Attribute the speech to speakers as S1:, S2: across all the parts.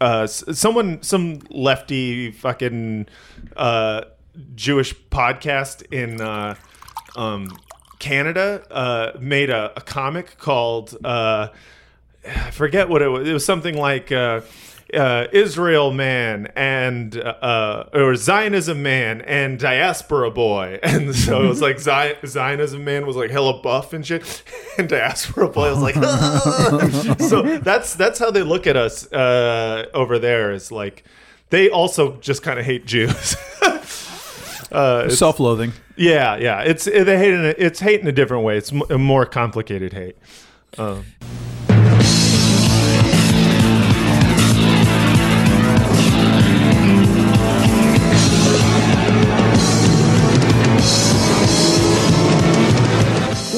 S1: uh, s- someone, some lefty fucking uh, Jewish podcast in uh, um, Canada uh, made a, a comic called. Uh, I forget what it was. It was something like uh, uh, Israel man and uh, or Zionism man and diaspora boy. And so it was like Zion- Zionism man was like hella buff and shit, and diaspora boy was like. so that's that's how they look at us uh, over there. Is like they also just kind of hate Jews. Uh, it's-
S2: Self-loathing.
S1: yeah, yeah. It's they hate. In a, it's hate in a different way. It's m- a more complicated hate.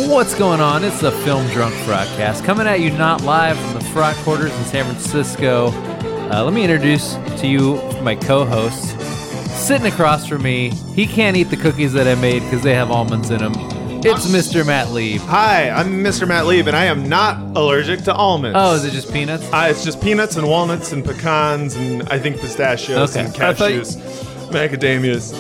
S3: What's going on? It's the Film Drunk Broadcast coming at you not live from the Frog Quarters in San Francisco. Uh, let me introduce to you my co-host sitting across from me. He can't eat the cookies that I made because they have almonds in them. It's Mr. Matt Lee.
S1: Hi, I'm Mr. Matt Lieb, and I am not allergic to almonds.
S3: Oh, is it just peanuts?
S1: Uh, it's just peanuts and walnuts and pecans and I think pistachios
S3: Okay.
S1: and
S3: I thought you-
S1: cashews, macadamias,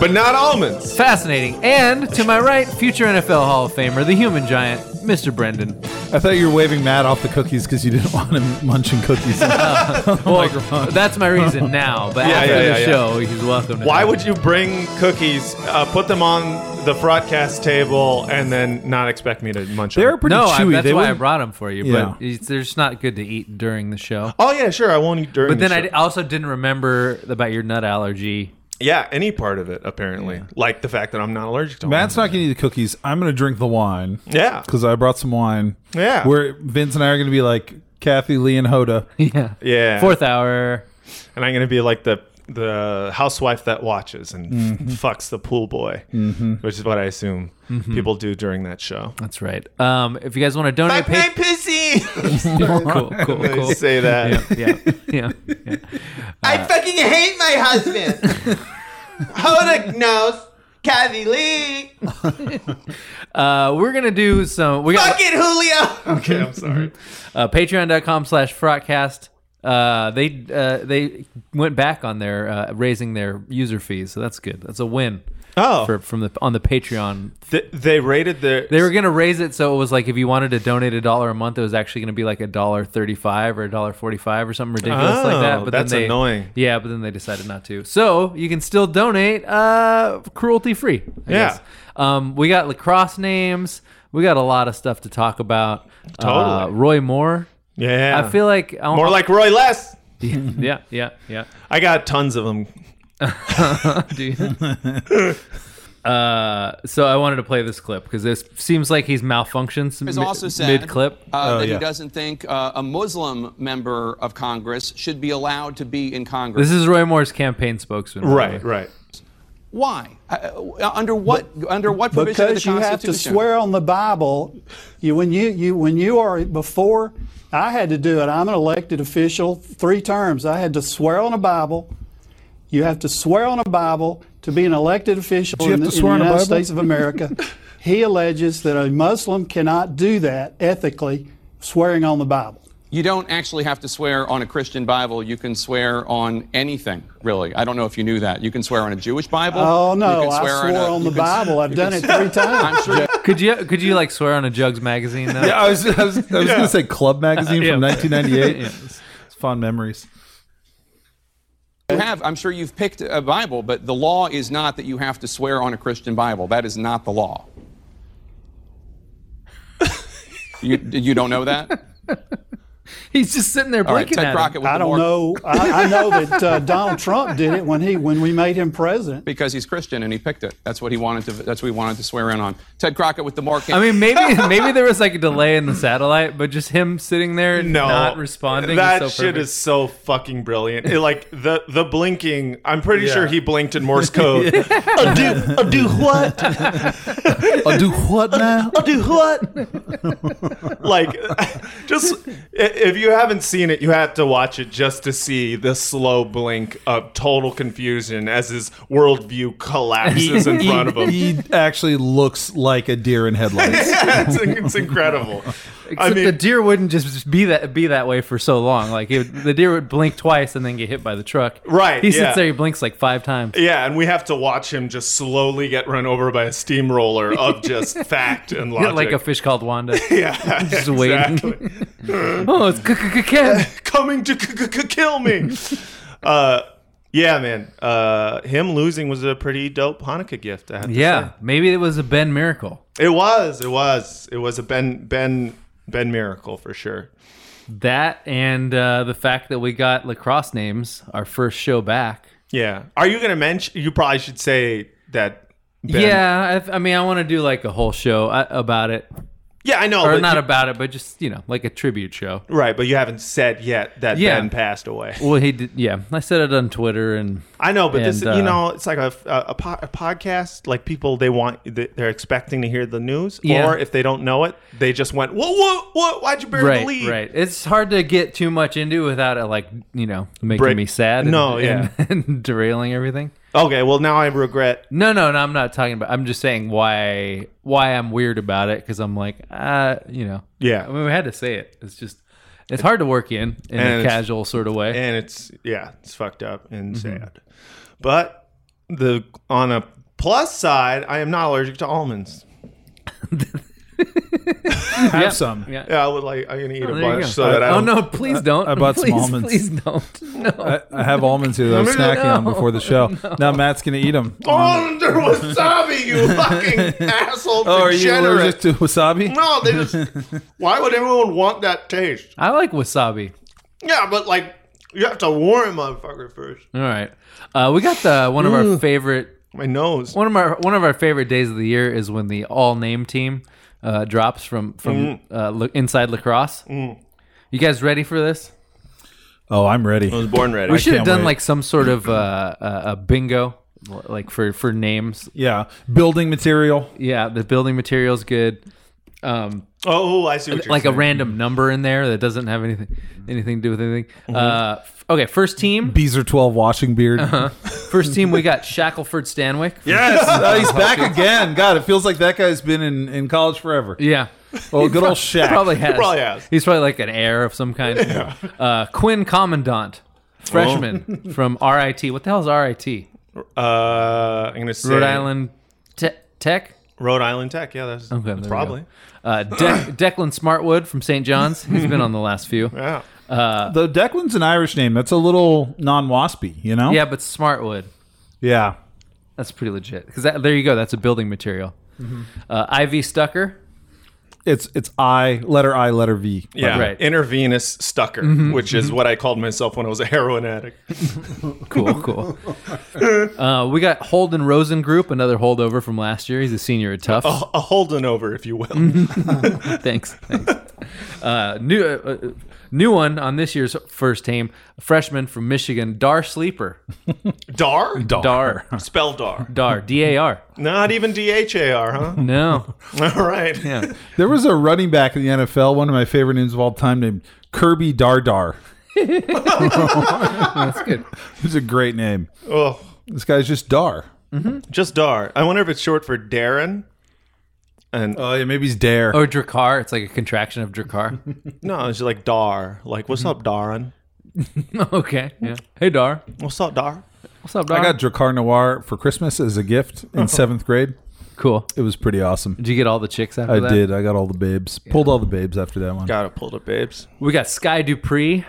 S1: but not almonds.
S3: Fascinating. And to my right, future NFL Hall of Famer, the human giant, Mr. Brendan.
S2: I thought you were waving Matt off the cookies because you didn't want him munching cookies.
S3: Well, that's my reason now, but
S1: Oh, Yeah,
S3: after
S1: yeah,
S3: the
S1: yeah, yeah.
S3: show, he's welcome. To
S1: Why would you bring cookies, uh, put them on the broadcast table, and then not expect me to munch
S2: They're
S1: on them?
S2: pretty
S3: no, I-
S2: chewy.
S3: that's
S2: They
S3: why I
S2: wouldn't-
S3: brought them for you,
S2: Yeah.
S3: but it's, they're just not good to eat during the show.
S1: Oh yeah, sure. I won't eat during.
S3: But then
S1: the
S3: I
S1: show.
S3: d- also didn't remember about your nut allergy.
S1: yeah, any part of it apparently, like the fact that I'm not allergic to
S2: Matt's
S1: almonds.
S2: not going to eat the cookies. I'm going to drink the wine
S1: Yeah,
S2: because I brought some wine.
S1: Yeah.
S2: Where Vince and I are going to be like Kathy, Lee, and Hoda.
S3: Yeah.
S1: yeah.
S3: Fourth hour.
S1: and I'm gonna be like the the housewife that watches and
S3: Mm-hmm.
S1: f- fucks the pool boy, which is what I assume
S3: Mm-hmm.
S1: people do during that show.
S3: That's right. Um, if you guys want to donate,
S1: my
S3: pay-
S1: pussy.
S3: cool, cool, cool.
S1: They say that.
S3: yeah, Uh, yeah, yeah.
S4: I fucking hate my husband. Hoda knows. Kathy Lee.
S3: Uh, we're gonna do some. We got
S4: Fuck it, Julio.
S1: Okay, I'm sorry.
S3: uh, Patreon.com/slash Frotcast. Uh, they uh, they went back on their uh, raising their user fees, so that's good. That's a win
S1: Oh,
S3: for from the on the Patreon
S1: th- they rated their.
S3: They were gonna raise it so it was like if you wanted to donate a dollar a month, it was actually gonna be like a dollar thirty-five or a dollar forty-five or something ridiculous like that.
S1: Oh,
S3: But
S1: that's
S3: then they,
S1: annoying.
S3: Yeah, but then they decided not to. So you can still donate, uh, cruelty-free. I
S1: Yeah.
S3: guess. Um, we got lacrosse names. We got a lot of stuff to talk about. Uh,
S1: Totally.
S3: Roy Moore.
S1: yeah,
S3: I feel like I
S1: more like Roy Less.
S3: yeah, yeah, yeah.
S1: I got tons of them.
S3: Do you- Uh, so I wanted to play this clip because this seems like he's malfunctioned
S5: It's also
S3: mid-
S5: said
S3: mid-clip.
S5: uh,
S2: Oh,
S5: that
S2: yeah.
S5: he doesn't think uh, a Muslim member of Congress should be allowed to be in Congress.
S3: This is Roy Moore's campaign spokesman. by the way.
S1: Right, right.
S5: Why? Uh, uh, under what? under what provision of the
S6: because you
S5: Constitution?
S6: have to swear on the Bible. You when you you when you are before I had to do it. I'm an elected official, three terms. I had to swear on a Bible. You have to swear on a Bible to be an elected official
S2: you
S6: in,
S2: have
S6: the,
S2: to
S6: in the
S2: swear on a
S6: United
S2: Bible?
S6: States of America. he alleges that a Muslim cannot do that ethically, swearing on the Bible.
S5: You don't actually have to swear on a Christian Bible. You can swear on anything, really. I don't know if you knew that. You can swear on a Jewish Bible.
S6: Oh
S5: you
S6: no,
S5: can
S6: I
S5: swear
S6: swore
S5: a-
S6: on
S5: you
S6: the
S5: can s-
S6: Bible. I've done it three times.
S5: I'm sure. you-
S3: Could you could you like swear on a Jugs magazine though?
S2: Yeah, I was, I was, I was going to say Club Magazine
S3: Yeah.
S2: from 1998.
S3: Yeah.
S2: It's fond memories.
S5: You have. I'm sure you've picked a Bible, but the law is not that you have to swear on a Christian Bible. That is not the law. you you don't know that?
S3: He's just sitting there
S5: All right,
S3: blinking
S5: Ted
S3: at
S5: Crockett
S3: him.
S5: with
S6: I
S5: the
S6: don't
S5: more,
S6: know. I, I know that uh, Donald Trump did it when he when we made him president.
S5: because he's Christian and he picked it. That's what he wanted to. That's what he wanted to swear in on. Ted Crockett with the more.
S3: I mean, maybe maybe there was like a delay in the satellite, but just him sitting there
S1: No,
S3: not responding.
S1: That
S3: is so
S1: shit
S3: perfect.
S1: is so fucking brilliant. It, like the the blinking. I'm pretty sure he blinked in Morse code. I do, I do what?
S2: I'll Uh, do what now?
S1: do what? like, just i- if you haven't seen it, you have to watch it just to see the slow blink of total confusion as his worldview collapses in front of him.
S2: He actually looks like a deer in headlights.
S1: Yeah, it's, it's incredible.
S3: Except
S1: mean-
S3: the deer wouldn't just be that be that way for so long. Like it, the deer would blink twice and then get hit by the truck.
S1: Right,
S3: He sits
S1: yeah.
S3: there. He blinks like five times.
S1: Yeah, and we have to watch him just slowly get run over by a steamroller of just fact and logic.
S3: Like a fish called Wanda.
S1: yeah,
S3: Just waiting.
S1: exactly.
S3: oh, it's c- c- c- Ken.
S1: coming to c- c- c- kill me. uh, yeah, man. Uh, him losing was a pretty dope Hanukkah gift. I have to
S3: Yeah, maybe it was a Ben miracle.
S1: say. it was. It was. It was a Ben Ben Ben miracle for sure.
S3: That and uh, the fact that we got lacrosse names our first show back.
S1: Yeah. Are you gonna mention? You probably should say that. Ben-
S3: Yeah, I, I mean, I want to do like a whole show uh, about it,
S1: Yeah, I know.
S3: or
S1: but
S3: not
S1: you-
S3: about it, but just you know, like a tribute show.
S1: right, but you haven't said yet that
S3: Yeah.
S1: Ben passed away.
S3: Well, he did. Yeah, I said it on Twitter, and
S1: I know, but this,
S3: And,
S1: you
S3: uh,
S1: know, it's like a, a, a, po- a podcast. Like people, they want, they- they're expecting to hear the news,
S3: Yeah.
S1: or if they don't know it, they just went, "Whoa, whoa, whoa! Why'd you bury
S3: right,
S1: the lead?"
S3: right. It's hard to get too much into without it, like you know, making
S1: Break-
S3: me sad. And,
S1: No, yeah.
S3: and, and derailing everything.
S1: Okay, well now I regret.
S3: No, no, no. I'm not talking about. I'm just saying why why I'm weird about it because I'm like, uh, you know, I
S1: Yeah,
S3: mean, we had to say it. It's just it's hard to work in in
S1: And
S3: a
S1: it's-
S3: casual sort of way.
S1: and it's yeah, it's fucked up and
S3: Mm-hmm.
S1: sad. But the on a plus side, I am not allergic to almonds.
S2: Have some.
S3: yeah.
S1: Yeah, I would like. I'm gonna eat
S3: There
S1: a
S3: you
S1: bunch
S3: go.
S1: so that I
S3: oh
S1: don't.
S3: no! Please don't.
S2: I bought some
S3: please,
S2: almonds.
S3: Please don't. No.
S2: I, I have almonds here that I'm
S1: No, no,
S2: snacking
S3: no.
S2: on before the show. Now Matt's gonna eat them.
S1: Oh, they're wasabi, you fucking asshole!
S2: Oh, are you allergic
S1: degenerate.
S2: to wasabi?
S1: No, they just. why would everyone want that taste?
S3: I like wasabi.
S1: Yeah, but like you have to warn a motherfucker first.
S3: All right, uh, we got the one of our favorite
S1: My nose.
S3: one of our one of our favorite days of the year is when the all name team uh, drops from from
S2: Mm.
S3: uh, la- inside lacrosse. You guys ready for this?
S2: Oh, I'm ready.
S1: was born ready.
S3: We should have
S2: can't
S3: done
S2: wait.
S3: like some sort of uh, uh, a bingo, like for for names.
S2: Yeah, building material.
S3: Yeah, the building material's good. Um,
S1: oh, I see what you're
S3: like a
S1: saying.
S3: random number in there that doesn't have anything anything to do with anything. Uh, f- okay, first team.
S2: Beezer 12 washing beard.
S3: First team. We got Shackleford Stanwick. Yeah.
S2: Yes, uh, he's back again. God, it feels like that guy's been in, in college forever.
S3: Yeah.
S2: Oh, good old Shaq.
S3: Probably has.
S1: probably has.
S3: He's probably like an heir of some kind. Uh, Quinn Commandant, freshman from RIT. What the hell is RIT?
S1: Uh, I'm gonna say
S3: Rhode Island te- Tech.
S1: Rhode Island Tech. Yeah, that's
S3: there we go.
S1: probably.
S3: Uh, De- Declan Smartwood from St. John's. He's been on the last few.
S1: Yeah.
S2: Though Declan's an Irish name. That's a little non waspy, you know?
S3: Yeah, but Smartwood.
S2: Yeah.
S3: That's pretty legit. Because there you go. That's a building material. Uh, Ivy Stucker.
S2: It's it's I, letter I, letter V.
S1: Yeah,
S3: Right.
S1: intravenous stucker, which is what I called myself when I was a heroin addict.
S3: Cool, cool. uh, we got Holden Rosen Group, another holdover from last year. He's a senior at Tufts.
S1: A Holden over, if you will.
S3: thanks. thanks. Uh, new, uh, uh, new one on this year's first team. Freshman from Michigan, Dar Sleeper.
S1: Dar?
S3: Dar.
S1: Spell Dar.
S3: Dar. D A R.
S1: Not even D H A R, huh?
S3: No.
S1: All right.
S3: Yeah.
S2: There was a running back in the NFL, one of my favorite names of all time, named Kirby Dardar.
S3: That's good.
S2: It's a great name.
S1: Oh,
S2: This guy's just Dar.
S1: just Dar. I wonder if it's short for Darren. And
S2: Oh, yeah, maybe he's Dare.
S3: Or Dracar. It's like a contraction of Dracar.
S1: no, it's like Dar. Like, what's up, Darren?
S3: okay. Yeah. Hey, Dar.
S1: What's up, Dar?
S3: What's up, Dar?
S2: I got Dracar Noir for Christmas as a gift in seventh grade.
S3: cool.
S2: It was pretty awesome.
S3: Did you get all the chicks after
S2: I
S3: that?
S2: did. I got all the babes. Pulled all the babes after that one.
S1: Gotta pull the babes.
S3: We got Sky Dupree.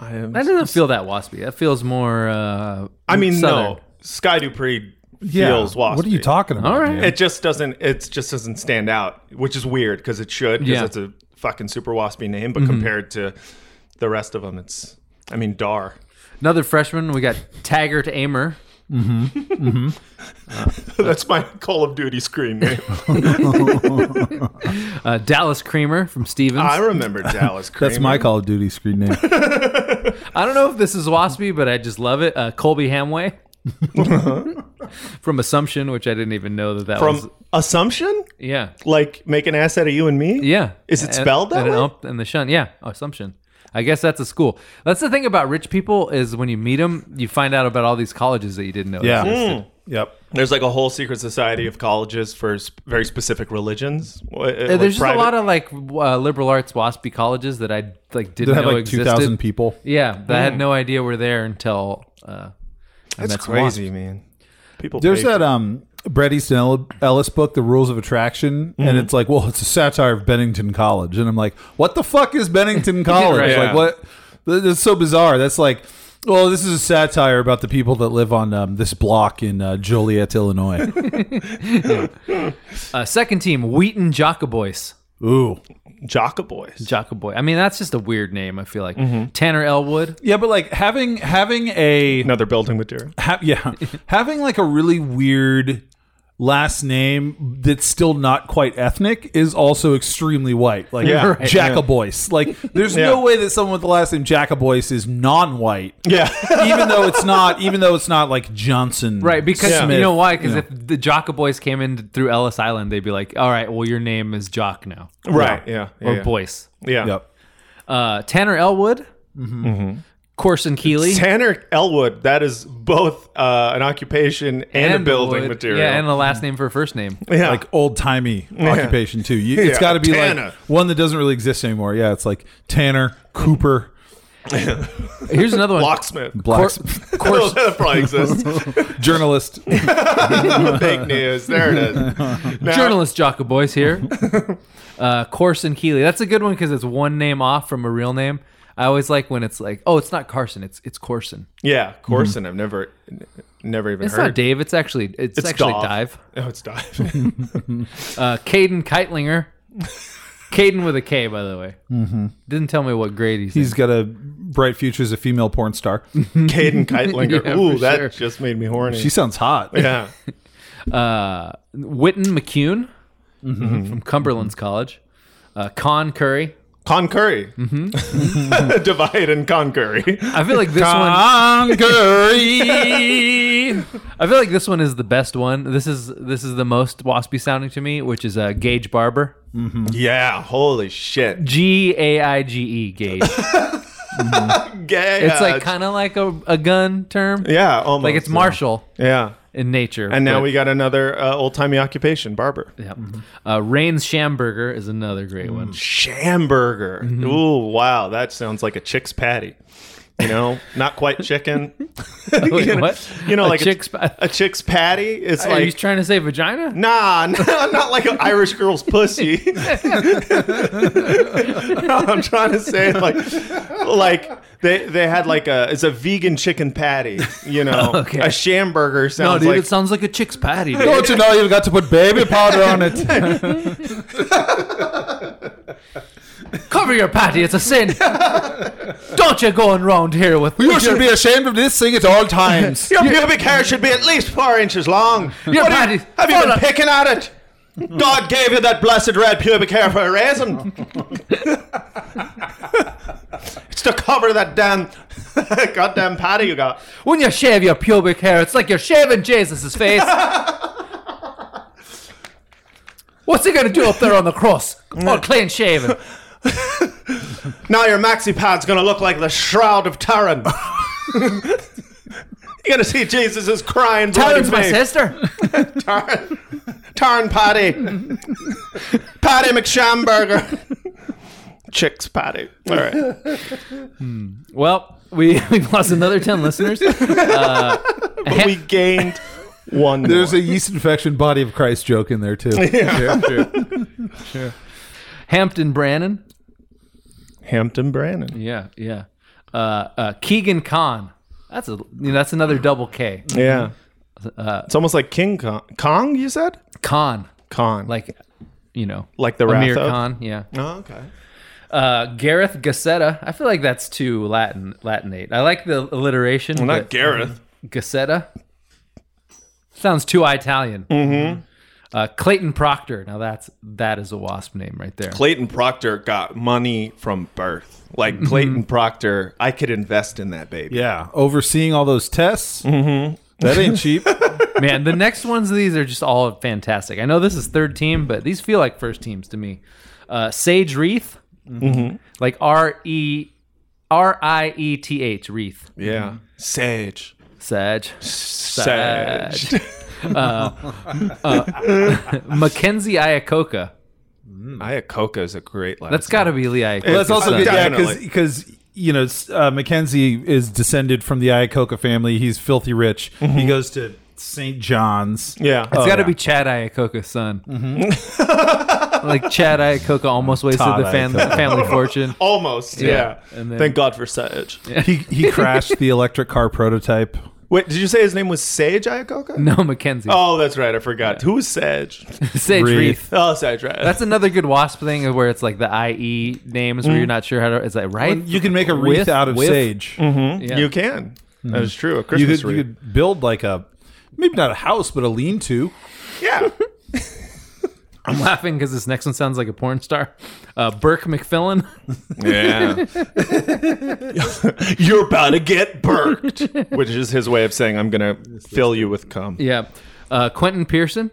S1: I am
S3: That doesn't feel that waspy. That feels more. Uh,
S1: I mean,
S3: southern.
S1: no. Sky Dupree
S2: Yeah.
S1: feels waspy.
S2: What are you talking about?
S3: All right.
S2: man?
S1: It just doesn't. It just doesn't stand out, which is weird because it should. Because
S3: Yeah.
S1: it's a fucking super waspy name, but compared to the rest of them, it's. I mean, Dar.
S3: Another freshman. We got Taggart Aimer.
S1: That's my Call of Duty screen name.
S3: Uh, Dallas Creamer from Stevens.
S1: I remember Dallas. Kramer.
S2: That's my Call of Duty screen name.
S3: I don't know if this is waspy, but I just love it. Uh, Colby Hamway from Assumption, which I didn't even know that that was.
S1: from Assumption.
S3: Yeah,
S1: Like make an ass out of you and me.
S3: yeah.
S1: Is it spelled that
S3: and, an
S1: way?
S3: ump and the shun. Yeah, Assumption. I guess that's a school. That's the thing about rich people is when you meet them, you find out about all these colleges that you didn't know.
S2: Yeah.
S3: existed.
S2: Yep.
S1: There's like a whole secret society of colleges for sp- very specific religions. eh,
S3: Uh, There's just a lot of like w- uh, liberal arts waspy colleges that I like
S2: They
S3: didn't
S2: have
S3: know
S2: like two
S3: existed.
S2: thousand people.
S3: Yeah, that I
S1: Hmm.
S3: had no idea were there until. Uh,
S1: That's crazy, man. People.
S2: There's
S1: pay for-
S2: that um Bret Easton Ell- Ellis book, The Rules of Attraction, and it's like, well, it's a satire of Bennington College, and I'm like, what the fuck is Bennington College?
S3: Right.
S2: Like,
S5: Yeah.
S2: what? th- That's so bizarre. That's like, well, this is a satire about the people that live on um, this block in uh, Joliet, Illinois.
S3: Uh, second team, Wheaton Jockaboys.
S2: Ooh,
S1: Jocka Boys.
S3: Jockaboi. I mean, that's just a weird name. I feel like
S1: Mm-hmm.
S3: Tanner Elwood.
S2: yeah, but like having having a
S1: Another building material.
S2: ha- yeah having like a really weird last name that's still not quite ethnic is also extremely white like
S1: Yeah.
S2: yeah,
S1: Right.
S2: jackaboyce like there's
S1: Yeah.
S2: no way that someone with the last name jackaboyce is non-white
S1: Yeah.
S2: even though it's not even though it's not like johnson
S3: Right, because
S1: Smith,
S3: you know why? Because if the Jockaboys came in through Ellis Island, they'd be like, "All right, well, your name is Jock now,
S1: right. Yeah. yeah.
S3: or
S1: yeah.
S3: Boyce."
S1: Yeah.
S2: yep
S3: Uh, Tanner Elwood,
S1: Mm-hmm.
S3: Mm-hmm. Corson Keeley,
S1: Tanner Elwood. That is both uh, an occupation and, a building
S3: Wood.
S1: material.
S3: Yeah, and a last name for a first name.
S1: Yeah.
S2: like old-timey occupation too you, it's
S1: Yeah.
S2: got to be
S1: Tanner.
S2: like one that doesn't really exist anymore yeah it's like tanner cooper
S3: Here's another one.
S1: locksmith.
S2: black
S1: Oh, that probably exists.
S2: journalist
S1: Fake news. There it is. Now-
S3: Journalist Jockaboys here. uh, Corson Keeley. That's a good one because it's one name off from a real name. I always like when it's like, oh, it's not Carson, it's it's Corson.
S1: Yeah, Corson. I've never, n- never even
S3: Mm-hmm. It's
S1: heard.
S3: not Dave. It's actually it's,
S1: It's
S3: actually
S1: Dov.
S3: Dive.
S1: Oh, it's Dave.
S3: Uh, Caden Keitlinger. Caden with a K, by the way. Mm-hmm. Didn't tell me what grade he's.
S2: he's got a bright future as a female porn star
S1: Caden Keitlinger.
S3: Yeah,
S1: Ooh,
S3: for
S1: that
S3: sure.
S1: just made me horny.
S2: she sounds hot
S1: yeah.
S3: in. Uh, Witten McCune
S1: Mm-hmm.
S3: from Cumberland's College. Uh, Con Curry.
S1: Con Curry.
S3: Mm-hmm.
S1: Divide and Con Curry.
S3: I feel like this one. I feel like this one is the best one. This is this is the most waspy sounding to me, which is uh, Gage Barber.
S1: Yeah, holy shit.
S3: G A I G E Gage. It's
S1: Gay.
S3: like kind of like a, a gun term.
S1: Yeah, almost.
S3: Like it's martial
S1: Yeah.
S3: in nature.
S1: And now
S3: but-
S1: we got another uh, old timey occupation, barber.
S3: Yeah. Uh, Rain's Shamburger is another great one.
S1: Shamburger.
S3: Mm-hmm.
S1: Ooh, wow. That sounds like a chick's patty. You know, not quite chicken.
S3: Wait,
S1: you know,
S3: what?
S1: You know
S3: A
S1: like
S3: chick's
S1: a,
S3: pa-
S1: a chick's patty. It's
S3: Are
S1: like
S3: you trying to say vagina?
S1: Nah, no, not like an Irish girl's pussy. No, I'm trying to say like, like they they had like a it's a vegan chicken patty, you know,
S3: Okay.
S1: a shamburger
S3: No,
S1: sounds
S3: dude,
S1: like
S3: it sounds like a chick's patty. dude.
S2: Don't you know you've got to put baby powder on it?
S3: Cover your patty, it's a sin. Don't you go around here with
S2: You should be ashamed of this thing at all times.
S1: your pubic hair should be at least four inches long.
S3: your
S1: What
S3: patty.
S1: have, have you been picking at it? God gave you that blessed red pubic hair for a reason. it's to cover that damn goddamn patty you got.
S3: When you shave your pubic hair, it's like you're shaving Jesus' face. What's he gonna do up there on the cross? All clean shaven.
S1: Now your maxi pad's gonna look like the Shroud of Turin. You're gonna see Jesus is crying. bloody
S3: Taryn's my
S1: face.
S3: sister.
S1: Turin, Turin Patty, Patty McShamburger, Chicks Patty. All right,
S3: Well, we, we've lost another 10 listeners.
S1: but we gained one.
S2: There's
S1: more.
S2: a yeast infection body of Christ joke in there too.
S3: Hampton Brannon.
S1: Hampton Brannon.
S3: Yeah, yeah. Uh, uh, Keegan Khan. That's a you know, that's another double K.
S1: Yeah,
S3: Uh,
S1: it's almost like King Kong. Kong, you said?
S3: Khan,
S1: Kong,
S3: like you know,
S1: like the
S3: Amir
S1: Wrath of-
S3: Khan. Yeah.
S1: Oh, okay.
S3: Uh, Gareth Gazzetta. I feel like that's too Latin Latinate. I like the alliteration.
S1: Well,
S3: but
S1: not Gareth.
S3: Gazzetta. Sounds too Italian. Mm-hmm. Uh, Clayton Proctor. Now that's that is a wasp name right there.
S1: Clayton Proctor got money from birth. Like
S3: Mm-hmm.
S1: Clayton Proctor, I could invest in that baby.
S2: Yeah, overseeing all those tests. Mm-hmm. That ain't cheap.
S3: Man, the next ones of these are just all fantastic. I know this is third team, but these
S2: Mm-hmm.
S3: feel like first teams to me. Uh, Sage Wreath, like R E R I E T H, wreath.
S1: Yeah. Sage.
S3: Sag.
S1: Sage.
S3: Mackenzie Iacocca.
S1: Iacocca is a great last
S3: That's got to be Lee Iacocca.
S2: That's also
S1: Uh,
S2: good, yeah, because
S1: definitely.
S2: because you know s- uh, Mackenzie is descended from the Iacocca family. He's filthy rich. He goes to St. John's.
S1: name. Yeah.
S3: It's got to
S2: Oh,
S3: be Chad Iacocca's son.
S2: Mm-hmm.
S3: like Chad Iacocca almost wasted
S2: Todd
S3: the fam-
S2: Iacocca.
S3: family fortune.
S1: Almost. Yeah.
S3: And then-
S1: Thank God for Sage.
S2: He he crashed the electric car prototype.
S1: Wait, did you say his name was Sage Iacocca?
S3: No, Mackenzie.
S1: Oh, that's right. I forgot. Who was Sage?
S3: Sage
S2: wreath.
S3: Wreath.
S1: oh, Sage, right.
S3: That's another good Wasp thing where it's like the IE names where you're not sure how to. Is that right?
S2: Mm-hmm. You can make a wreath
S3: With-
S2: out of
S3: with-
S2: sage.
S3: Yeah.
S1: You can. That
S3: Hmm.
S1: is true. A
S2: You
S1: Christmas
S2: could,
S1: wreath.
S2: you could build like a maybe not a house, but a lean-to.
S1: yeah.
S3: I'm laughing because this next one sounds like a porn star. Uh, Burke McFillin.
S1: Yeah. You're about to get burked, which is his way of saying, I'm going to fill you with cum.
S3: yeah. Uh, Quentin Pearson.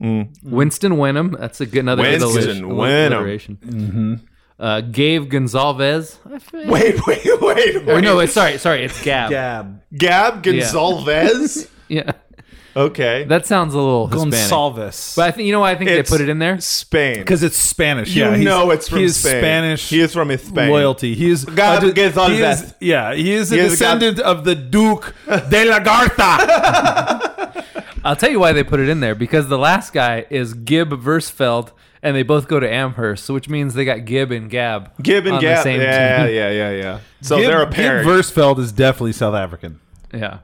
S3: Winston Wenham. That's a good another
S1: Mm. Winston
S3: alliteration-
S1: Wenham.
S3: alliteration. Uh, Gabe Gonzalez.
S1: Wait, wait, wait.
S3: Or
S1: wait.
S3: no, wait, sorry, sorry, it's Gab.
S2: Gab
S1: Gab Gonzalez?
S3: Yeah,
S1: Okay.
S3: that sounds a little Hispanic.
S2: Gonsalves.
S3: But I think you know why I think
S1: It's
S3: they put it in there.
S1: Spain.
S2: because it's Spanish.
S1: you
S2: yeah, he's-
S1: know it's from
S2: he is
S1: Spain.
S2: Spanish.
S1: He is from Spain.
S2: loyalty. He is,
S1: Gab
S2: a de-
S1: Gonsalves.
S2: he is- yeah, he is a
S1: He is
S2: descendant of the Duke de la Garza.
S3: I'll tell you why they put it in there because the last guy is Gib Versfeld, and they both go to Amherst, so which means they got Gib and Gab.
S1: Gib and
S3: on the
S1: Gab.
S3: same
S1: yeah,
S3: team.
S1: yeah, yeah, yeah. So Oh, they're a pair.
S2: Versfeld is definitely South African.
S3: yeah.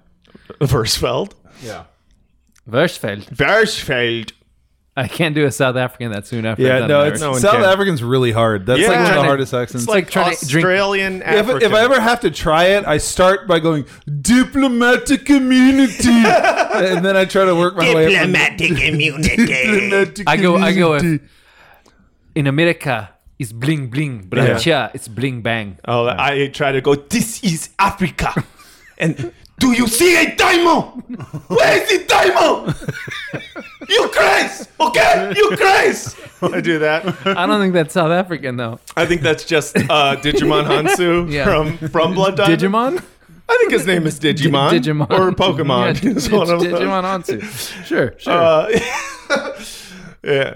S1: Versfeld.
S2: Yeah.
S3: Versfeld.
S1: Versfeld.
S3: I can't do a South African that soon after. I've
S2: Yeah,
S3: done
S2: Uh, no,
S3: an
S2: it's
S3: Irish.
S1: one
S2: South
S1: can.
S2: African's really hard. That's
S1: Yeah.
S2: like one of the
S1: Trying to-
S2: hardest accents.
S1: It's like
S3: trying to drink-
S1: Australian
S2: if,
S1: African.
S2: if I ever have to try it, I start by going diplomatic community, and then I try to work my way up.
S4: immunity.
S2: Diplomatic
S3: I go. I go. With,
S2: community.
S3: in America, it's bling bling, but in
S1: Yeah.
S3: Chia, it's bling bang.
S1: Oh, I try to go, this is Africa. and do you see a diamond? Where is the diamond? you craze, okay? You craze. I do that.
S3: I don't think that's South African though.
S1: I think that's just uh, Digimon Hansu
S3: Yeah.
S1: from, from Blood Diamond.
S3: Digimon.
S1: I think his name is Digimon.
S3: Digimon
S1: Or Pokemon.
S3: Yeah,
S1: It's one of those.
S3: Digimon Onsu. Sure, sure.
S1: Uh, yeah.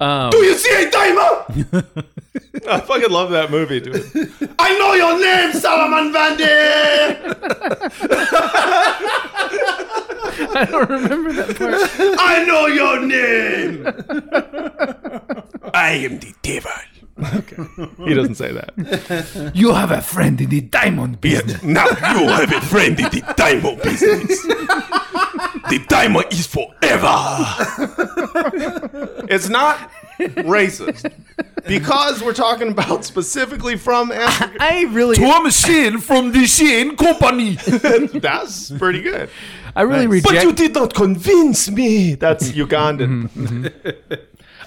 S3: Um,
S1: Do you see a diamond? I fucking love that movie, dude. I know your name, Salomon Vande.
S3: I don't remember that part.
S1: I know your name. I am the devil. Okay. He doesn't say that.
S3: You have a friend in the diamond business.
S1: Now you have a friend in the diamond business. The diamond is forever. It's not racist because we're talking about specifically from Africa.
S3: I really,
S2: To a machine from the Shein company.
S1: That's pretty good.
S3: I really
S1: But you
S3: reject.
S1: did not convince me. That's Ugandan.
S3: Mm-hmm.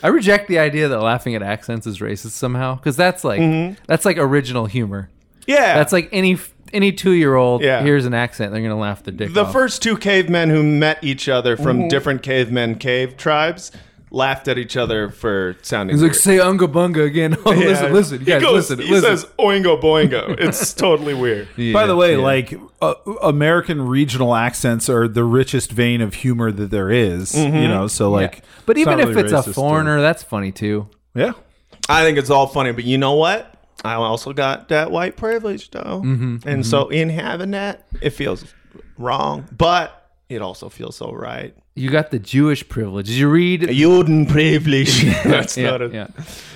S3: I reject the idea that laughing at accents is racist somehow, because that's like that's like original humor.
S1: Mm-hmm. Yeah.
S3: That's like any any two year old
S1: Yeah.
S3: hears an accent, they're gonna laugh their dick
S1: the
S3: off.
S1: first two cavemen who met each other from
S3: Mm-hmm.
S1: different cavemen cave tribes laughed at each other for sounding
S3: He's like,
S1: weird.
S3: say unga bunga again. Oh,
S1: Yeah.
S3: listen, listen, you
S1: he
S3: guys,
S1: goes,
S3: listen,
S1: he
S3: listen.
S1: says oingo boingo. It's totally weird.
S2: By the way,
S3: yeah.
S2: like uh, American regional accents are the richest vein of humor that there is, You know, so
S3: Mm-hmm. Yeah.
S2: like,
S3: But
S2: it's
S3: even
S2: not
S3: if
S2: really
S3: it's
S2: racist
S3: a
S2: to-
S3: foreigner, that's funny too.
S2: yeah,
S1: I think it's all funny, but you know what? I also got that white privilege though,
S3: Mm-hmm,
S1: and so in having that, it feels wrong, but it also feels so right.
S3: You got the Jewish privilege. Did you read
S1: Juden privilege. That's
S3: yeah,
S1: not a,
S3: yeah.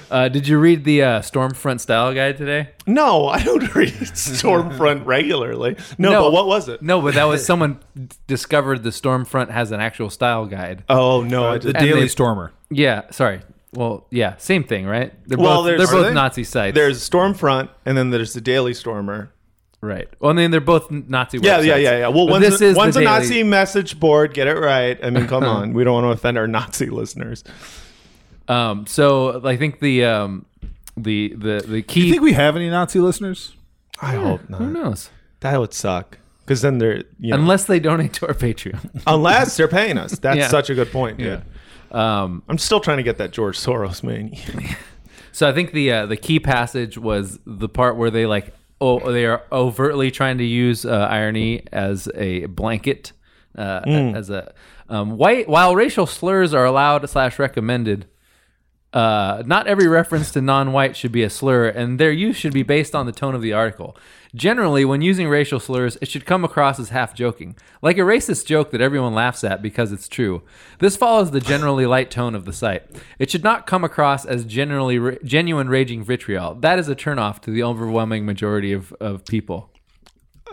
S3: Uh, did you read the uh, Stormfront style guide today?
S1: No, I don't read Stormfront regularly. No, but what was it?
S3: No, but that was someone discovered the Stormfront has an actual style guide.
S1: Oh no, I
S2: the
S1: did.
S2: Daily
S3: they-
S2: Stormer.
S3: Yeah, sorry. Well, yeah, same thing, right? They're
S1: Well,
S3: both,
S1: there's-
S3: they're
S1: are
S3: both
S1: they?
S3: Nazi sites.
S1: There's Stormfront, and then there's the Daily Stormer.
S3: right. Well, I mean, they're both Nazi.
S1: Yeah,
S3: websites.
S1: yeah, yeah, yeah. Well,
S3: But
S1: one's,
S3: this
S1: a,
S3: is
S1: one's
S3: the
S1: a
S3: Daily-
S1: Nazi message board. Get it right. I mean, come on. We don't want to offend our Nazi listeners.
S3: Um, so I think the um, the the the key.
S2: You think we have any Nazi listeners?
S1: I hope not.
S3: who knows?
S1: That would suck. Because then they're you know, unless,
S3: Unless they donate to our Patreon.
S1: they're paying us. That's
S3: Yeah.
S1: such a good point, dude.
S3: Um,
S1: I'm still trying to get that George Soros money.
S3: So I think the uh, the key passage was the part where they like oh they are overtly trying to use uh, irony as a blanket uh, as a um, white while racial slurs are allowed slash recommended. Uh, not every reference to non-white should be a slur, and their use should be based on the tone of the article. Generally, when using racial slurs, it should come across as half joking, like a racist joke that everyone laughs at because it's true. This follows the generally light tone of the site. It should not come across as generally ra- genuine raging vitriol. That is a turnoff to the overwhelming majority of, of people.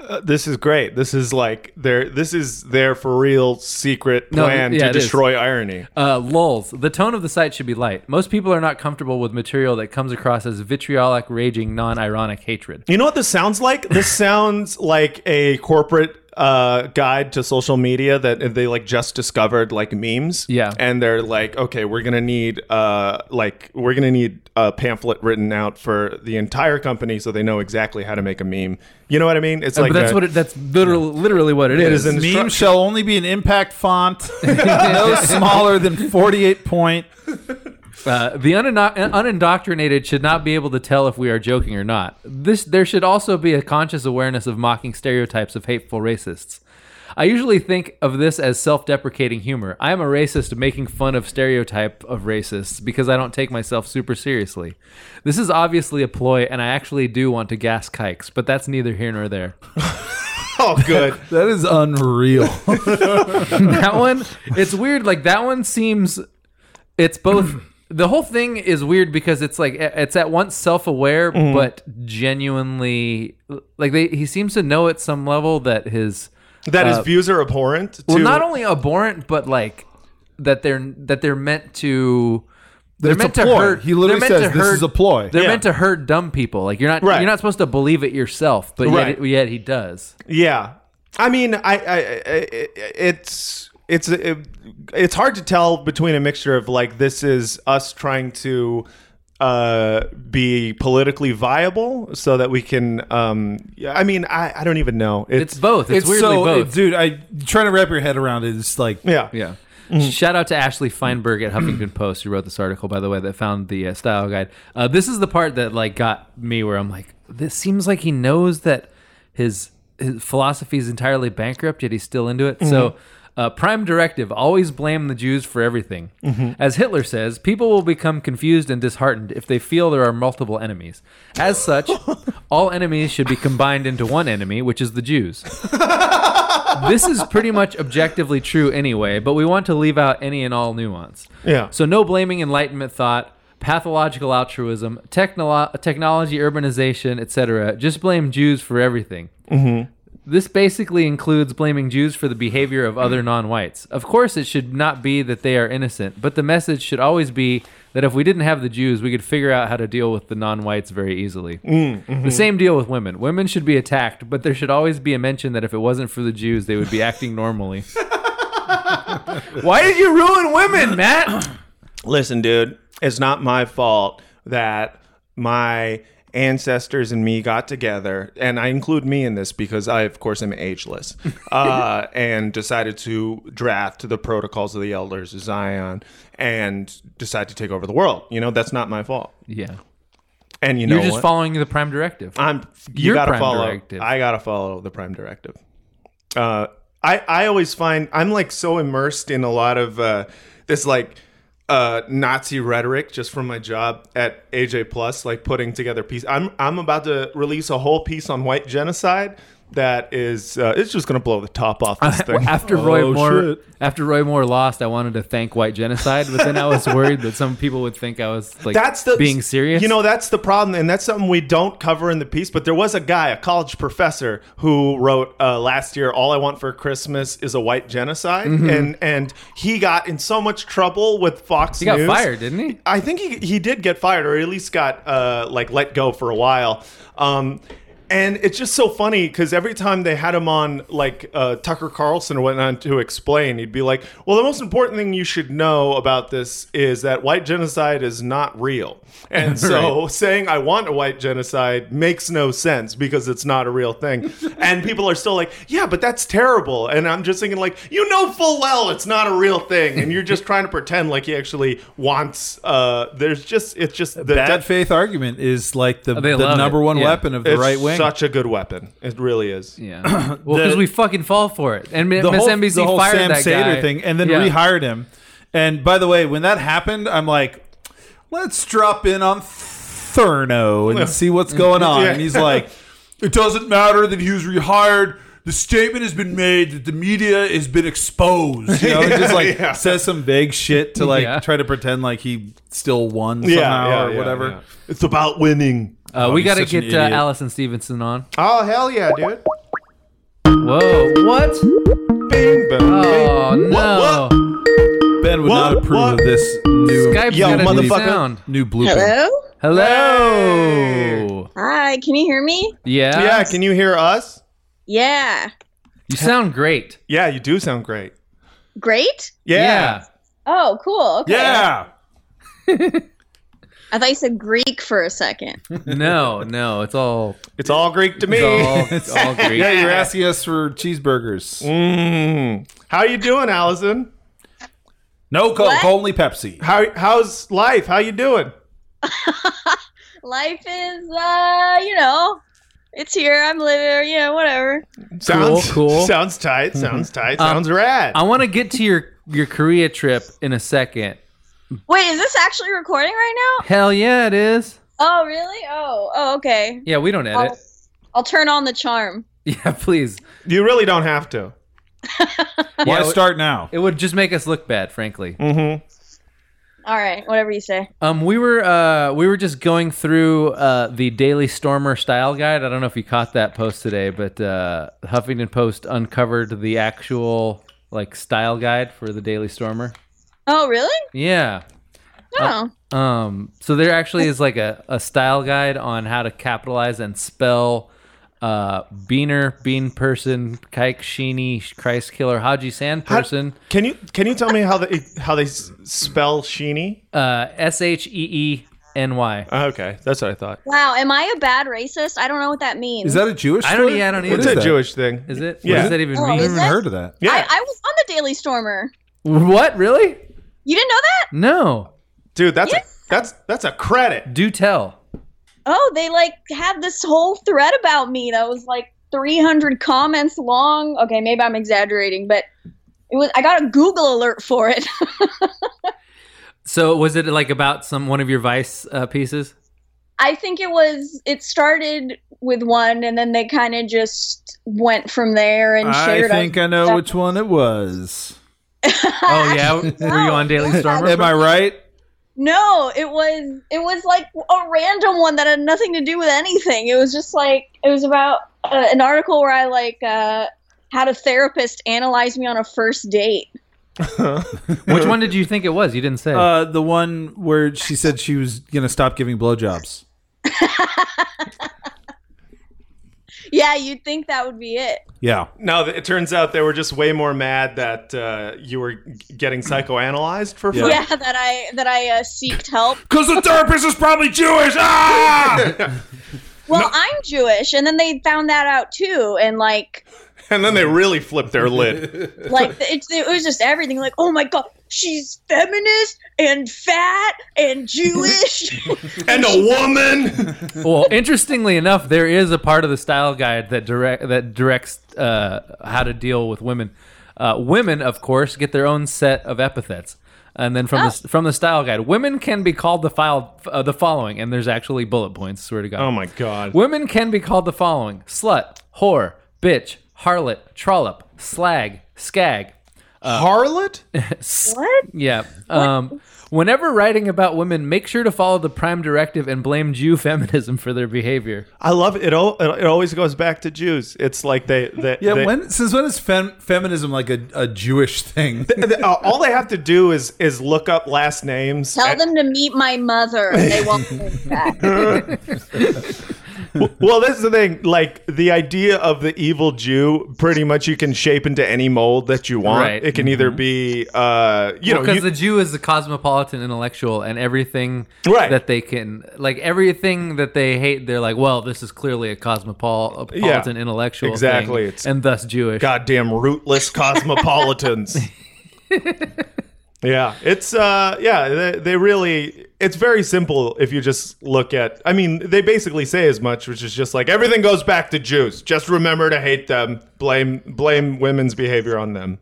S1: Uh, This is great. This is like their this is their for real secret
S3: No,
S1: plan
S3: yeah,
S1: to
S3: it is.
S1: destroy irony.
S3: Uh, lulls. The tone of the site should be light. Most people are not comfortable with material that comes across as vitriolic, raging, non-ironic hatred.
S1: You know what this sounds like? This sounds like a corporate uh, guide to social media that they like just discovered like memes.
S3: Yeah.
S1: and they're like, okay, we're gonna need uh like we're gonna need a pamphlet written out for the entire company so they know exactly how to make a meme. You know what I mean? It's like
S3: Uh, but that's
S1: a-
S3: what it, that's literally, literally what it is.
S1: is an-
S2: Meme shall only be an impact font no smaller than 48 point.
S3: Uh, the unindo- unindoctrinated should not be able to tell if we are joking or not. This there should also be a conscious awareness of mocking stereotypes of hateful racists. I usually think of this as self-deprecating humor. I am a racist making fun of stereotype of racists because I don't take myself super seriously. This is obviously a ploy, and I actually do want to gas kikes, but that's neither here nor there.
S1: oh good.
S2: That is unreal.
S3: that one it's weird like that one seems it's both the whole thing is weird because it's like it's at once self-aware
S2: Mm-hmm.
S3: but genuinely like they he seems to know at some level that his
S1: That his views are abhorrent. To,
S3: Uh, well not only abhorrent but like that they're that they're meant to they're
S2: It's a
S3: meant to
S2: ploy.
S3: hurt.
S2: He literally
S3: they're meant
S2: says,
S3: to
S2: "This
S3: hurt-
S2: is a ploy."
S3: They're
S1: Yeah.
S3: meant to hurt dumb people. Like you're not,
S1: Right.
S3: you're not supposed to believe it yourself, but
S1: Right.
S3: yet, yet he does.
S1: Yeah, I mean, I, I, I it's it's it, it's hard to tell between a mixture of like this is us trying to uh be politically viable so that we can um yeah, i mean i i don't even know
S3: It's both. It's, weirdly
S2: so,
S3: both.
S2: dude. I trying to wrap your head around it. It's like
S1: yeah
S3: Yeah. Shout out to Ashley Feinberg at Huffington Post who wrote this article, by the way, that found the uh, style guide. Uh, this is the part that like got me where I'm like, this seems like he knows that his his philosophy is entirely bankrupt, yet he's still into it. So. Uh, prime directive always blame the Jews for everything. As Hitler says, people will become confused and disheartened if they feel there are multiple enemies. As such, all enemies should be combined into one enemy, which is the Jews this is pretty much objectively true anyway, but we want to leave out any and all nuance.
S1: Yeah.
S3: So no blaming enlightenment thought, pathological altruism, technolo- technology urbanization, etc. Just blame Jews for everything. This basically includes blaming Jews for the behavior of other non whites. Of course, it should not be that they are innocent, but the message should always be that if we didn't have the Jews, we could figure out how to deal with the non whites very easily. The same deal with women. Women should be attacked, but there should always be a mention that if it wasn't for the Jews, they would be acting normally. Why did you ruin women, Matt?
S1: listen dude it's not my fault that my ancestors and me got together and i include me in this because i of course am ageless uh, and decided to draft the protocols of the elders of zion and decide to take over the world you know that's not my fault
S3: Yeah.
S1: and you know
S3: You're just
S1: what?
S3: following the prime directive.
S1: I'm you
S3: Your
S1: gotta
S3: prime
S1: follow.
S3: directive.
S1: I gotta follow the prime directive. Uh, I I always find I'm like so immersed in a lot of uh, this like uh, Nazi rhetoric just from my job at AJ Plus, like putting together piece. I'm I'm about to release a whole piece on white genocide that is uh, it's just gonna blow the top off this thing.
S3: after Roy
S2: Oh,
S3: Moore
S2: shit.
S3: after Roy Moore lost, I wanted to thank white genocide, but then I was worried that some people would think I was like
S1: that's the
S3: being serious.
S1: You know, that's the problem, and that's something we don't cover in the piece. But there was a guy, a college professor, who wrote uh, last year, "All I want for Christmas is a white genocide,"
S3: Mm-hmm.
S1: and and he got in so much trouble with Fox
S3: he got
S1: News.
S3: fired, didn't he?
S1: I think he he did get fired, or at least got uh, like let go for a while. Um, And it's just so funny because every time they had him on, like uh, Tucker Carlson or whatnot, to explain, he'd be like, "Well, the most important thing you should know about this is that white genocide is not real." And so, saying I want a white genocide makes no sense because it's not a real thing. and people are still like, "Yeah, but that's terrible." And I'm just thinking, like, you know full well it's not a real thing, and you're just trying to pretend like he actually wants. Uh, there's just it's just the
S2: Bad
S1: death-
S2: faith argument is like the,
S3: They
S2: the
S3: love
S2: number
S3: it.
S2: one
S3: Yeah.
S2: weapon of the
S1: it's
S2: right wing.
S1: Such a good weapon. It really is.
S3: Yeah. Well, because we fucking fall for it. And Miss
S2: the whole,
S3: NBC
S2: the whole
S3: fired
S2: Sam
S3: that
S2: Sater
S3: guy.
S2: thing, and then
S3: Yeah.
S2: rehired him. And by the way, when that happened, I'm like, let's drop in on Thurno and see what's going on.
S1: Yeah.
S2: And he's like, mm, it doesn't matter that he was rehired. The statement has been made that the media has been exposed. You know, he just like
S1: Yeah.
S2: says some vague shit to like
S3: Yeah.
S2: try to pretend like he still won somehow
S1: Yeah, yeah,
S2: or
S1: yeah,
S2: whatever.
S1: yeah. It's about winning.
S3: Uh, we
S2: he's
S3: got to
S2: such an
S3: get uh,
S2: idiot. Uh,
S3: Allison Stevenson on.
S1: Oh hell yeah, dude!
S3: Whoa. What?
S1: Bing, bang,
S3: Oh, no.
S2: Ben would
S1: What?
S2: not approve
S1: What?
S2: of this new
S3: Skype's
S1: Yo,
S3: got a new
S1: motherfucker.
S3: sound.
S2: new blueprint.
S7: Hello?
S3: Hello.
S7: Hi, can you hear me?
S3: Yeah.
S1: Yeah, can you hear us?
S7: Yeah.
S3: You sound great.
S1: Yeah, you do sound great.
S7: Great?
S1: Yeah.
S7: Oh, cool. Okay.
S2: Yeah.
S7: I thought you said Greek for a second.
S3: Yeah. No, no, it's all
S1: It's all Greek to me.
S3: it's all, it's all great.
S2: Yeah, you're asking us for cheeseburgers.
S1: Mm. How you doing, Allison?
S2: No Coke,
S7: What?
S2: only Pepsi.
S1: How how's life? How you doing?
S7: Life is, uh, you know, it's here. I'm living, you know, whatever.
S1: Sounds
S3: cool.
S1: Sounds tight. Sounds tight. Sounds rad.
S3: I want to get to your your Korea trip in a second.
S7: Wait, is this actually recording right now?
S3: Hell yeah, it is.
S7: Oh, really? Oh, oh, okay.
S3: Yeah, we don't edit.
S7: I'll, I'll turn on the charm.
S3: Yeah, please.
S1: you really don't have to.
S2: Why
S3: Yeah, it-
S2: start Mm. now?
S3: It would just make us look bad, frankly.
S1: Mm-hmm.
S7: All right, whatever you say.
S3: Um, we were uh, we were just going through uh, the Daily Stormer style guide. I don't know if you caught that post today, but uh, Huffington Post uncovered the actual like style guide for the Daily Stormer.
S7: Oh, really?
S3: Yeah.
S2: Uh,
S7: Oh.
S3: Um, so there actually is like a, a style guide on how to capitalize and spell uh, Beaner, Bean Person, Kike, Sheeny, Christ Killer, Haji Sand Person,
S1: Can you can you tell me how they how they s- spell Sheeny?
S3: uh, S H E E N Y.
S1: Uh, Okay, that's what I thought.
S7: Wow, am I a bad racist? I don't know what that means.
S2: Is that a Jewish?
S3: I don't-
S2: word?
S3: yeah, I don't
S2: What
S3: either.
S1: It's
S2: is
S1: a
S2: that?
S1: Jewish thing.
S3: Is it? What
S1: Yeah.
S3: does that even
S7: Oh,
S2: I
S3: mean?
S7: is
S2: haven't even
S7: that-
S2: heard of that.
S1: Yeah,
S7: I, I was on the Daily Stormer.
S3: What? Really?
S7: You didn't know that?
S3: No.
S1: dude, that's a, that's that's a credit.
S3: Do tell.
S7: oh, they like had this whole thread about me that was like 300 comments long. Okay, maybe I'm exaggerating, but it was. I got a Google alert for it.
S3: So was it like about some one of your Vice uh, pieces?
S7: I think it was. It started with one, and then they kind of just went from there and
S2: I
S7: shared.
S2: think I know which one it was.
S3: Oh yeah, were you on Daily Stormer?
S2: Am I right?
S7: No, it was. It was like a random one that had nothing to do with anything. It was just like it was about uh, an article where I like uh, had a therapist analyze me on a first date.
S3: Which one did you think it was? You didn't say.
S2: Uh, the one where she said she was gonna stop giving blowjobs.
S7: Yeah, you'd think that would be it.
S2: Yeah,
S1: No, th- it turns out they were just way more mad that uh, you were g- getting psychoanalyzed for free.
S7: Yeah, that I that I uh, seeked help.
S2: because the therapist is probably Jewish. Ah!
S7: Well, I'm Jewish, and then they found that out too, and like
S1: And then they really flipped their lid.
S7: like it, it was just everything. Like, oh my god, she's feminist and fat and Jewish.
S1: and a woman.
S3: well, interestingly enough, there is a part of the style guide that direct that directs uh, how to deal with women. Uh, women, of course, get their own set of epithets, and then from the from the style guide, women can be called the file uh, the following, and there's actually bullet points. Swear to God.
S1: Oh my god.
S3: Women can be called the following slut, whore, bitch, harlot, trollop, slag, scag.
S1: Harlot?
S7: what?
S3: Yeah. Um, whenever writing about women, make sure to follow the prime directive and blame Jew feminism for their behavior.
S1: I love it. It, al- it always goes back to Jews. It's like they, they
S2: Yeah,
S1: they-
S2: when since when is fem- feminism like a, a Jewish thing?
S1: they- uh, all they have to do is is look up last names.
S7: Tell
S1: and-
S7: them to meet my mother. They won't think that.
S1: well, that's the thing. Like the idea of the evil Jew, pretty much you can shape into any mold that you want.
S3: Right.
S1: It can either be, uh, you know,
S3: because
S1: you-
S3: the Jew is a cosmopolitan intellectual, and everything
S1: Right.
S3: that they can, like everything that they hate, they're like, well, this is clearly a cosmopolitan
S1: Yeah.
S3: intellectual, thing,
S1: Exactly. It's-
S3: and thus Jewish.
S1: goddamn rootless cosmopolitans. yeah, it's uh yeah, they, they really it's very simple if you just look at I mean, they basically say as much, which is just like everything goes back to Jews. Just remember to hate them. Blame blame women's behavior on them.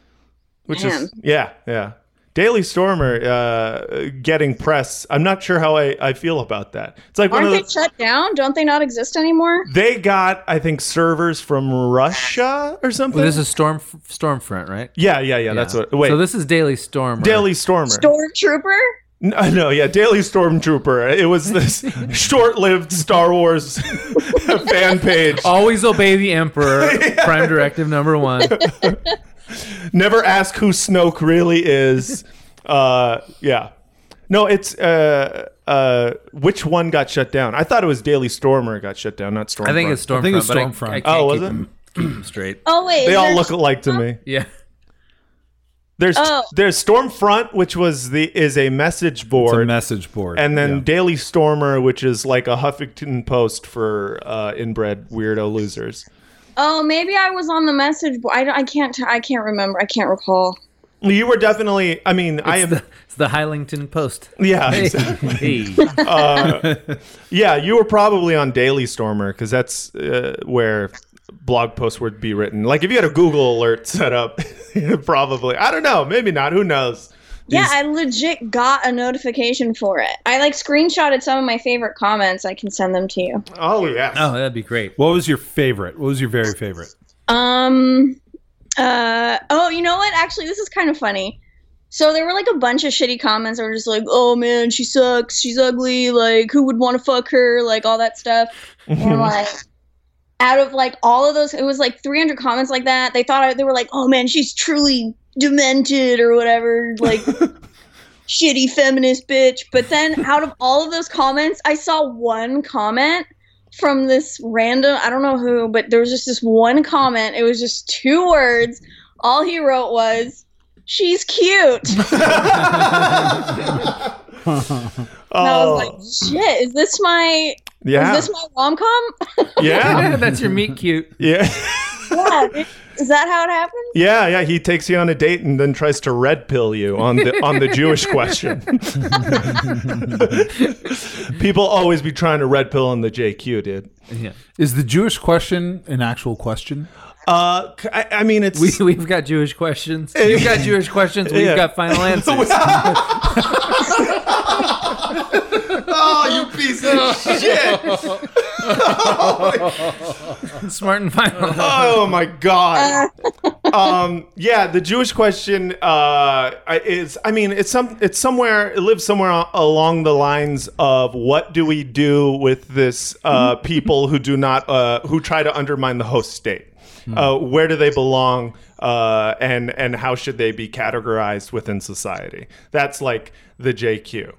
S1: Which
S7: Man.
S1: is yeah, yeah. Daily Stormer uh, getting press. I'm not sure how I, I feel about that. It's like one
S7: Aren't
S1: of
S7: they
S1: the,
S7: shut down? Don't they not exist anymore?
S1: they got I think servers from Russia or something.
S3: Well, this is Storm Stormfront, right?
S1: Yeah, yeah, yeah, That's
S3: Yeah.
S1: what. Wait,
S3: So this is Daily Storm.
S1: Daily Stormer.
S7: Stormtrooper?
S1: no, no, yeah, Daily Stormtrooper. It was this short-lived Star Wars fan page.
S3: Always obey the emperor. Prime directive number one.
S1: Never ask who Snoke really is. Uh, yeah. No, it's uh, uh, which one got shut down? I thought it was Daily Stormer got shut down, not Stormfront.
S3: I think it's Stormfront.
S2: I think it's
S3: but
S2: Stormfront.
S3: I, I can't
S1: Oh, was
S3: keep
S1: it?
S3: them- keep them straight.
S7: Oh wait,
S1: They
S7: is
S1: all
S7: there-
S1: look alike to me.
S3: Yeah.
S1: There's
S7: Oh.
S1: there's Stormfront, which was the is a message
S2: It's
S1: board.
S2: a message board.
S1: and then
S2: Yeah.
S1: Daily Stormer, which is like a Huffington Post for uh, inbred weirdo losers.
S7: Oh, maybe I was on the message board. I, don't- I can't. T- I can't remember. I can't recall.
S1: You were definitely. I mean, I am.
S3: It's the, it's the Hylington Post.
S1: yeah,
S3: Hey.
S1: yeah. You were probably on Daily Stormer because that's uh, where blog posts would be written. Like if you had a Google alert set up, probably. I don't know. Maybe not. Who knows?
S7: Yeah, I legit got a notification for it. I like screenshotted some of my favorite comments. I can send them to you.
S1: Oh yes.
S3: Oh, that'd be great.
S2: what was your favorite? What was your very favorite?
S7: Um. Uh. Oh, you know what? Actually, this is kind of funny. So there were like a bunch of shitty comments that were just like, "Oh man, she sucks. She's ugly. Like, who would want to fuck her? Like all that stuff." And like, out of like all of those, it was like 300 comments like that. They thought I, they were like, "Oh man, she's truly demented or whatever." Like. shitty feminist bitch but then out of all of those comments i saw one comment from this random I don't know who, but there was just this one comment. It was just two words. All he wrote was She's cute. And I was like, shit, is this my
S1: Oh, yeah.
S7: is this my rom com?
S1: yeah.
S3: That's your meat cute.
S1: Yeah.
S7: yeah. Is that how it happens?
S1: Yeah. Yeah. He takes you on a date and then tries to red pill you on the on the Jewish question. People always be trying to red pill on the JQ, dude.
S3: Yeah.
S2: Is the Jewish question an actual question?
S1: Uh, c- I, I mean, it's
S3: We, we've got Jewish questions. You've got Jewish questions. We've
S1: Yeah.
S3: got final answers.
S1: oh, you piece of shit.
S3: Smart and final.
S1: Oh my god. um, yeah, the Jewish question uh, is. I mean, it's some. It's somewhere. It lives somewhere a- along the lines of what do we do with this uh, people who do not uh, who try to undermine the host state. Uh, where do they belong, uh, and and how should they be categorized within society? That's like the JQ.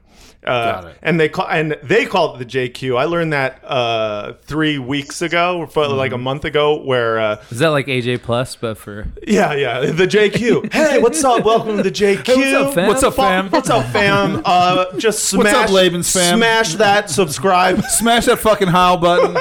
S1: Uh, And they call and they call it the JQ. I learned that uh, three weeks ago, or fo- like a month ago, where uh,
S3: Is that like AJ Plus, but for
S1: yeah, yeah. The JQ. Hey, what's up? Welcome to the JQ.
S3: what's up, fam? What's up,
S1: Fu-
S2: fam?
S1: What's up, fam? Uh, just smash,
S2: What's up, Laban's fam?
S1: Smash that subscribe.
S2: Smash that fucking howl button.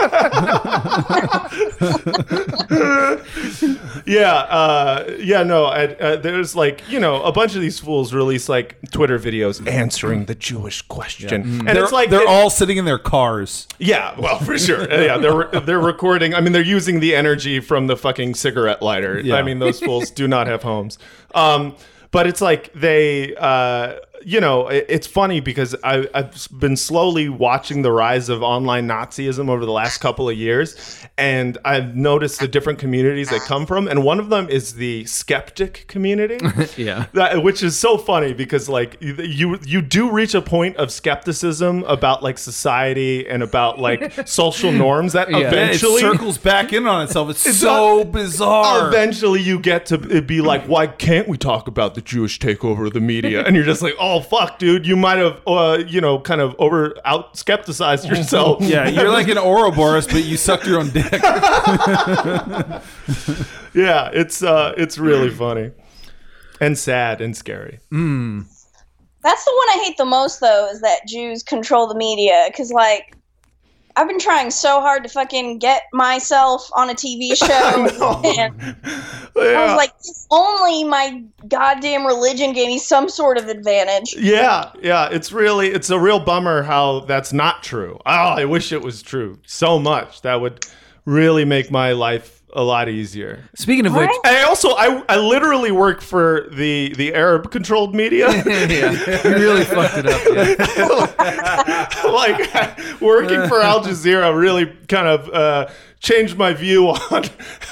S1: yeah, uh, yeah. No, I, uh, there's like you know a bunch of these fools release like Twitter videos answering the Jewish question, and
S2: they're,
S1: it's like
S2: they're
S1: it-
S2: all sitting in their cars.
S1: Yeah, well, for sure. Uh, Yeah, they're they're recording. I mean, they're using the energy from the fucking cigarette lighter. I mean, those fools do not have homes. Um, but it's like they, uh, you know, it, it's funny because I, I've s- been slowly watching the rise of online Nazism over the last couple of years, and I've noticed the different communities they come from, and one of them is the skeptic community.
S3: yeah,
S1: That, which is so funny because like you- you you do reach a point of skepticism about like society and about like social norms that
S3: Yeah.
S1: eventually
S2: it circles back in on itself. It's, Oh, so bizarre.
S1: eventually you get to be like why can't we talk about the Jewish takeover of the media and you're just like oh fuck, dude, you might have, uh, you know, kind of over out skepticized yourself.
S2: Yeah, you're like an Ouroboros, but you sucked your own dick.
S1: yeah. It's uh, it's really funny, and sad and scary.
S7: That's the one I hate the most, though, is that Jews control the media. Because, like, I've been trying so hard to fucking get myself on a TV show. and I
S1: Yeah.
S7: was like, if only my goddamn religion gave me some sort of advantage.
S1: yeah, yeah. It's really, it's a real bummer how that's not true. Oh, I wish it was true so much. That would really make my life a lot easier.
S3: Speaking of which,
S7: Right?
S1: And I also I, I literally work for the the Arab controlled media.
S3: yeah, you really fucked it up. Yeah.
S1: like working for Al Jazeera really kind of uh, changed my view on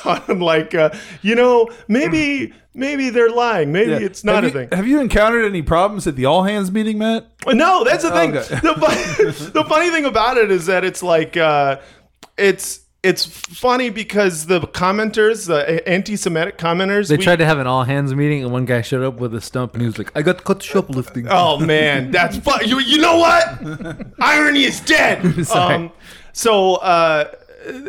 S1: on like uh, you know maybe maybe they're lying maybe it's not
S2: have
S1: a
S2: you,
S1: thing.
S2: Have you encountered any problems at the all hands meeting, Matt?
S1: No, that's the thing.
S2: Okay.
S1: The, fu- the funny thing about it is that it's like uh, it's it's funny because the commenters, the anti-Semitic commenters,
S3: They
S1: we-
S3: tried to have an all hands meeting, and one guy showed up with a stump, and he was like, "I got caught shoplifting."
S1: Oh man, that's fu- you. You know what? Irony is dead.
S3: Sorry.
S1: Um, so uh,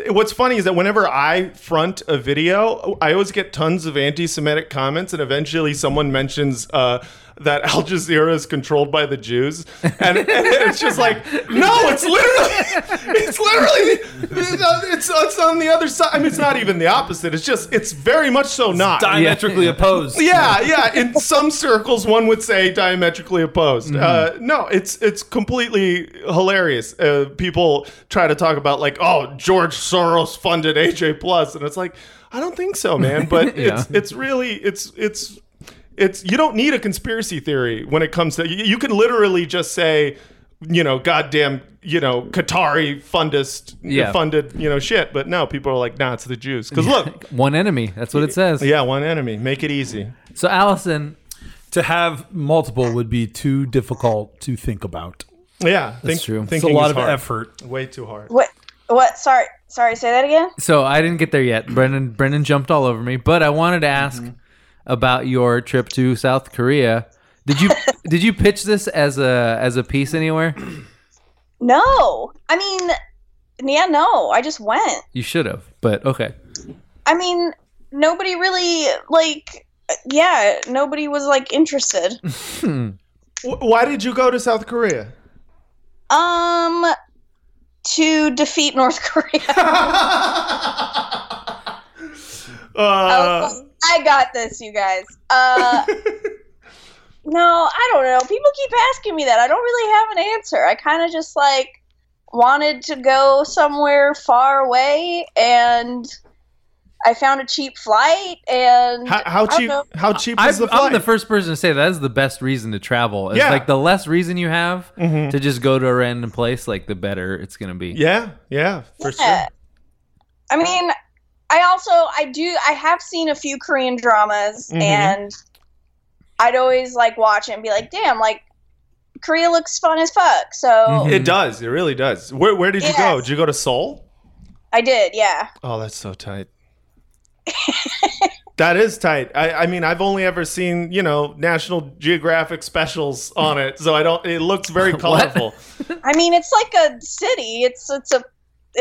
S1: what's funny is that whenever I front a video, I always get tons of anti-Semitic comments, and eventually someone mentions. Uh, that Al Jazeera is controlled by the Jews, and, and it's just like no, it's literally, it's literally, it's, it's on the other side. I mean, it's not even the opposite. It's just, it's very much so not
S2: Diametrically opposed.
S1: yeah, yeah. In some circles, one would say diametrically opposed. Uh, no, it's it's completely hilarious. Uh, people try to talk about like, oh, George Soros funded AJ Plus, and it's like, I don't think so, man. But it's it's really it's it's it's you don't need a conspiracy theory when it comes to you, you can literally just say. You know, goddamn, you know, Qatari fundist,
S3: Yeah.
S1: funded, you know, shit. But no, people are like, nah, it's the Jews. Because look,
S3: One enemy. That's what it says.
S1: yeah, one enemy, make it easy.
S3: So Allison,
S2: To have multiple would be too difficult to think about.
S1: Yeah, that's
S3: true. It's a
S2: It's a lot of effort.
S1: Way too hard.
S7: What? What? Sorry. Sorry, say that again?
S3: so I didn't get there yet. Brendan, Brendan jumped all over me, but I wanted to ask
S1: Mm-hmm.
S3: about your trip to South Korea. Did you did you pitch this as a as a piece anywhere?
S7: No. I mean, yeah, no. I just went.
S3: You should have, but okay.
S7: I mean, nobody really, like, yeah, nobody was, like, interested.
S1: Why did you go to South Korea?
S7: Um, to defeat North Korea.
S1: Uh,
S7: Oh, I got this, you guys. Uh, no, I don't know. People keep asking me that. I don't really have an answer. I kind of just like wanted to go somewhere far away, and I found a cheap flight. And
S1: how, how
S7: I don't
S1: cheap?
S7: know.
S1: How cheap
S3: I,
S1: is the flight?
S3: am the first person to say that is the best reason to travel. It's
S1: Yeah.
S3: like the less reason you have to just go to a random place, like the better it's gonna be.
S1: Mm-hmm. yeah, yeah, for
S7: Yeah.
S1: sure.
S7: I mean, I also I do I have seen a few Korean dramas
S1: Mm-hmm.
S7: and I'd always like watch it and be like, damn, like Korea looks fun as fuck. So
S1: It does. It really does. Where Where did you go?
S7: Yes.
S1: Did you go to Seoul?
S7: I did, yeah.
S1: Oh, that's so tight. that is tight. I, I mean, I've only ever seen you know National Geographic specials on it, so I don't. It looks very colorful.
S7: I mean, it's like a city. It's it's a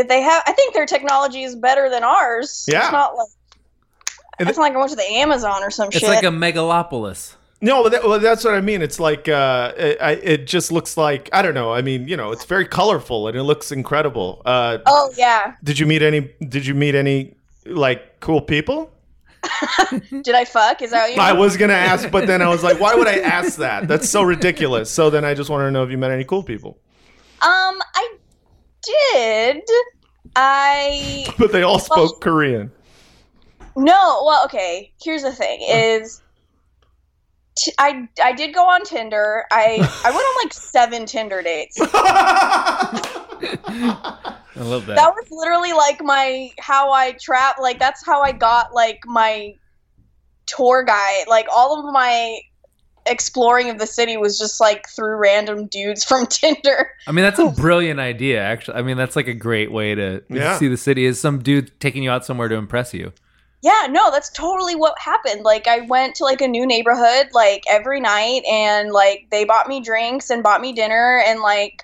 S7: they have. I think their technology is better than ours.
S1: Yeah.
S7: It's not like
S1: And
S7: it's not like I went to the Amazon or some
S3: It's
S7: shit.
S3: like a megalopolis.
S1: No, but that, well, that's what I mean. It's like uh, it, I, it just looks like I don't know. I mean, you know, it's very colorful and it looks incredible. Uh,
S7: oh yeah.
S1: Did you meet any? Did you meet any like cool people?
S7: Did I fuck? Is that what you?
S1: I was gonna ask, but then I was like, why would I ask that? That's so ridiculous. So then I just wanted to know if you met any cool people.
S7: um, I did. I
S1: But they all spoke Korean.
S7: No, well, okay. Here's the thing: is t- I I did go on Tinder. I I went on like seven Tinder dates.
S3: I love that.
S7: That was literally like my how I trap. Like that's how I got like my tour guide. Like all of my exploring of the city was just like through random dudes from Tinder.
S3: I mean, that's a brilliant idea, actually. I mean, that's like a great way to
S1: Yeah.
S3: see the city is some dude taking you out somewhere to impress you.
S7: yeah no that's totally what happened like i went to like a new neighborhood like every night and like they bought me drinks and bought me dinner and like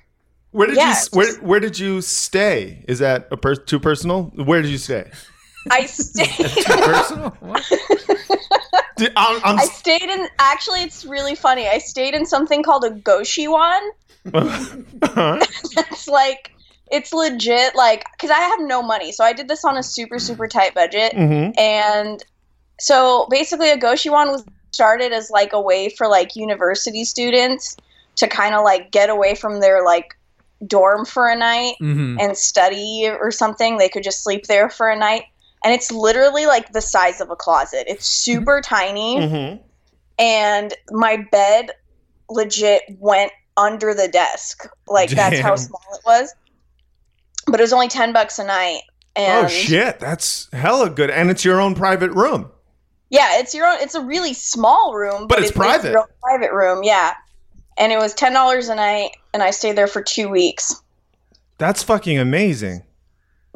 S1: Where did
S7: Yeah,
S1: you
S7: it's-
S1: where Where did you stay? Is that a per- too personal? Where did you stay?
S7: i stayed
S3: Personal? What?
S1: Did, I'm, I'm
S7: i stayed in actually it's really funny i stayed in something called a goshiwan
S1: Huh?
S7: it's like it's legit like because i have no money so i did this on a super super tight budget
S1: Mhm.
S7: and so basically a goshiwan was started as like a way for like university students to kind of like get away from their like dorm for a night
S3: Mm-hmm.
S7: and study or something they could just sleep there for a night and it's literally like the size of a closet it's super tiny
S1: Mhm.
S7: and my bed legit went under the desk. Like that's how
S1: Damn.
S7: small it was. But it was only ten bucks a night. And
S1: Oh shit, that's hella good, and it's your own private room.
S7: Yeah, it's your own. It's a really small room,
S1: But it's private.
S7: your own private room, yeah. And it was ten dollars a night, and I stayed there for two weeks.
S1: That's fucking amazing.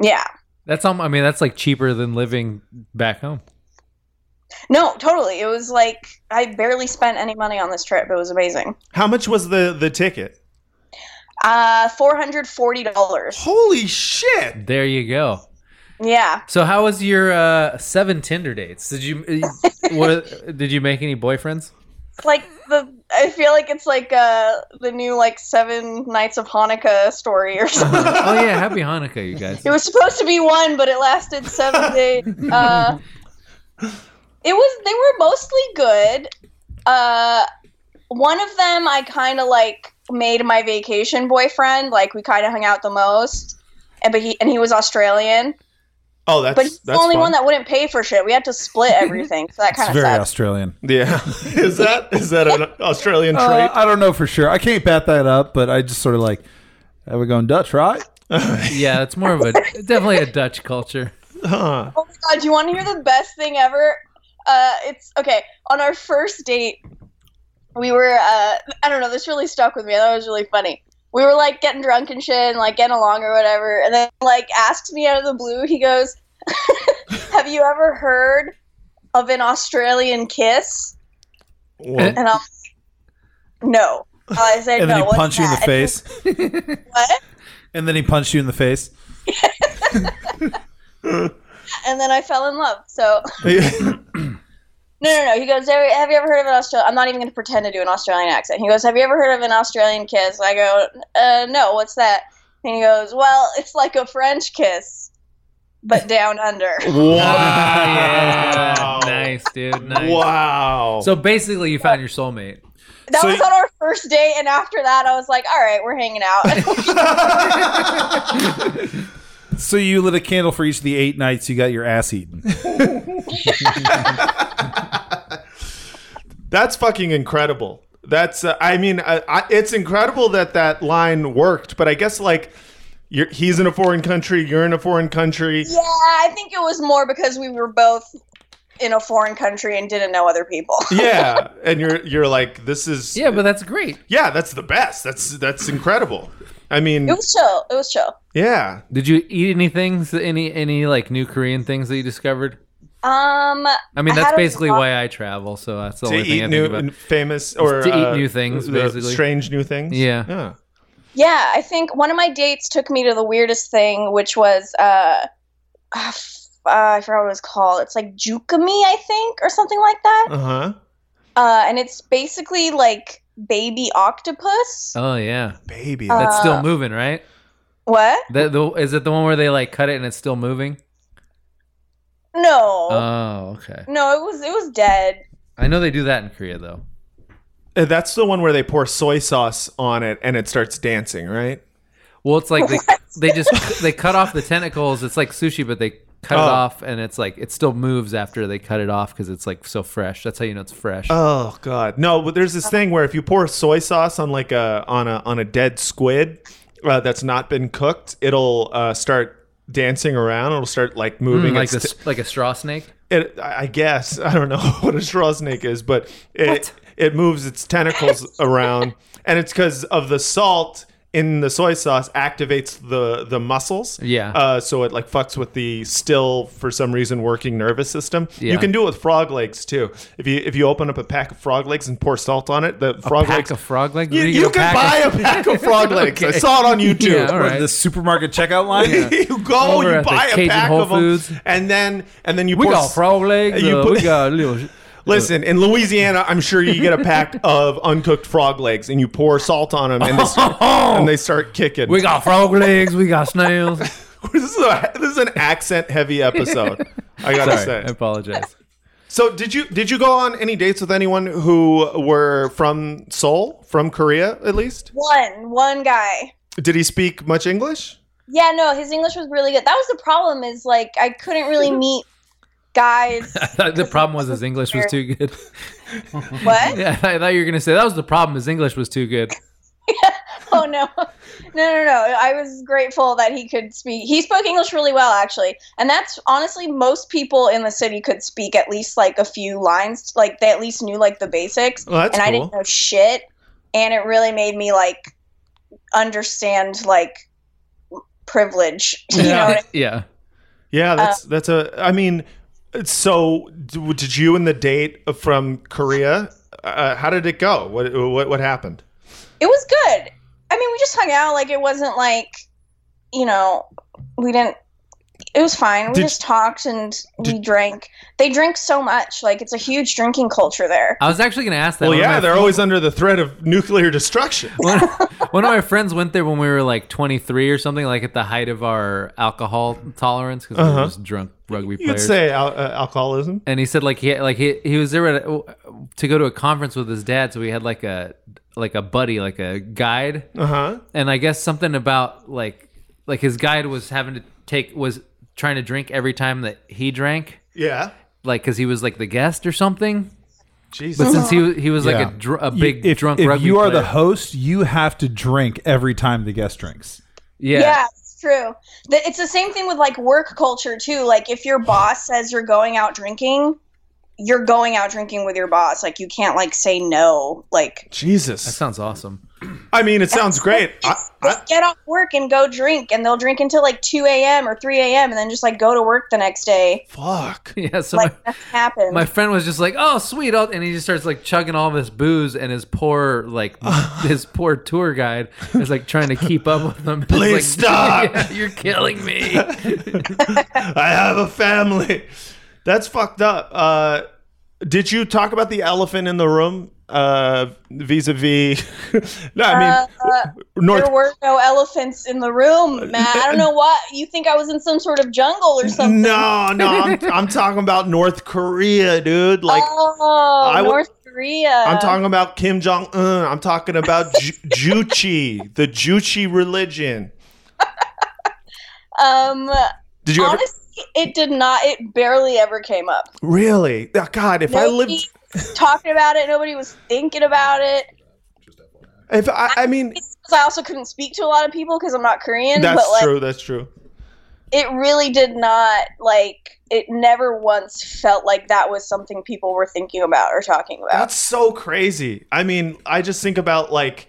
S7: Yeah.
S3: That's all. I mean, that's like cheaper than living back home.
S7: No, totally. It was like I barely spent any money on this trip. It was amazing.
S1: How much was the the ticket?
S7: Uh, four hundred forty dollars.
S1: Holy shit!
S3: There you go.
S7: Yeah.
S3: So, how was your uh, seven Tinder dates? Did you what? Did you make any boyfriends?
S7: like the I feel like it's like uh the new like Seven Nights of Hanukkah story or something.
S3: oh yeah, happy Hanukkah, you guys.
S7: it was supposed to be one, but it lasted seven days. Uh, it was they were mostly good. Uh, one of them I kind of like made my vacation boyfriend. Like we kind of hung out the most, and but he and he was Australian,
S1: Oh, that's
S7: but he's the
S1: that's
S7: only
S1: fun.
S7: one that wouldn't pay for shit. We had to split everything, so that
S2: It's
S7: kind of
S2: very
S7: sucks.
S2: Australian.
S1: Yeah, is that is that an Australian trait?
S2: Uh, I don't know for sure. I can't bat that up, but I just sort of like, hey, we're going Dutch, right?
S3: Yeah, it's more of a definitely a Dutch culture.
S1: Huh.
S7: Oh my god, do you want to hear the best thing ever? Uh, it's okay. On our first date, we were uh, I don't know, this really stuck with me. That was really funny. We were like getting drunk and shit and like getting along or whatever, and then like asks me out of the blue, he goes, Have you ever heard of an Australian kiss?
S1: Well,
S7: And I'm like, No. I said
S2: And
S7: no.
S2: then he
S7: what's
S2: punched you in the
S7: that?" And
S2: face.
S7: he was, What?
S2: And then he punched you in the face.
S7: And then I fell in love. So No, no, no. He goes, "Have have you ever heard of an Australian? I'm not even going to pretend to do an Australian accent. He goes, "Have you ever heard of an Australian kiss?" I go, "Uh, no. What's that?" And he goes, "Well, it's like a French kiss, but down under."
S1: wow!
S3: Ah, yeah. Nice, dude. Nice.
S1: Wow!
S3: So basically, you found your soulmate.
S7: That
S1: So
S7: was
S1: you-
S7: on our first date, and after that, I was like, "All right, we're hanging out."
S2: So you lit a candle for each of the eight nights you got your ass eaten.
S1: That's fucking incredible. That's uh, I mean, I, I, it's incredible that that line worked, but I guess like you're, he's in a foreign country, you're in a foreign country.
S7: yeah, I think it was more because we were both in a foreign country and didn't know other people.
S1: Hmm. Yeah, and you're you're like this is
S3: Yeah, but that's great.
S1: yeah, that's the best. That's that's incredible. I mean,
S7: It was chill. It was chill.
S1: yeah.
S3: Did you eat any things? Any any like new Korean things that you discovered?
S7: Um,
S3: I mean,
S7: I
S3: that's
S7: had a
S3: basically
S7: lot-
S3: why I travel. So that's the
S1: To
S3: only thing
S1: eat
S3: I
S1: new
S3: think about.
S1: and famous or
S3: to eat
S1: uh,
S3: new things,
S1: the
S3: basically.
S1: strange new things.
S3: Yeah.
S1: yeah.
S7: Yeah, I think one of my dates took me to the weirdest thing, which was uh, uh, I forgot what it was called. It's like jukami, I think, or something like that.
S1: Uh huh.
S7: Uh, and it's basically like baby octopus.
S3: Oh yeah,
S1: Baby,
S7: Uh,
S3: that's still moving, right?
S7: What?
S3: That the is it the one where they like cut it and it's still moving?
S7: No,
S3: Oh okay.
S7: no, it was it was dead.
S3: I know they do that in Korea though.
S1: Uh, That's the one where they pour soy sauce on it and it starts dancing, right?
S3: Well, it's like they, they just they cut off the tentacles. It's like sushi, but they cut
S1: Oh.
S3: it off, and it's like it still moves after they cut it off because it's like so fresh. That's how you know it's fresh.
S1: Oh god, no! But there's this thing where if you pour soy sauce on like a on a on a dead squid uh, that's not been cooked, it'll uh, start dancing around. It'll start like moving.
S3: Mm,
S1: It's
S3: like this, like a straw snake.
S1: it, I I guess I don't know what a straw snake is, but it it moves its tentacles around, and it's because of the salt in the soy sauce activates the the muscles.
S3: Yeah.
S1: Uh, so it like fucks with the still for some reason working nervous system.
S3: Yeah.
S1: You can do it with frog legs too. If you if you open up a pack of frog legs and pour salt on it, the frog
S3: pack
S1: legs
S3: of frog legs?
S1: You,
S3: Where do
S1: you
S3: you get
S1: can
S3: a
S1: buy
S3: pack
S1: a pack of frog legs. I saw it on YouTube.
S3: Yeah, all right.
S2: The supermarket checkout line.
S1: you go,
S3: Over
S1: you
S3: at the
S1: buy a
S3: Cajun
S1: pack
S3: Whole
S1: of them,
S3: Foods.
S1: and then and then you
S3: We
S1: pour
S3: got
S1: s-
S3: frog legs.
S1: you
S3: uh,
S1: put-
S3: we got a little.
S1: Listen, in Louisiana, I'm sure you get a pack of uncooked frog legs, and you pour salt on them, and they start, and they start kicking.
S3: Oh! We got frog legs. We got snails.
S1: this is a, this is an accent heavy episode. I gotta
S3: Sorry,
S1: say.
S3: I apologize.
S1: So did you did you go on any dates with anyone who were from Seoul, from Korea at least?
S7: One, one guy.
S1: Did he speak much English?
S7: Yeah, no, his English was really good. That was the problem is like I couldn't really meet guys.
S3: the problem was his English was too good.
S7: What?
S3: Yeah, I thought you were gonna say that was the problem. His English was too good.
S7: Oh no. No, no, no. I was grateful that he could speak. He spoke English really well actually. And that's honestly most people in the city could speak at least like a few lines, like they at least knew like the basics.
S1: Well, that's
S7: and I
S1: cool.
S7: didn't know shit, and it really made me like understand like privilege. You know what I
S3: yeah.
S1: Yeah,
S7: Uh,
S1: that's that's a. I mean, so d- did you and the date from Korea? Uh, how did it go? What what, what happened?
S7: it was good. I mean, we just hung out. Like it wasn't like, you know, we didn't. It was fine. We
S1: Did-
S7: just talked and we drank. They drink so much. Like it's a huge drinking culture there.
S3: I was actually gonna ask that.
S1: Well,
S3: One of
S1: yeah,
S3: my-
S1: they're always under the threat of nuclear destruction.
S3: one, one of my friends went there when we were like 23 or something, like at the height of our alcohol tolerance because we
S2: Uh-huh.
S3: were just drunk rugby
S1: You could
S3: players.
S1: say al- uh, alcoholism.
S3: and he said like he like he, he was there at a, to go to a conference with his dad, so he had like a like a buddy, like a guide,
S1: Uh huh.
S3: and I guess something about like like his guide was having to take was trying to drink every time that he drank,
S1: Yeah.
S3: like because he was like the guest or something. But
S1: Jesus.
S3: since he was- he was like
S2: Yeah.
S3: a, dr- a big
S2: if,
S3: drunk
S2: if
S3: rugby
S2: you are the
S3: player.
S2: host, you have to drink every time the guest drinks.
S3: yeah.
S7: Yeah, it's true. Th- It's the same thing with like work culture too. Like if your boss says you're going out drinking, you're going out drinking with your boss. Like you can't like say no. Like
S1: Jesus.
S3: That sounds awesome.
S1: I mean, it sounds great. I, I,
S7: just get off work and go drink, and they'll drink until like two a.m. or three a.m. and then just like go to work the next day.
S1: fuck.
S3: Yeah, so
S7: Like
S3: my-
S7: nothing happened.
S3: my friend was just like, "Oh, sweet," I'll-" and he just starts like chugging all this booze, and his poor like his poor tour guide is like trying to keep up with him. It's
S1: Please
S3: like,
S1: stop.
S3: "Yeah, you're killing me.
S1: I have a family. That's fucked up. Uh, did you talk about the elephant in the room? Uh, vis-a-vis. no, I mean
S7: Uh, uh,
S1: North Uh,
S7: there were no elephants in the room, Matt. I don't know why you think I was in some sort of jungle or something.
S1: No, no, I'm, I'm talking about North Korea, dude. Like,
S7: oh,
S1: I would-
S7: North Korea.
S1: I'm talking about Kim Jong Un. I'm talking about Ju- Juche, the Juche religion.
S7: Um,
S1: Did you
S7: honestly, it did not. It barely ever came up.
S1: ever really? Oh, God, if I
S7: Nobody
S1: lived,
S7: was talking about it. Nobody was thinking about it.
S1: if I, I mean,
S7: It's 'cause I also couldn't speak to a lot of people because I'm not Korean.
S1: that's
S7: but like,
S1: true. That's true.
S7: it really did not like. It never once felt like that was something people were thinking about or talking about.
S1: That's so crazy. I mean, I just think about like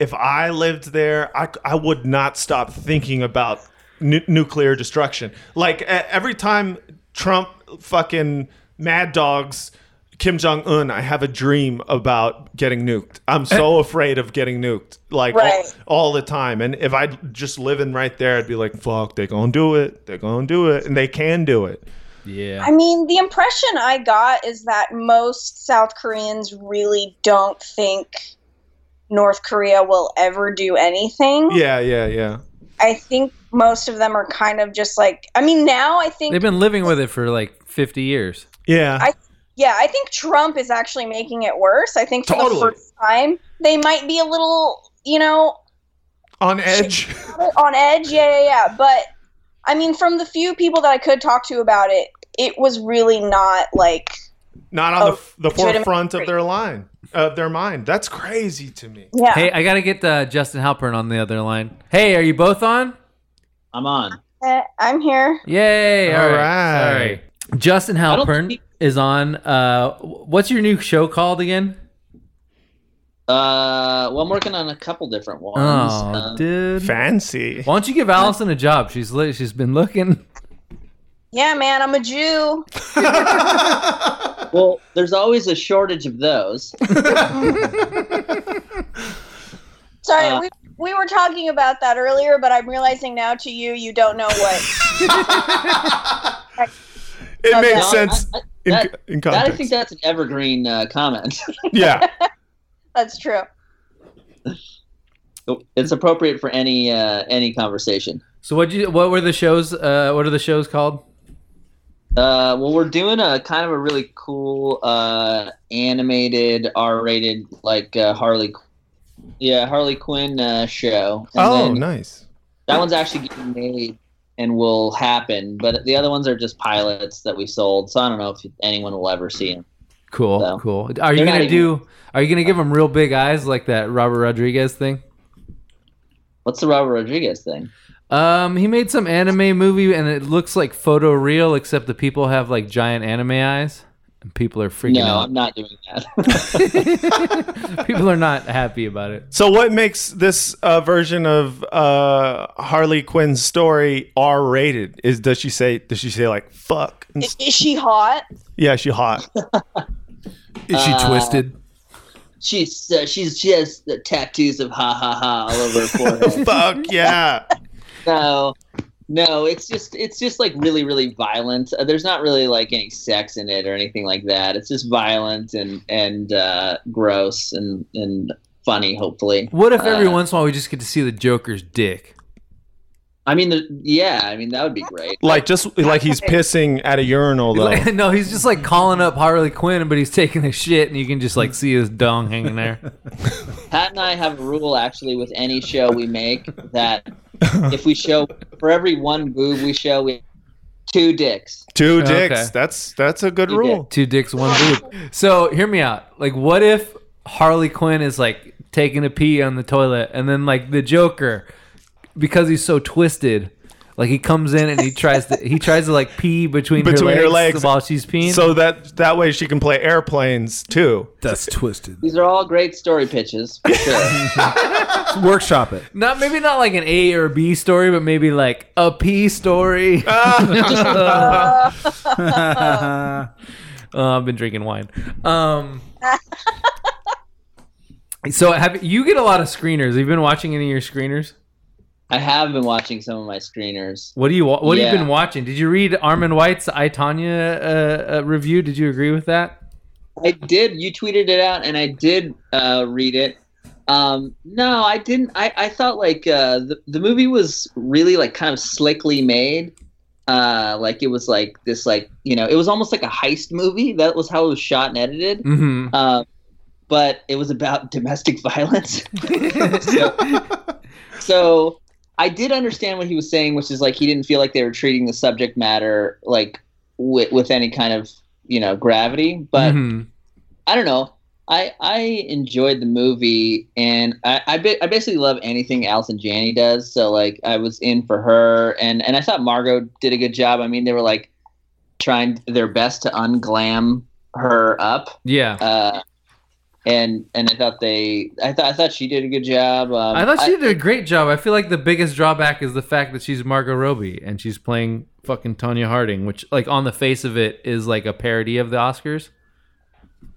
S1: if I lived there, I, I would not stop thinking about nu- nuclear destruction. Like e- every time Trump fucking mad dogs Kim Jong Un, I have a dream about getting nuked. I'm so afraid of getting nuked, like all-
S7: Right.
S1: all, the time. And if I just living right there, I'd be like, "Fuck, they're gonna do it. They're gonna do it, and they can do it."
S3: yeah,
S7: I mean, the impression I got is that most South Koreans really don't think North Korea will ever do anything.
S1: Yeah, yeah, yeah.
S7: I think most of them are kind of just like, I mean, now I think,
S3: they've been living with it for like 50 years.
S1: Yeah.
S7: yeah, I think Trump is actually making it worse. I think for the
S1: Totally.
S7: first time, they might be a little, you know,
S1: On edge.
S7: on edge. Yeah, yeah, yeah. But I mean, from the few people that I could talk to about it, it was really not like,
S1: not on the, f- the
S7: legitimate
S1: forefront of
S7: free.
S1: their line of their mind that's crazy to me
S7: yeah.
S3: Hey, I gotta get uh, Justin Halpern on the other line. Hey, are you both on?
S8: I'm on.
S7: Uh, I'm here.
S3: Yay! All
S1: All
S3: right.
S1: right.
S3: Sorry. Justin
S8: don't
S3: Halpern
S8: think-
S3: is on. Uh, what's your new show called again?
S8: Uh, well, I'm working on a couple different ones.
S3: Oh,
S8: Uh,
S3: dude.
S1: Fancy.
S3: Why don't you give Allison a job? She's li- she's been looking.
S7: Yeah, man, I'm a Jew.
S8: well, there's always a shortage of those.
S7: Sorry,
S8: Uh,
S7: we, we were talking about that earlier, but I'm realizing now to you, you don't know what.
S1: It
S7: Okay.
S1: makes
S8: No, I-
S1: sense
S8: I-
S1: in,
S8: that-
S1: in
S8: that, I
S1: context.
S8: think that's an evergreen uh, comment.
S1: yeah.
S7: That's true.
S8: Oh, it's appropriate for any uh, any conversation.
S3: So what you what were the shows? Uh, what are the shows called?
S8: Uh, well, we're doing a kind of a really cool uh, animated R-rated like uh, Harley, yeah Harley Quinn uh, show. And
S1: Oh,
S8: then
S1: nice.
S8: that one's actually getting made and will happen, but the other ones are just pilots that we sold. So I don't know if anyone will ever see them.
S3: Cool,
S8: So,
S3: cool. Are you
S8: they're not
S3: gonna
S8: even-
S3: do? Are you gonna give them real big eyes like that Robert Rodriguez thing?
S8: What's the Robert Rodriguez thing?
S3: Um, he made some anime movie and it looks like photoreal, except the people have like giant anime eyes, and people are freaking
S8: No,
S3: out.
S8: I'm not doing that.
S3: people are not happy about it.
S1: So, what makes this uh, version of uh, Harley Quinn's story R-rated? Is does she say does she say like fuck? And,
S7: Is,
S1: s-
S7: is she hot?
S1: yeah, she hot.
S2: Is she
S8: Uh,
S2: twisted?
S8: she's uh, she's she has the tattoos of ha ha ha all over her forehead.
S1: fuck yeah.
S8: no no it's just it's just like really really violent uh, there's not really like any sex in it or anything like that it's just violent and and uh, gross and and funny hopefully
S3: What if every
S8: Uh,
S3: once in a while we just get to see the Joker's dick?
S8: i mean the, yeah i mean that would be great
S1: Like just like he's pissing at a urinal
S3: He's
S1: though.
S3: like- no, he's just like calling up Harley Quinn, but he's taking a shit, and you can just like see his dong hanging there.
S8: pat and i have a rule actually with any show we make that if we show for every one boob we show we two dicks
S1: Two
S3: Okay.
S1: dicks. That's that's a good
S8: Two
S1: rule.
S3: Two dicks, one boob. So hear me out. Like, what if Harley Quinn is like taking a pee on the toilet, and then like the Joker, because he's so twisted, like he comes in and he tries to he tries to like pee between,
S1: Between
S3: her,
S1: her
S3: legs
S1: legs.
S3: while she's peeing.
S1: So that that way she can play airplanes too.
S2: That's twisted.
S8: these are all great story pitches for sure
S2: Workshop it.
S3: not maybe not like an A or B story, but maybe like a pee story.
S1: Ah.
S2: Uh-huh.
S3: Uh, I've been drinking wine. Um, so have you get a lot of screeners? Have you been watching any of your screeners?
S8: I have been watching some of my screeners.
S3: What do you wa- What have you
S8: Yeah.
S3: been watching? Did you read Armin White's I Tanya uh, uh, review? Did you agree with that?
S8: I did. You tweeted it out, and I did uh, read it. Um, no, I didn't. I, I thought like uh, the the movie was really like kind of slickly made. Uh, like it was like this like you know it was almost like a heist movie. That was how it was shot and edited.
S3: Mm-hmm.
S8: Um, but it was about domestic violence. so, so I did understand what he was saying, which is like he didn't feel like they were treating the subject matter like with, with any kind of you know gravity. But
S3: Mm-hmm.
S8: I don't know. I I enjoyed the movie, and I I, ba- I basically love anything Alison Janney does. So like I was in for her, and and I thought Margot did a good job. I mean, they were like trying their best to unglam her up
S3: yeah,
S8: uh, and and I thought they, I thought I thought she did a good job. Um,
S3: I thought she did a great job. I feel like the biggest drawback is the fact that she's Margot Robbie and she's playing fucking Tanya Harding, which like on the face of it is like a parody of the Oscars.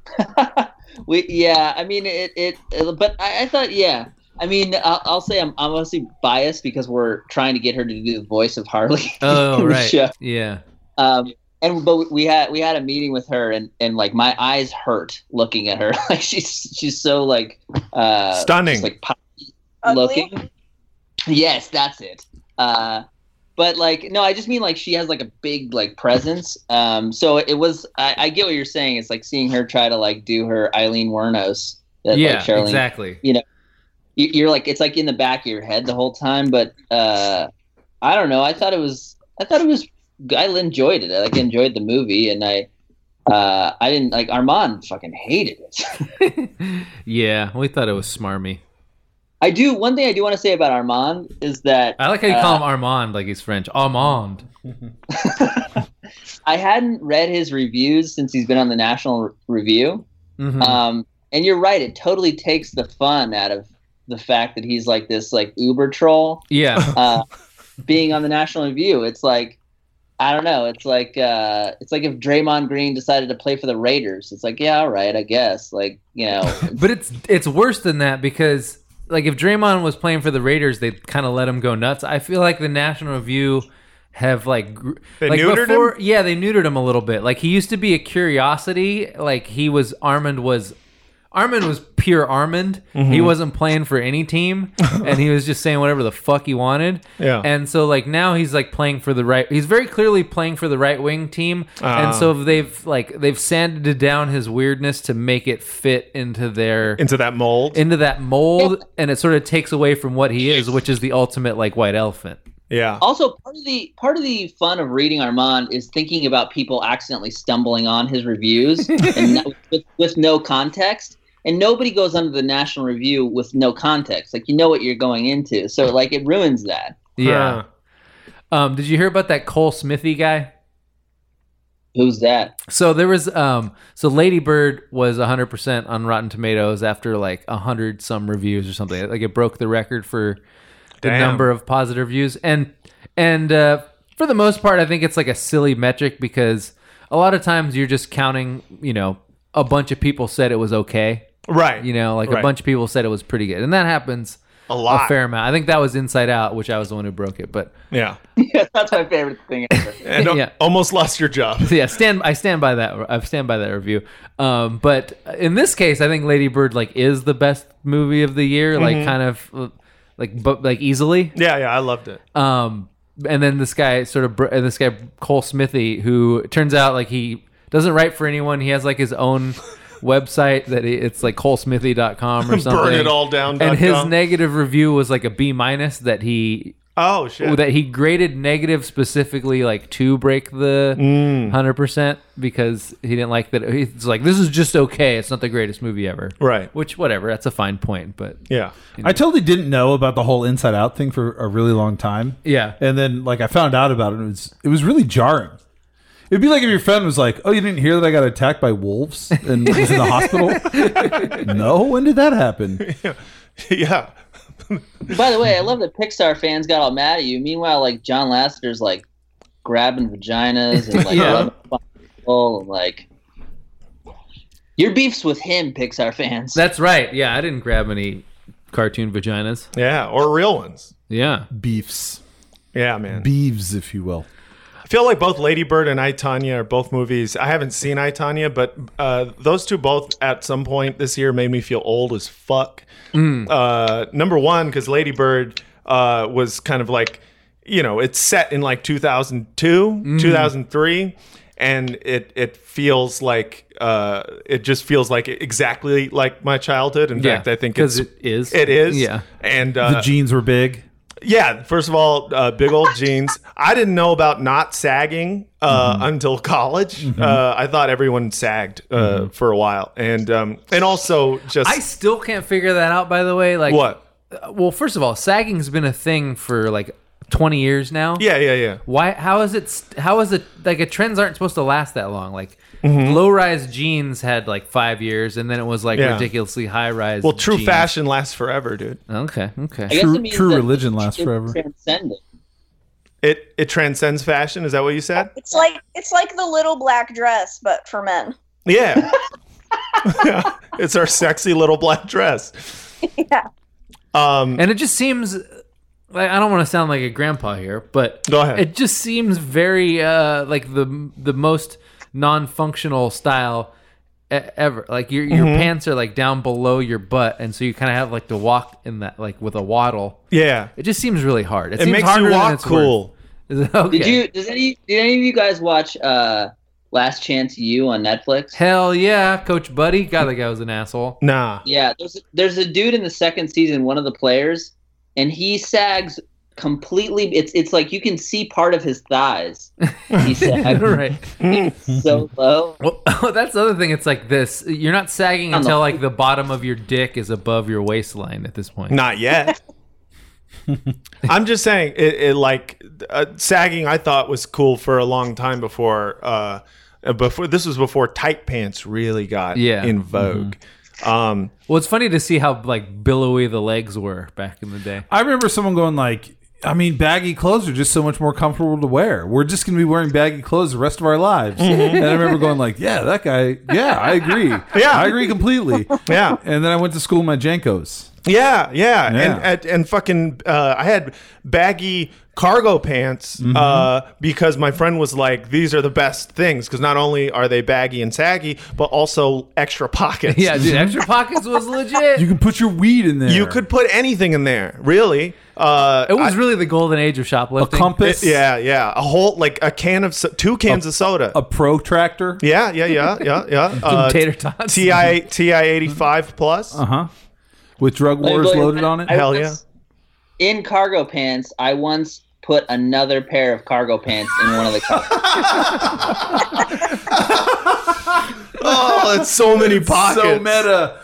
S8: we, yeah, I mean it, it, it- but I, I thought, yeah, I mean, I'll, I'll say I'm, I'm obviously biased because we're trying to get her to do the voice of Harley.
S3: Oh
S8: in the
S3: right,
S8: show.
S3: yeah.
S8: Um, and but we had we had a meeting with her, and and like my eyes hurt looking at her. Like she's she's so like uh,
S1: Stunning.
S8: just, like poppy
S7: Ugly?
S8: looking. Yes, that's it. Uh, but like no, I just mean like she has like a big like presence. Um, so it was I, I get what you're saying. It's like seeing her try to like do her Eileen Wernos. That,
S3: yeah,
S8: like, Charlene-
S3: exactly.
S8: you- You're like it's like in the back of your head the whole time. But uh, I don't know. I thought it was I thought it was I enjoyed it. I like enjoyed the movie, and I uh, I didn't like Armand fucking hated it.
S3: yeah, we thought it was smarmy.
S8: I do one thing I do want to say about Armand is that
S3: I like how you
S8: Uh,
S3: call him Armand, like he's French. Armand.
S8: I hadn't read his reviews since he's been on the National Review.
S3: Mhm.
S8: Um, And you're right; it totally takes the fun out of the fact that he's like this like Uber troll
S3: Yeah.
S8: uh, being on the National Review. It's like I don't know. It's like uh, it's like if Draymond Green decided to play for the Raiders. It's like yeah, all right, I guess. Like you know,
S3: But it's it's worse than that because like if Draymond was playing for the Raiders, they kind of let him go nuts. I feel like the National Review have like gr-
S1: They
S3: like
S1: neutered
S3: before, Yeah, they neutered him a little bit. Like he used to be a curiosity. Like he was Armand was Armand was pure Armand.
S1: Mm-hmm.
S3: He wasn't playing for any team, and he was just saying whatever the fuck he wanted.
S1: Yeah.
S3: And so like now he's like playing for the right. He's very clearly playing for the right wing team,
S1: Um,
S3: and so they've like they've sanded down his weirdness to make it fit into their
S1: into that mold.
S3: into that mold, and it sort of takes away from what he is, which is the ultimate like white elephant.
S1: yeah.
S8: also part of the part of the fun of reading Armand is thinking about people accidentally stumbling on his reviews and no- with, with no context. And nobody goes under the National Review with no context. Like you know what you're going into, so like it ruins that.
S3: Yeah. Um, did you hear about that Cole Smithy guy?
S8: Who's that?
S3: So there was um so Lady Bird was 100% on Rotten Tomatoes after like 100 some reviews or something. Like it broke the record for the
S1: Damn.
S3: number of positive reviews and and uh for the most part I think it's like a silly metric because a lot of times you're just counting, you know, a bunch of people said it was okay.
S1: Right.
S3: You know, like a
S1: Right.
S3: bunch of people said it was pretty good. And that happens
S1: A lot.
S3: a fair amount. I think that was Inside Out, which I was the one who broke it, but
S1: yeah.
S8: Yeah, that's my favorite thing ever.
S1: And al-
S3: Yeah.
S1: almost lost your job.
S3: So yeah, stand I stand by that. I stand by that review. Um, but in this case, I think Lady Bird like is the best movie of the year.
S1: Mm-hmm.
S3: Like kind of uh, like but like easily.
S1: Yeah, yeah, I loved it.
S3: Um, and then this guy sort of br- and this guy Cole Smithy, who it turns out like he doesn't write for anyone. He has like his own website that he, it's like colesmithy.com or something.
S1: Burn it all down.
S3: And his
S1: name.
S3: negative review was like a B minus that he
S1: Oh shit.
S3: that he graded negative specifically like to break the
S1: Mm.
S3: hundred percent because he didn't like that. He's like, this is just okay. It's not the greatest movie ever,
S1: Right.
S3: Which, whatever, that's a fine point, but
S1: yeah.
S2: I totally didn't know about the whole Inside Out thing for a really long time.
S3: Yeah.
S2: and then like I found out about it. And it was it was really jarring. It'd be like if your friend was like, "Oh, you didn't hear that I got attacked by wolves and was in the hospital." no, when did that happen?
S1: yeah.
S8: By the way, I love that Pixar fans got all mad at you. Meanwhile, like John Lasseter's like grabbing vaginas and like
S3: Yeah.
S8: rubbing upon people and like your beef's with him, Pixar fans.
S3: that's right. Yeah, I didn't grab any cartoon vaginas.
S1: Yeah. Or real ones.
S3: Yeah,
S2: Beefs,
S1: Yeah, man.
S2: beeves, if you will.
S1: I feel like both Lady Bird and I Tanya are both movies. I haven't seen I Tanya, but uh, those two both at some point this year made me feel old as fuck.
S3: Mm.
S1: Uh, number one, because Lady Bird uh, was kind of like, you know, it's set in like 2002,
S3: Mm.
S1: 2003. And it, it feels like uh, it just feels like exactly like my childhood. In
S3: Yeah,
S1: fact, I think
S3: 'cause
S1: it's,
S3: it is.
S1: It is.
S3: Yeah.
S1: And
S2: The
S1: uh,
S2: jeans were big.
S1: yeah, first of all, uh, big old jeans. I didn't know about not sagging uh,
S3: Mm-hmm.
S1: until college. Uh, I thought everyone sagged uh, for a while, and um, and also just
S3: Mm-hmm. I still can't figure that out. By the way, like
S1: what?
S3: Well, first of all, sagging's been a thing for like twenty years now.
S1: Yeah, yeah, yeah.
S3: Why? How is it? st- How is it? Like, a trends aren't supposed to last that long. Like,
S1: Mm-hmm.
S3: low-rise jeans had like five years, and then it was like
S1: Yeah.
S3: ridiculously high-rise.
S1: Well, true
S3: jeans.
S1: fashion lasts forever, dude.
S3: Okay.
S8: I
S3: Okay.
S8: guess
S2: True-
S8: it means
S2: true
S8: that
S2: religion lasts
S8: it's
S2: forever.
S8: Transcendent.
S1: It it transcends fashion. Is that what you said?
S7: It's like it's like the little black dress, but for men.
S1: Yeah. it's our sexy little black dress.
S7: Yeah.
S1: Um.
S3: And it just seems like I don't want to sound like a grandpa here, but
S1: Go ahead.
S3: it just seems very uh like the the most non-functional style e- ever. Like your
S1: Mm-hmm.
S3: your pants are like down below your butt, and so you kind of have like to walk in that like with a waddle.
S1: Yeah.
S3: It just seems really hard. It,
S1: It
S3: seems
S1: makes
S3: harder
S1: you
S3: than
S1: walk
S3: it's worth.
S1: cool.
S3: Is it- okay.
S8: Did you? Does any? Did any of you guys watch uh, Last Chance You on Netflix?
S3: Hell yeah, Coach Buddy. God, that guy was an asshole.
S1: Nah.
S8: Yeah, there's there's a dude in the second season, one of the players, and he sags completely. It's it's like you can see part of his thighs. He sags
S3: right.
S8: so low.
S3: Well, that's the other thing. It's like this: you're not sagging
S8: I'm a-
S3: until like the bottom of your dick is above your waistline at this point.
S1: Not yet. I'm just saying, it, it like uh, sagging. I thought was cool for a long time before. Uh, uh, before this was before tight pants really got
S3: Yeah. Mm-hmm.
S1: in vogue. Um,
S3: Well, it's funny to see how like billowy the legs were back in the day.
S2: I remember someone going like, I mean, baggy clothes are just so much more comfortable to wear. We're just going to be wearing baggy clothes the rest of our lives.
S1: Mm-hmm.
S2: And I remember going like, yeah, that guy, yeah, I agree. Yeah, I agree completely.
S1: yeah.
S2: And then I went to school in my Jankos.
S1: Yeah, yeah,
S2: Yeah.
S1: and and, and fucking, uh, I had baggy cargo pants
S3: Mm-hmm.
S1: uh, because my friend was like, "These are the best things because not only are they baggy and saggy, but also extra pockets."
S3: Yeah, dude, extra pockets was legit.
S2: You can put your weed in there.
S1: you could put anything in there, really. Uh,
S3: it was really the golden age of
S2: a
S3: shoplifting.
S2: compass.
S1: yeah, yeah, a whole like a can of so- two cans of soda.
S2: A protractor.
S1: yeah, yeah, yeah, yeah, yeah. Uh,
S3: tater tots.
S1: Ti Ti eighty five plus.
S2: Uh huh. With drug wars
S8: Like,
S2: loaded on it.
S8: I
S1: Hell
S8: once-
S1: yeah.
S8: In cargo pants, I once put another pair of cargo pants in one of the cars.
S1: Oh, it's so many pockets.
S2: So meta.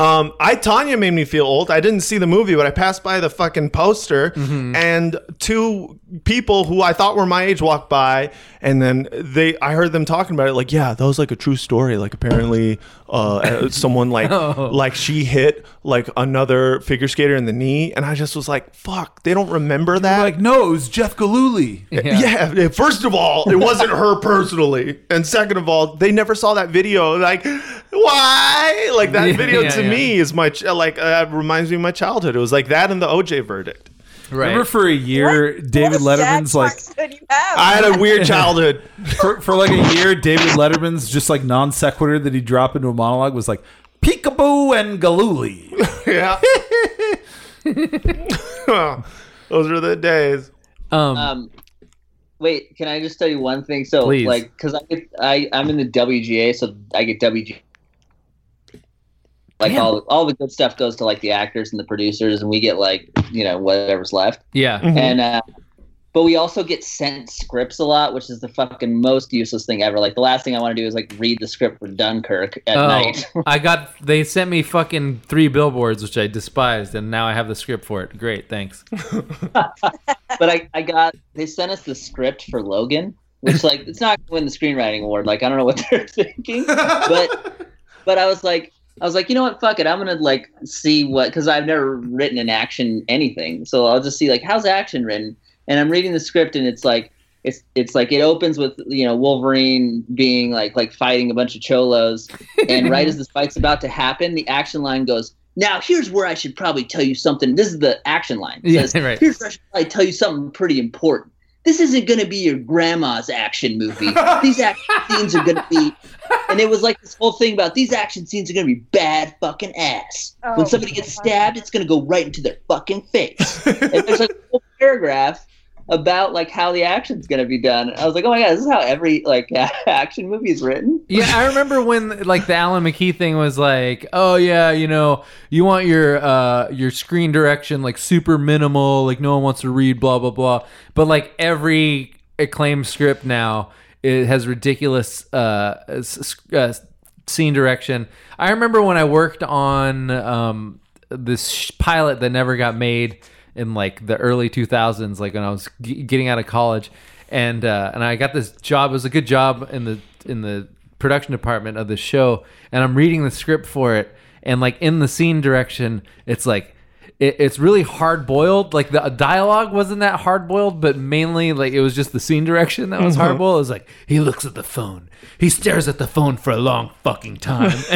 S1: Um, I Tanya made me feel old. I didn't see the movie, but I passed by the fucking poster, and two people who I thought were my age walked by, and then they, I heard them talking about it. Like, yeah, that was like a true story. Like, apparently, uh, someone like, like she hit like another figure skater in the knee, and I just was like, fuck, they don't remember that.
S2: Like no, it was Jeff Galooly.
S1: Yeah. First of all, it wasn't her personally, and second of all, they never saw that video. Like, why? Like that
S3: Yeah,
S1: video
S3: yeah,
S1: to
S3: yeah.
S1: me is my ch- like uh, reminds me of my childhood. It was like that and the OJ verdict.
S3: right.
S2: Remember for a year, David
S7: What
S2: Letterman's
S7: sex
S2: like
S7: could you have?
S1: I had a weird childhood.
S2: for, for like a year, David Letterman's just like non sequitur that he dropped into a monologue was like peekaboo and galooly.
S1: yeah. Those are the days.
S3: um,
S8: Um, wait, can I just tell you one thing? So,
S3: Please.
S8: like, because I, get- I I'm in the WGA, so I get WGA. Like
S3: Damn.
S8: all all the good stuff goes to like the actors and the producers, and we get like you know whatever's left.
S3: yeah.
S8: and uh, but we also get sent scripts a lot, which is the fucking most useless thing ever. Like the last thing I want to do is like read the script for Dunkirk at
S3: Oh,
S8: night.
S3: I got. They sent me fucking three billboards, which I despised, and now I have the script for it. Great, thanks.
S8: but I, I got they sent us the script for Logan, which like it's not gonna win the screenwriting award. Like I don't know what they're thinking, but but I was like I was like you know what fuck it I'm gonna like see what because I've never written an action anything, so I'll just see like how's action written. And I'm reading the script and it's like it's it's like it opens with you know Wolverine being like like fighting a bunch of cholos, and right as this fight's about to happen, the action line goes. Now here's where I should probably tell you something. This is the action line. It
S3: Yeah,
S8: says,
S3: right.
S8: Here's where I should probably tell you something pretty important. This isn't going to be your grandma's action movie. These action scenes are going to be, and it was like this whole thing about these action scenes are going to be bad fucking ass.
S7: Oh,
S8: when somebody gets
S7: God.
S8: stabbed, it's going to go right into their fucking face. and there's like a whole paragraph about like how the action's going to be done. I was like, oh my god, this is how every like action movie is written.
S3: Yeah, I remember when like the Alan McKee thing was like, oh yeah, you know, you want your uh your screen direction like super minimal, like no one wants to read, blah blah blah. But like every acclaimed script now, it has ridiculous uh, s- uh scene direction. I remember when I worked on um this sh- pilot that never got made in like the early 2000s like when i was g- getting out of college and uh, and i got this job it was a good job in the in the production department of the show and i'm reading the script for it and like in the scene direction it's like it, it's really hard boiled like the dialogue wasn't that hard boiled but mainly like it was just the scene direction that was hard boiled it was like he looks at the phone he stares at the phone for a long fucking time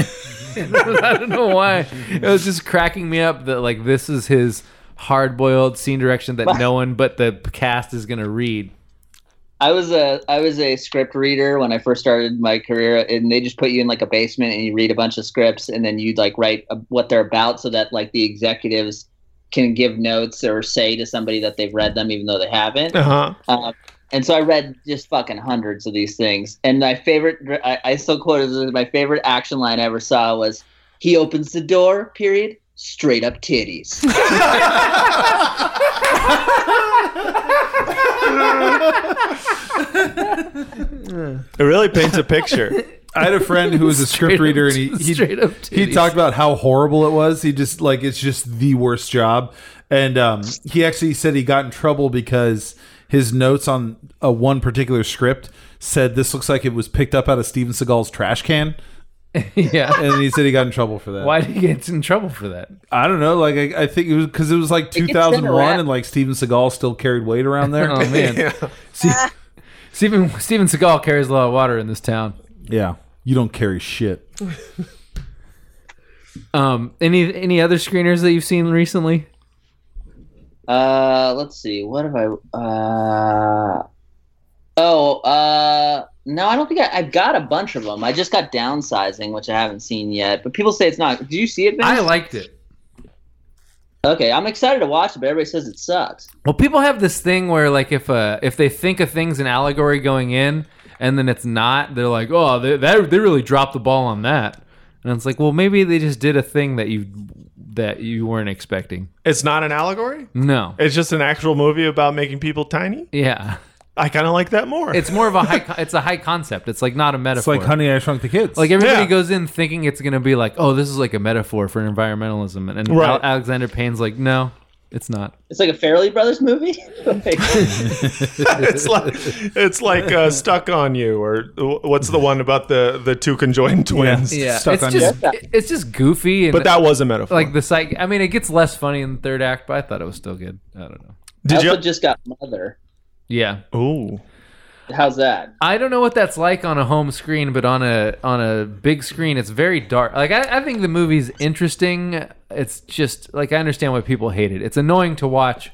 S3: I don't know why. It was just cracking me up that like this is his hard-boiled scene direction that no one but the cast is gonna read.
S8: I was a I was a script reader when I first started my career, and they just put you in like a basement and you read a bunch of scripts, and then you'd like write uh, what they're about, so that like the executives can give notes or say to somebody that they've read them, even though they haven't.
S1: Uh huh.
S8: Um, and so I read just fucking hundreds of these things. And my favorite, I, I still quote it as my favorite action line I ever saw was, "He opens the door, period, straight up titties."
S1: It really paints a picture.
S2: I had a friend who was a script reader and he he,
S3: straight up
S2: he
S3: titties.
S2: talked about how horrible it was. He just like it's just the worst job. And um, he actually said he got in trouble because his notes on a one particular script said this looks like it was picked up out of Steven Seagal's trash can,
S3: yeah.
S2: and he said he got in trouble for that.
S3: Why did he get in trouble for that?
S2: I don't know. Like I, I think it was because it was like
S8: gets sent
S2: 2001,
S8: around.
S2: and like Steven Seagal still carried weight around there.
S3: Oh man, Se- Steven Steven Seagal carries a lot of water in this town.
S2: yeah, you don't carry shit.
S3: Um, any any other screeners that you've seen recently?
S8: Uh, let's see. What have I? Uh, oh, uh, no, I don't think I, I've got a bunch of them. I just got downsizing, which I haven't seen yet. But people say it's not. Did you see it? Vince?
S3: I liked it.
S8: okay, I'm excited to watch it, but everybody says it sucks.
S3: Well, people have this thing where like if uh if they think a thing's an allegory going in and then it's not, they're like, oh, they that, they really dropped the ball on that. And it's like, well, maybe they just did a thing that you that you weren't expecting.
S1: It's not an allegory.
S3: No.
S1: It's just an actual movie about making people tiny.
S3: Yeah.
S1: I kind of like that more.
S3: It's more of a high con- it's a high concept. It's like not a
S2: It's
S3: metaphor.
S2: like Honey I Shrunk the Kids.
S3: Like everybody
S1: Yeah.
S3: goes in thinking it's going to be like, oh, this is like a metaphor for environmentalism, and, and Al-
S1: Right.
S3: Alexander Payne's like, no, it's not.
S8: It's like a Fairley Brothers movie. Like,
S1: it's like it's like uh, stuck on you, or what's the one about the the two conjoined twins?
S2: Yeah. Stuck
S3: it's
S2: on
S3: just it's just goofy, and
S1: But that was a metaphor.
S3: like the psych. I mean, it gets less funny in the third act, but I thought it was still good. I don't know.
S8: I
S1: did
S8: also
S1: you?
S8: just got Mother.
S3: Yeah,
S1: Ooh,
S8: How's that?
S3: I don't know what that's like on a home screen, but on a on a big screen, it's very dark. Like I, I think the movie's interesting. It's just like I understand why people hate it. It's annoying to watch.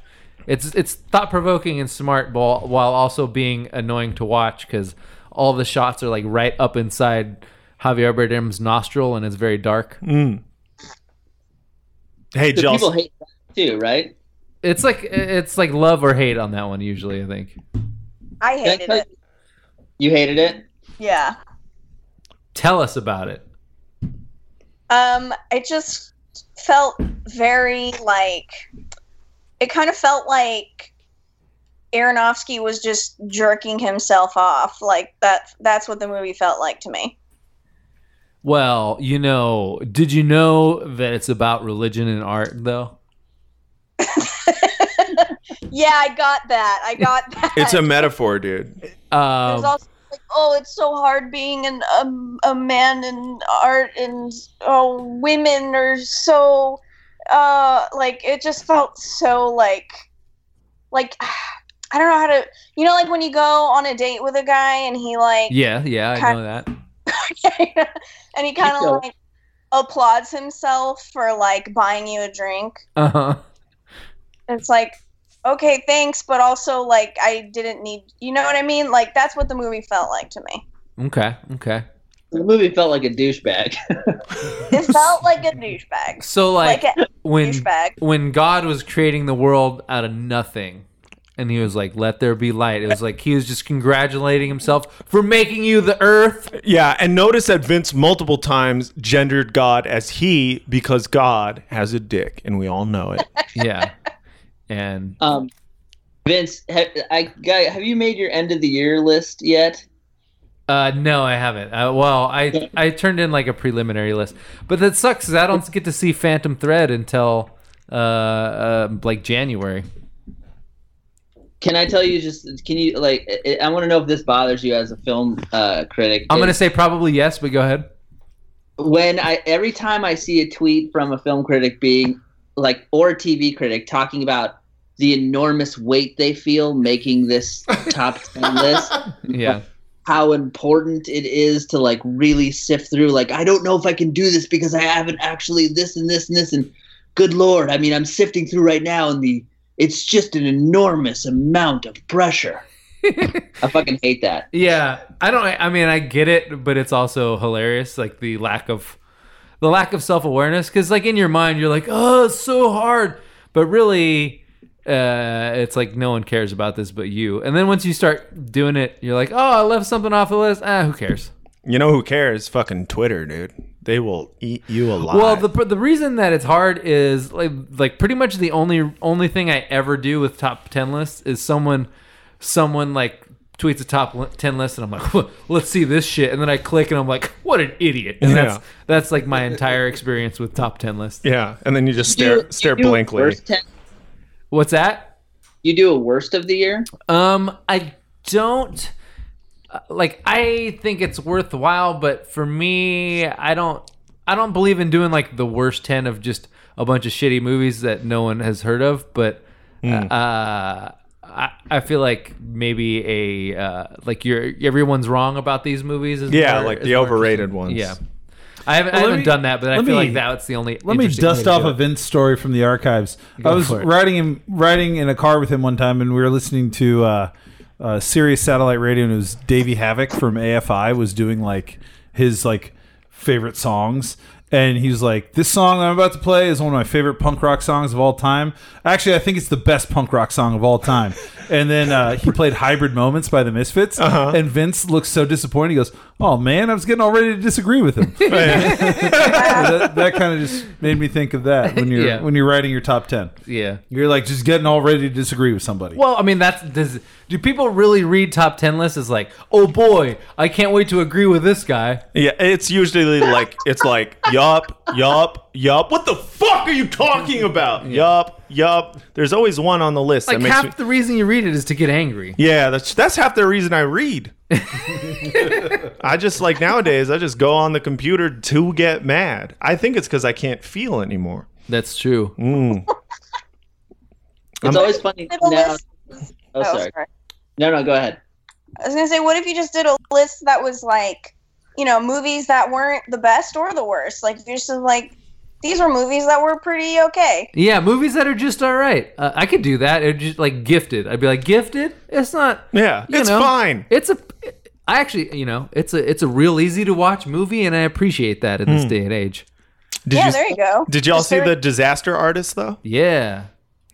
S3: It's it's thought provoking and smart, ball, while also being annoying to watch because all the shots are like right up inside Javier Bardem's nostril, and it's very dark.
S1: Mm. hey,
S8: The
S1: Jels,
S8: people hate that too, right?
S3: It's like it's like love or hate on that one. Usually, I think.
S7: I
S8: Can I
S7: hated
S8: tell
S7: it.
S8: you- You hated it.
S7: Yeah.
S3: Tell us about it.
S7: Um, it just felt very like it kind of felt like Aronofsky was just jerking himself off. Like that that's what the movie felt like to me.
S3: Well, you know, did you know that it's about religion and art though?
S7: Yeah, I got that. I got that.
S1: it's a metaphor, dude.
S7: It
S3: Um,
S7: was also like, oh, it's so hard being an, um, a, a man in art, and oh, women are so uh, like it just felt so like like I don't know how to you know like when you go on a date with a guy and he like
S3: yeah, yeah, I know that.
S7: and he kind
S8: Yeah.
S7: of like applauds himself for like buying you a drink.
S3: Uh huh.
S7: It's like okay, thanks, but also like I didn't need you know what I mean? Like that's what the movie felt like to me.
S3: Okay, okay.
S8: The movie felt like a douchebag.
S7: It felt like a douchebag.
S3: So like,
S7: like a
S3: when
S7: douchebag.
S3: when God was creating the world out of nothing, and He was like, "Let there be light." It was like He was just congratulating Himself for making you the earth.
S1: Yeah, and notice that Vince multiple times gendered God as he because God has a dick, and we all know it.
S3: Yeah, and
S8: Um, Vince, ha- I, guy, have you made your end of the year list yet?
S3: Uh, no, I haven't. Uh, well, I I turned in like a preliminary list, but that sucks. Is I don't get to see Phantom Thread until uh, uh like January.
S8: Can I tell you just? Can you like? I- I want to know if this bothers you as a film uh, critic.
S3: I'm gonna
S8: Is
S3: say probably yes, but go ahead.
S8: when I every time I see a tweet from a film critic being like or a TV critic talking about the enormous weight they feel making this top ten list,
S3: Yeah.
S8: how important it is to like really sift through. Like I don't know if I can do this because I haven't actually this and this and this and good lord, I mean I'm sifting through right now and the it's just an enormous amount of pressure. I fucking hate that.
S3: Yeah, I don't. I mean, I get it, but it's also hilarious, like the lack of the lack of self awareness. Because like in your mind, you're like, oh, it's so hard, but really, uh, it's like no one cares about this but you. And then once you start doing it, you're like, oh, I left something off the list. Ah, who cares?
S1: You know who cares? Fucking Twitter, dude. They will eat you alive.
S3: Well, the the reason that it's hard is like like pretty much the only only thing I ever do with top ten lists is someone someone like tweets a top li- ten list and I'm like "Huh, let's see this shit and then I click and I'm like what an idiot and
S1: Yeah.
S3: that's that's like my entire experience with top ten lists.
S1: yeah, and then you just stare
S8: You-
S1: stare
S8: you do
S1: blankly.
S8: Worst 10,
S3: What's that?
S8: You do a worst of the year?
S3: Um, I don't uh, like. I think it's worthwhile, but for me, I don't. I don't believe in doing like the worst ten of just a bunch of shitty movies that no one has heard of. But
S1: Hmm.
S3: uh, I, I feel like maybe a uh, like you're everyone's wrong about these movies. Is
S1: Yeah,
S3: more-
S1: like
S3: is
S1: the
S3: more
S1: overrated
S3: interesting.
S1: ones.
S3: Yeah, I haven't, I
S2: let
S3: haven't
S2: me-
S3: done that, but I
S2: let
S3: feel
S2: me-
S3: like that's the only.
S2: Let me
S3: interesting way
S2: dust
S3: to do
S2: off
S3: it.
S2: a Vince story from the archives.
S3: Go
S2: I was
S3: for it.
S2: riding him riding in a car with him one time, and we were listening to uh, uh, Sirius Satellite Radio, and it was Davey Havoc from AFI was doing like his like favorite songs. And he was like, "This song I'm about to play is one of my favorite punk rock songs of all time. Actually, I think it's the best punk rock song of all time." And then uh, he played "Hybrid Moments" by the Misfits,
S3: Uh-huh.
S2: and Vince looks so disappointed. He goes, "Oh man, I was getting all ready to disagree with him." So that, that kind of just made me think of that when you're
S3: Yeah.
S2: when you're writing your top ten.
S3: Yeah.
S2: You're like just getting all ready to disagree with somebody.
S3: Well, I mean, that's does do people really read top ten lists as like, oh boy, I can't wait to agree with this guy.
S1: Yeah, it's usually like it's like yup, yup, yup. What the fuck are you talking about? Yup, yup. There's always one on the list
S3: Like
S1: that makes
S3: half
S1: me.
S3: the reason you read it is to get angry.
S1: yeah, that's that's half the reason I read. I just like nowadays I just go on the computer to get mad. I think it's because I can't feel anymore. Mm.
S3: That's true.
S8: It's always funny.
S7: Did a
S8: No,
S7: list-
S8: oh, sorry. No, no, go ahead.
S7: I was gonna say, what if you just did a list that was like, you know, movies that weren't the best or the worst? Like you just like, these were movies that were pretty okay.
S3: Yeah, movies that are just all right. Uh, I could do that. It would just like gifted. I'd be like gifted. It's not.
S1: Yeah,
S3: you
S1: it's
S3: know,
S1: fine.
S3: It's a. I actually, you know, it's a it's a real easy to watch movie, and I appreciate that in this
S1: Hmm.
S3: day and age.
S1: Did
S7: yeah,
S1: you
S7: there you go.
S1: did y'all
S7: Just
S1: see
S7: very-
S1: the disaster artist though?
S3: Yeah.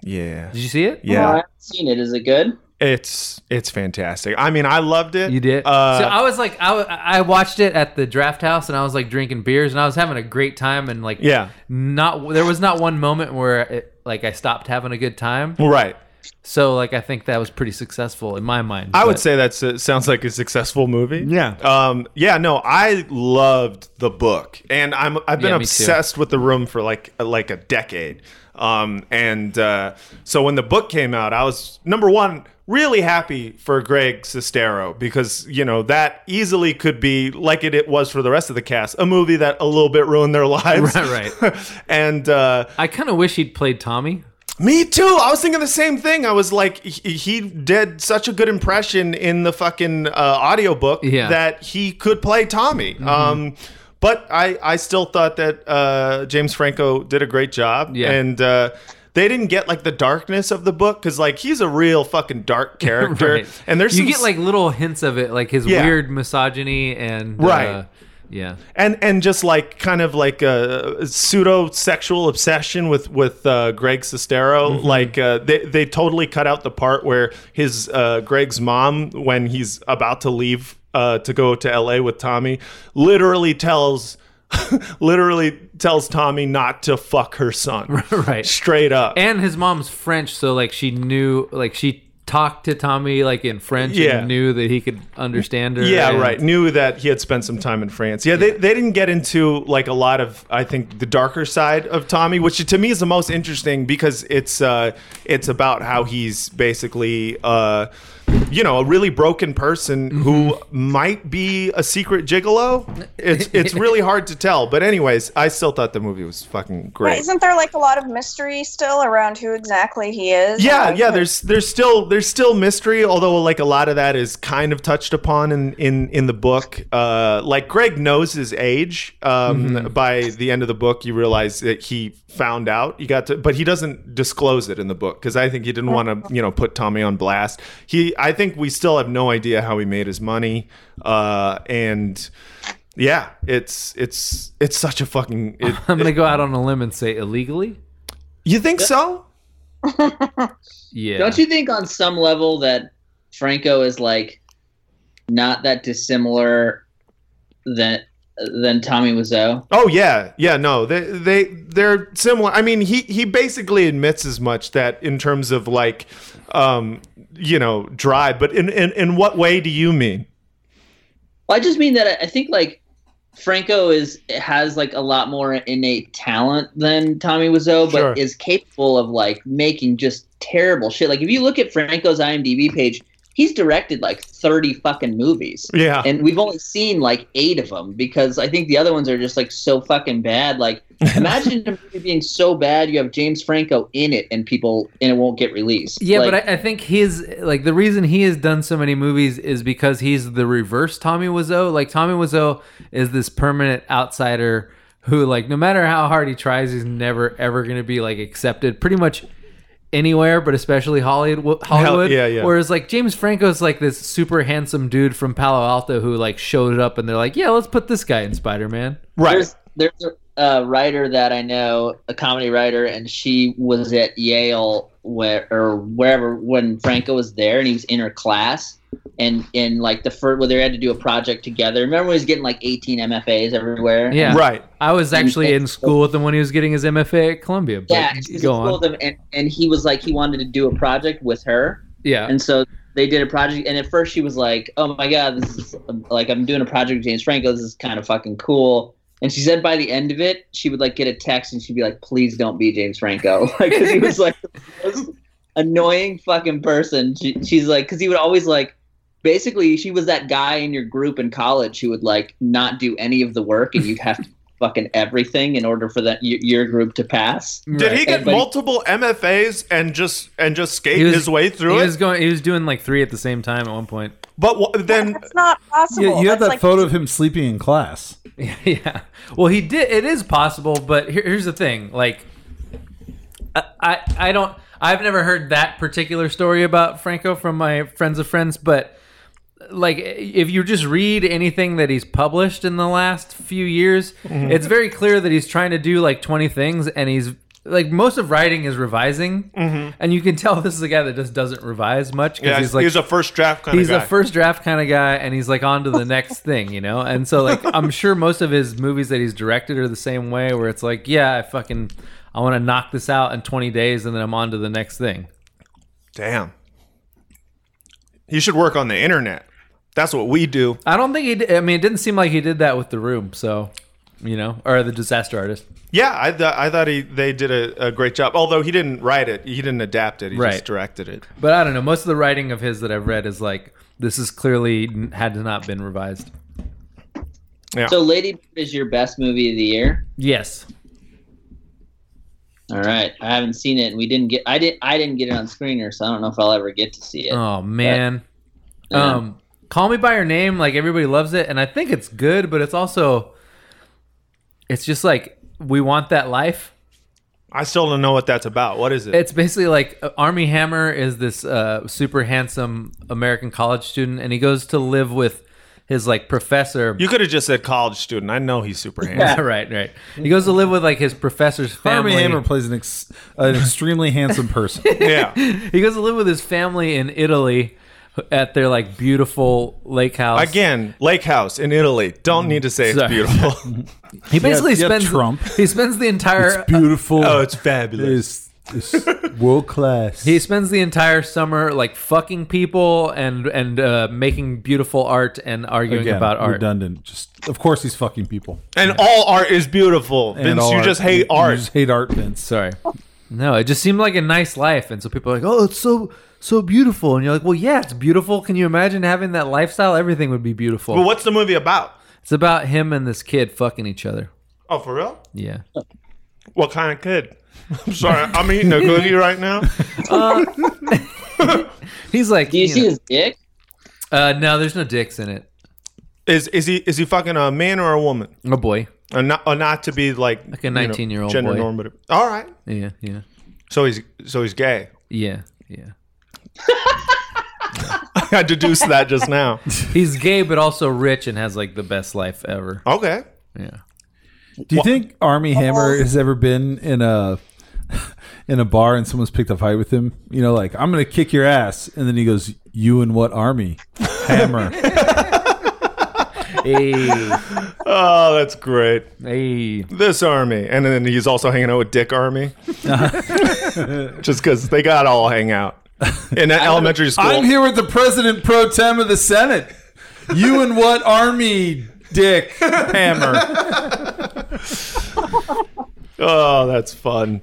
S1: Yeah,
S3: Did you see it?
S8: Oh,
S1: yeah.
S8: I haven't seen it. Is it good?
S1: It's it's fantastic. I mean, I loved it.
S3: You did.
S1: Uh,
S3: so I was like, I, w- I watched it at the draft house, and I was like drinking beers, and I was having a great time, and like,
S1: yeah,
S3: not there was not one moment where it, like I stopped having a good time.
S1: right.
S3: So like I think that was pretty successful in my mind.
S1: I would
S3: But-
S1: say that's a, sounds like a successful movie.
S2: Yeah.
S1: Um. Yeah. No, I loved the book, and I'm I've been
S3: Yeah, me too.
S1: obsessed with the room for like like a decade. Um. And uh, so when the book came out, I was number one really happy for Greg Sestero because you know that easily could be like it, it was for the rest of the cast a movie that a little bit ruined their lives.
S3: Right,
S1: and uh,
S3: I kind of wish he'd played Tommy.
S1: me too. I was thinking the same thing. I was like, he, he did such a good impression in the fucking uh, audiobook
S3: Yeah. Mm-hmm.
S1: that he could play Tommy. Um, but I, I still thought that uh, James Franco did a great job.
S3: Yeah.
S1: And uh, they didn't get like the darkness of the book because like he's a real fucking dark character. And there's
S3: you
S1: some
S3: get
S1: s-
S3: like little hints of it, like his
S1: Yeah.
S3: weird misogyny and
S1: Right.
S3: uh, yeah,
S1: and and just like kind of like a pseudo sexual obsession with with uh, Greg Sestero. Like uh, they they totally cut out the part where his uh, Greg's mom when he's about to leave uh, to go to L.A. with Tommy literally tells. literally tells Tommy not to fuck her son.
S3: Right.
S1: Straight up.
S3: and his mom's French, so like she knew, like she talked to Tommy like in French,
S1: Yeah.
S3: and knew that he could understand her.
S1: Yeah,
S3: and-
S1: right. Knew that he had spent some time in France. Yeah, they, they didn't get into like a lot of I think the darker side of Tommy, which to me is the most interesting because it's uh it's about how he's basically uh you know, a really broken person who might be a secret gigolo. It's it's really hard to tell. But anyways, I still thought the movie was fucking
S7: Right,
S1: great.
S7: isn't there like a lot of mystery still around who exactly he is?
S1: Yeah,
S3: Oh,
S7: Like,
S1: yeah. There's there's still there's still mystery, although like a lot of that is kind of touched upon in in in the book. Uh, like Greg knows his age. Um,
S3: Mm-hmm.
S1: by the end of the book, you realize that he found out. He got to, but he doesn't disclose it in the book because I think he didn't want to you know put Tommy on blast. He, I think we still have no idea how he made his money. Uh, and yeah, it's it's it's such a fucking. It,
S3: I'm gonna go out on a limb and say illegally.
S1: you think so?
S3: Yeah.
S8: Don't you think on some level that Franco is like not that dissimilar than than Tommy Wiseau?
S1: Oh yeah, yeah. No, they they they're similar. I mean, he he basically admits as much that in terms of like, um, you know, drive. But in in, in what way do you mean?
S8: Well, I just mean that I- I think like Franco is has like a lot more innate talent than Tommy Wiseau, but
S1: Sure.
S8: is capable of like making just terrible shit. Like if you look at Franco's IMDb page, he's directed like thirty fucking movies,
S1: Yeah.
S8: and we've only seen like eight of them because I think the other ones are just like so fucking bad. Like imagine a movie being so bad you have James Franco in it and people and it won't get released.
S3: Yeah,
S8: Like,
S3: but I, I think his like the reason he has done so many movies is because he's the reverse Tommy Wiseau. Like Tommy Wiseau is this permanent outsider who, like, no matter how hard he tries, he's never ever going to be like accepted. Pretty much anywhere, but especially Hollywood. Hollywood.
S1: yeah, yeah.
S3: Whereas like James Franco's like this super handsome dude from Palo Alto who like showed up and they're like, yeah, let's put this guy in Spider Man.
S1: right.
S8: There's there's a uh, writer that I know, a comedy writer, and she was at Yale where or wherever when Franco was there, and he was in her class, and in like the first where they had to do a project together. Remember when he was getting like 18 MFAs everywhere?
S3: Yeah,
S1: Right.
S3: I was actually in school with him when he was getting his MFA at Columbia. But
S8: Yeah, and she was
S3: go
S8: cool
S3: on.
S8: with him, and, and he was like he wanted to do a project with her,
S3: Yeah,
S8: and so they did a project and at first she was like oh my god this is like i'm doing a project with james franco this is kind of fucking cool and she said by the end of it she would like get a text and she'd be like please don't be james franco like 'cause he was like the most annoying fucking person she, she's like because he would always like basically she was that guy in your group in college who would like not do any of the work and you'd have to do fucking everything in order for that y- your group to pass
S1: Did he get
S8: Right.
S1: multiple MFAs and just and just skate
S3: He was-
S1: his way
S3: he
S1: through it?
S3: was going. He was doing like three at the same time at one point.
S1: but wha- then
S7: That's not possible.
S2: Yeah, you
S7: That's
S2: have that
S7: like-
S2: photo of him sleeping in class.
S3: yeah. Well, he did. It is possible, but here, here's the thing. Like, I, I, I don't. I've never heard that particular story about Franco from my friends of friends, but like if you just read anything that he's published in the last few years,
S1: Mm-hmm.
S3: it's very clear that he's trying to do like 20 things and he's like most of writing is revising and you can tell this is a guy that just doesn't revise much because
S1: Mm-hmm. yeah,
S3: he's like
S1: a first draft kind
S3: he's
S1: of
S3: a
S1: guy.
S3: first draft kind of guy and he's like on to the next thing you know and so like i'm sure most of his movies that he's directed are the same way where it's like yeah i fucking i want to knock this out in 20 days and then i'm on to the next thing
S1: Damn. He should work on the internet. That's what we do.
S3: i don't think he did i mean it didn't seem like he did that with the room so you know or the disaster artist
S1: Yeah, I, th- I thought he they did a, a great job. Although he didn't write it, he didn't adapt it. He
S3: Right.
S1: just directed it.
S3: but i don't know most of the writing of his that i've read is like this is clearly n- had not been revised
S8: so lady Bird is your best movie of the year
S3: yes
S8: All right, I haven't seen it, and we didn't get. I didn't. I didn't get it on screener, so I don't know if I'll ever get to see it.
S3: Oh man. Um Call Me by Your Name, like everybody loves it, and I think it's good, but it's also it's just like we want that life.
S1: I still don't know what that's about. What is it?
S3: It's basically like uh, Army Hammer is this uh, super handsome American college student, and he goes to live with his like professor.
S1: you could have just said college student. I know he's super handsome.
S3: yeah, right, right. He goes to live with like his professor's
S2: Army
S3: family.
S2: Hammer plays an ex- an extremely handsome person.
S1: yeah.
S3: He goes to live with his family in Italy at their like beautiful lake house.
S1: Again, Lake House in Italy. Don't need to say it's
S3: Sorry.
S1: beautiful.
S3: he basically
S2: yeah,
S3: spends
S2: Trump.
S3: He spends the entire
S2: It's beautiful.
S1: oh, it's fabulous.
S2: world class.
S3: He spends the entire summer like fucking people and and uh, making beautiful art and arguing
S2: Again,
S3: about art.
S2: redundant. Just of course he's fucking people.
S1: And all art is beautiful.
S2: And
S1: Vince,
S2: all
S1: you
S2: art. Mm-hmm.
S1: just hate
S2: You
S1: art.
S2: just hate art, Vince.
S3: Sorry, no, it just seemed like a nice life, and so people are like, "Oh, it's so so beautiful," and you're like, "Well, yeah, it's beautiful." Can you imagine having that lifestyle? Everything would be beautiful.
S1: But what's the movie about?
S3: It's about him and this kid fucking each other.
S1: Oh, for real?
S3: Yeah,
S1: What kind of kid? I'm sorry, I'm eating a cookie right now.
S3: he's like,
S8: Do you, see
S3: know-
S8: his dick?
S3: uh, no, there's no dicks in it.
S1: Is is he is he fucking a man or a woman?
S3: Oh boy,
S1: Or not, or not to be like
S3: a
S1: you know,
S3: 19-year-old
S1: gender
S3: boy.
S1: normative. All right,
S3: yeah, yeah,
S1: so he's so he's gay.
S3: yeah, yeah.
S1: I deduced that just now.
S3: He's gay, but also rich and has like the best life ever.
S1: Okay,
S3: Yeah.
S2: Do you think Army Hammer has ever been in a in a bar and someone's picked a fight with him? You know, like I'm gonna kick your ass, and then he goes, "You and what army? Hammer."
S3: Hey,
S1: oh that's great.
S3: hey.
S1: This army, and then he's also hanging out with Dick Army, just because they got all hang out in elementary school.
S2: I'm here with the president pro tem of the Senate. You and what army? dick, hammer.
S1: Oh, that's fun.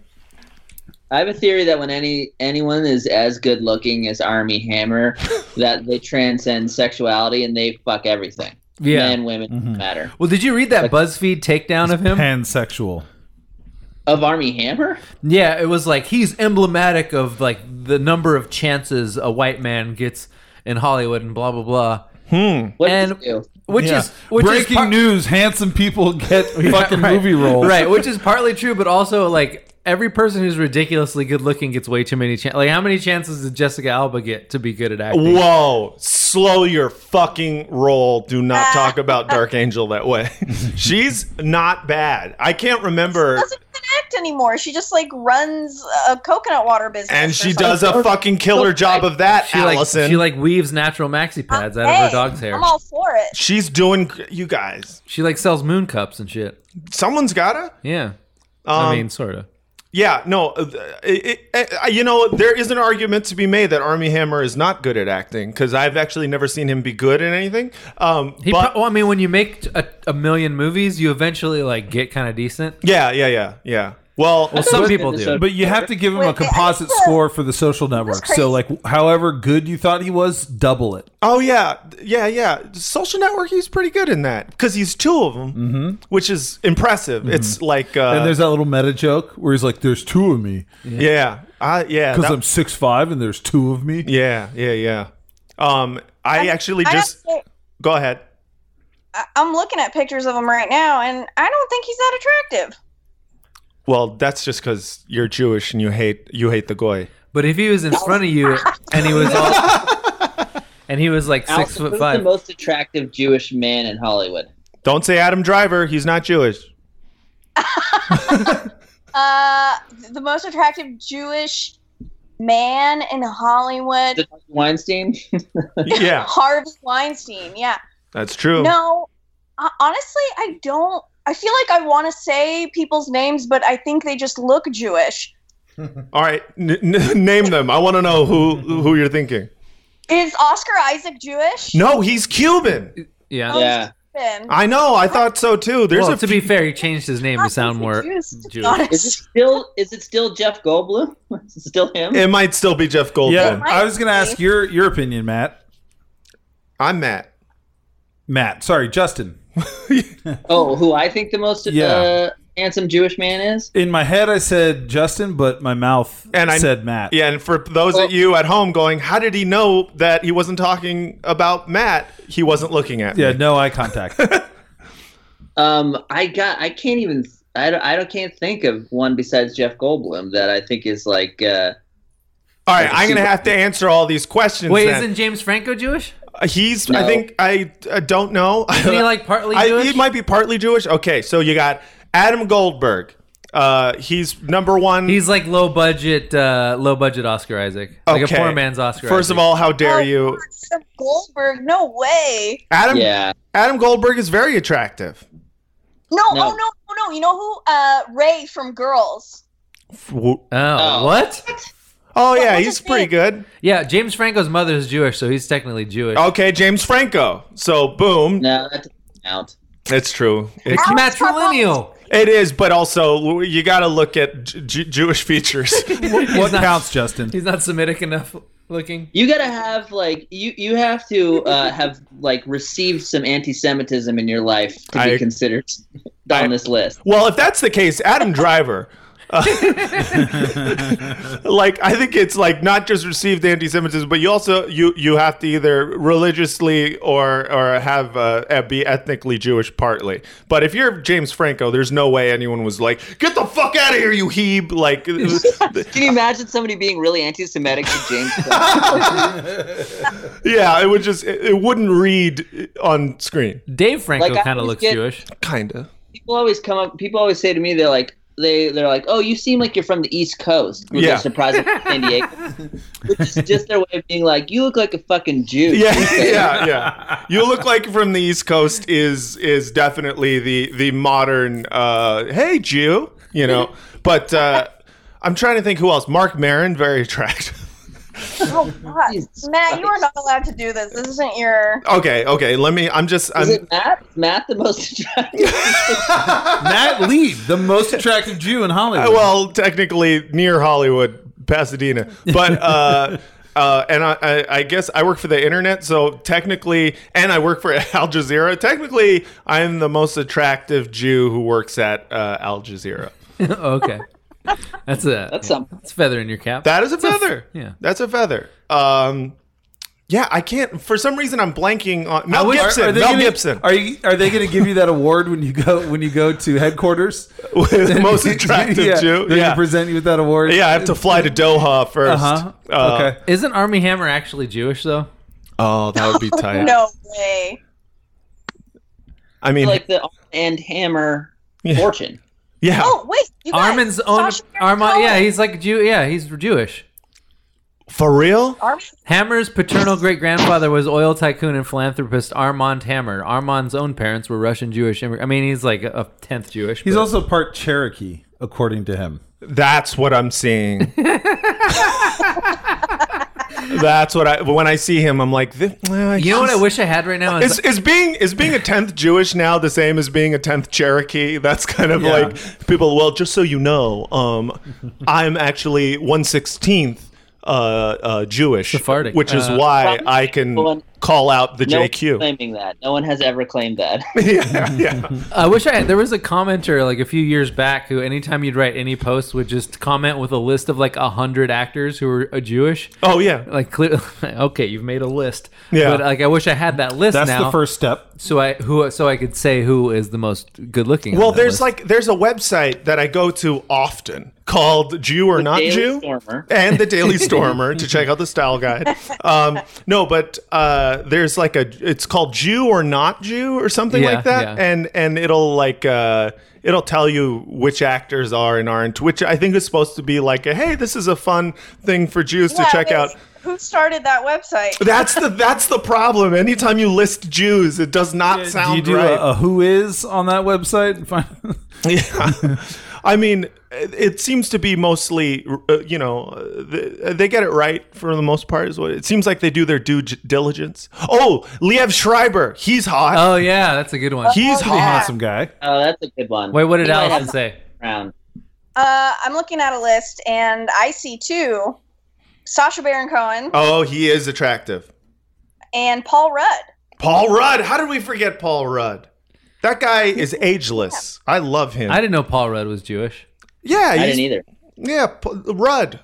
S8: I have a theory that when any anyone is as good looking as Army Hammer, that they transcend sexuality and they fuck everything.
S3: Yeah. Mm-hmm.
S8: Men, women, doesn't matter.
S3: Well, did you read that BuzzFeed takedown of him?
S2: Pansexual.
S8: Of Army Hammer?
S3: Yeah, it was like he's emblematic of like the number of chances a white man gets in Hollywood and blah blah blah.
S8: What
S3: And-
S8: did he do?
S3: Which
S2: Yeah.
S3: is which is
S2: breaking
S3: par-
S2: news: handsome people get fucking
S3: right.
S2: movie roles.
S3: right? Which is partly true, but also like every person who's ridiculously good looking gets way too many chances. Like how many chances did Jessica Alba get to be good at acting?
S1: Whoa, slow your fucking roll. Do not talk about Dark Angel that way. She's not bad. I can't remember.
S7: doesn't even act anymore. She just like runs a coconut water business,
S1: And
S7: or
S1: she
S7: something.
S1: does a fucking killer job of that,
S3: She like
S1: Allison.
S3: she like weaves natural maxi pads out of her
S7: Oh, Hey,
S3: dog's hair.
S7: I'm all for it.
S1: She's doing, gr- you guys.
S3: she like sells moon cups and shit.
S1: Someone's gotta.
S3: Yeah,
S1: Um,
S3: I mean sort of.
S1: Yeah, no, uh, it, it, uh, you know, there is an argument to be made that Army Hammer is not good at acting because I've actually never seen him be good in anything. Um,
S3: He
S1: but
S3: pro- well, I mean, when you make a, a million movies, you eventually like get kind of decent.
S1: yeah, yeah, yeah, yeah. Well,
S3: Some
S8: Look at
S3: people
S8: this
S3: do.
S8: up.
S2: But you have to give him
S7: Wait,
S2: a composite
S7: I- I-
S2: score for the social network.
S7: crazy.
S2: So, like, however good you thought he was, double it.
S1: oh yeah, yeah, yeah. Social Network, he's pretty good in that because he's two of them, which is impressive. It's like, uh,
S2: And there's that little meta joke where he's like, "There's two of me
S1: yeah, I, yeah,
S2: because
S1: that-
S2: I'm six five, and there's two of me."
S1: yeah, yeah, yeah. Um, I actually
S7: I
S1: just
S7: don't,
S1: go ahead.
S7: I- I'm looking at pictures of him right now, and I don't think he's that attractive.
S1: Well, that's just because you're Jewish and you hate you hate the goy.
S3: But if he was in front of you and he was all, and he was like six
S8: Allison,
S3: foot
S8: who's the
S3: five,
S8: most attractive Jewish man in Hollywood?
S1: Don't say Adam Driver. He's not Jewish.
S7: Uh, the most attractive Jewish man in Hollywood,
S8: Is it Weinstein?
S1: yeah,
S7: Harvey Weinstein. Yeah.
S1: that's true.
S7: No, uh, honestly, I don't. I feel like I want to say people's names, but I think they just look Jewish.
S1: All right, n- n- name them. I want to know who who you're thinking.
S7: Is Oscar Isaac Jewish?
S1: No, he's Cuban.
S3: yeah.
S7: Oh,
S8: yeah.
S7: Been.
S1: I know. I thought so too. There's
S3: well,
S1: a
S3: to be fair, he changed his name to sound more
S7: confused, to be
S3: Jewish.
S8: Is it
S7: honest.
S8: still is it still Jeff Goldblum? Is it still him?
S1: it might still be Jeff Goldblum.
S2: Yeah,
S7: might
S2: I was gonna
S7: be.
S2: ask your your opinion, Matt.
S1: I'm Matt.
S2: Matt, sorry, Justin.
S8: Oh, who I think the most
S2: Yeah.
S8: uh, handsome Jewish man is?
S2: In my head, I said Justin, but my mouth
S1: And I-
S2: said Matt.
S1: Yeah, and for those of you at home going, how did he know that he wasn't talking about Matt? He wasn't looking at.
S2: yeah,
S1: me.
S2: no eye contact.
S8: Um, I got I can't even I don't, I don't can't think of one besides Jeff Goldblum that I think is like uh,
S1: All
S8: I
S1: right,
S8: can
S1: I'm
S8: see
S1: gonna
S8: what-
S1: have to answer all these questions.
S3: Wait,
S1: then.
S3: isn't James Franco Jewish?
S1: Uh, he's? I
S8: No.
S1: think I, I don't know.
S3: Isn't he like partly
S1: I,
S3: Jewish?
S1: he might be partly Jewish. Okay, so you got Adam Goldberg. Uh, he's number one.
S3: He's like low budget, uh, low budget Oscar Isaac, like
S1: Okay.
S3: a poor man's Oscar.
S1: First of
S3: Isaac.
S1: all, how dare
S7: Oh,
S1: you?
S7: Sarah Goldberg? No way.
S1: Adam
S8: yeah.
S1: Adam Goldberg is very attractive.
S7: No,
S8: No.
S7: Oh no. Oh no. You know who? Uh, Ray from Girls.
S3: oh,
S8: Oh.
S3: what?
S1: Oh yeah,
S7: what's
S1: he's
S7: his
S1: pretty
S7: name?
S1: good.
S3: Yeah, James Franco's mother is Jewish, so he's technically Jewish.
S1: Okay, James Franco. So boom,
S8: No, that doesn't count.
S1: it's true. It,
S3: It's matrilineal.
S1: it is, but also you got to look at J- J- Jewish features.
S2: what
S3: not-
S2: counts, Justin?
S3: He's not Semitic enough looking.
S8: You gotta have like you you have to uh, have like received some anti-Semitism in your life to be
S1: I-
S8: considered on
S1: I-
S8: this list.
S1: well, if that's the case, Adam Driver. uh, like I think it's like not just received anti-Semitism, but you also you you have to either religiously or or have uh, be ethnically Jewish partly. But if you're James Franco, there's no way anyone was like, "Get the fuck out of here, you heeb!" Like
S8: Can you imagine somebody being really anti-Semitic to James?
S1: Yeah, it would just it, it wouldn't read on screen.
S3: Dave Franco
S8: Like, I
S3: kind of
S8: always
S3: looks
S8: get-
S3: Jewish.
S1: Kinda.
S8: people always come up. People always say to me, they're like, they they're like, oh, you seem like you're from the East Coast. Which
S1: Yeah.
S8: yeah. Surprising from San Diego. Which is just their way of being like, you look like a fucking Jew.
S1: Yeah, yeah, yeah. You look like from the East Coast is is definitely the the modern uh hey Jew, you know. But uh I'm trying to think who else. Mark Marin, very attractive.
S7: Oh God, Matt, you are not allowed to do this. This isn't your.
S1: Okay, okay. Let me. I'm just. I'm,
S8: Is it Matt? Is Matt the most attractive?
S2: Matt Lee, the most attractive Jew in Hollywood.
S1: Uh, well, technically near Hollywood, Pasadena, but uh, uh, and I, I, I guess I work for the internet, so technically, and I work for Al Jazeera. Technically, I'm the most attractive Jew who works at uh, Al Jazeera.
S3: okay. That's a
S8: That's something.
S3: That's a feather in your cap.
S1: That is a feather.
S3: yeah.
S1: that's a feather. Um, yeah, I can't. For some reason, I'm blanking on Mel
S2: Are-
S1: Gibson.
S2: are they
S1: Mel
S2: gonna-
S1: Gibson.
S2: Are you? Are they going to give you that award when you go when you go to headquarters?
S1: the most attractive
S2: yeah,
S1: Jew.
S2: They're going
S1: Yeah.
S2: to present you with that award.
S1: yeah, I have to fly to Doha Uh, 1st
S2: Uh-huh. okay.
S3: Isn't Army Hammer actually Jewish though?
S1: Oh, that would be tight.
S7: No way.
S1: I mean,
S8: like the and Hammer
S1: Yeah.
S8: fortune.
S1: yeah.
S7: Oh wait, you guys,
S3: Armin's own
S7: Sacha Baron
S3: Armand.
S7: Cohen.
S3: Yeah, he's like Jew. Yeah, he's Jewish.
S1: For real?
S7: Armin.
S3: Hammer's paternal great grandfather was oil tycoon and philanthropist Armand Hammer. Armand's own parents were Russian Jewish. immigrants. I mean, he's like a tenth Jewish.
S2: He's
S3: but-
S2: also part Cherokee, according to him.
S1: That's what I'm seeing. That's what I. When I see him, I'm like, this,
S3: You know what I wish I had right now is
S1: Is, is being is being a tenth Jewish now the same as being a tenth Cherokee? That's kind of
S2: Yeah.
S1: like people. Well, just so you know, um, I'm actually one sixteenth uh, uh, Jewish,
S3: Sephardic.
S1: which is
S3: Uh,
S1: why I can
S8: Well,
S1: call out the
S8: No one's
S1: JQ.
S8: claiming that. No one has ever claimed that.
S1: yeah, yeah.
S3: I wish I had. There was a commenter like a few years back who, anytime you'd write any post, would just comment with a list of like a hundred actors who were uh, Jewish.
S1: Oh yeah.
S3: Like, clear, okay, you've made a list.
S1: Yeah.
S3: But like, I wish I had that list
S2: That's
S3: now.
S2: the first step.
S3: So I who so I could say who is the most good looking. on
S1: Well,
S3: that
S1: there's
S3: list.
S1: like there's a website that I go to often called Jew or Not
S8: Daily
S1: Jew.
S8: Stormer.
S1: and the Daily Stormer to check out the style guide. Um, no, but uh, there's like a it's called Jew or not Jew or something
S3: Yeah,
S1: like that,
S3: yeah.
S1: and and it'll like uh, it'll tell you which actors are and aren't, which I think is supposed to be like a hey, this is a fun thing for Jews
S7: Yeah,
S1: to check out.
S7: there's- Who started that website?
S1: That's the that's the problem. Anytime you list Jews, it does not
S2: do you
S1: sound
S2: do
S1: right.
S2: a, a who is on that website? Fine.
S1: Yeah. I mean, it it seems to be mostly, uh, you know, uh, th- they get it right for the most part, is what it seems like they do their due j- diligence. Oh, Liev Schreiber. He's hot.
S3: oh yeah, that's a good one.
S1: he's
S7: Oh,
S1: hot.
S7: yeah.
S2: Awesome guy.
S8: Oh, that's a good one.
S3: Wait, what did
S8: He might
S3: Allison
S8: have
S3: say?
S8: Brown.
S7: Uh, I'm looking at a list, and I see two: Sasha Baron Cohen
S1: Oh, he is attractive.
S7: and Paul Rudd.
S1: Paul Rudd. How did we forget Paul Rudd? That guy is ageless. I love him.
S3: I didn't know Paul Rudd was Jewish.
S1: yeah,
S8: I
S1: he's-
S8: didn't either.
S1: yeah, P- Rudd.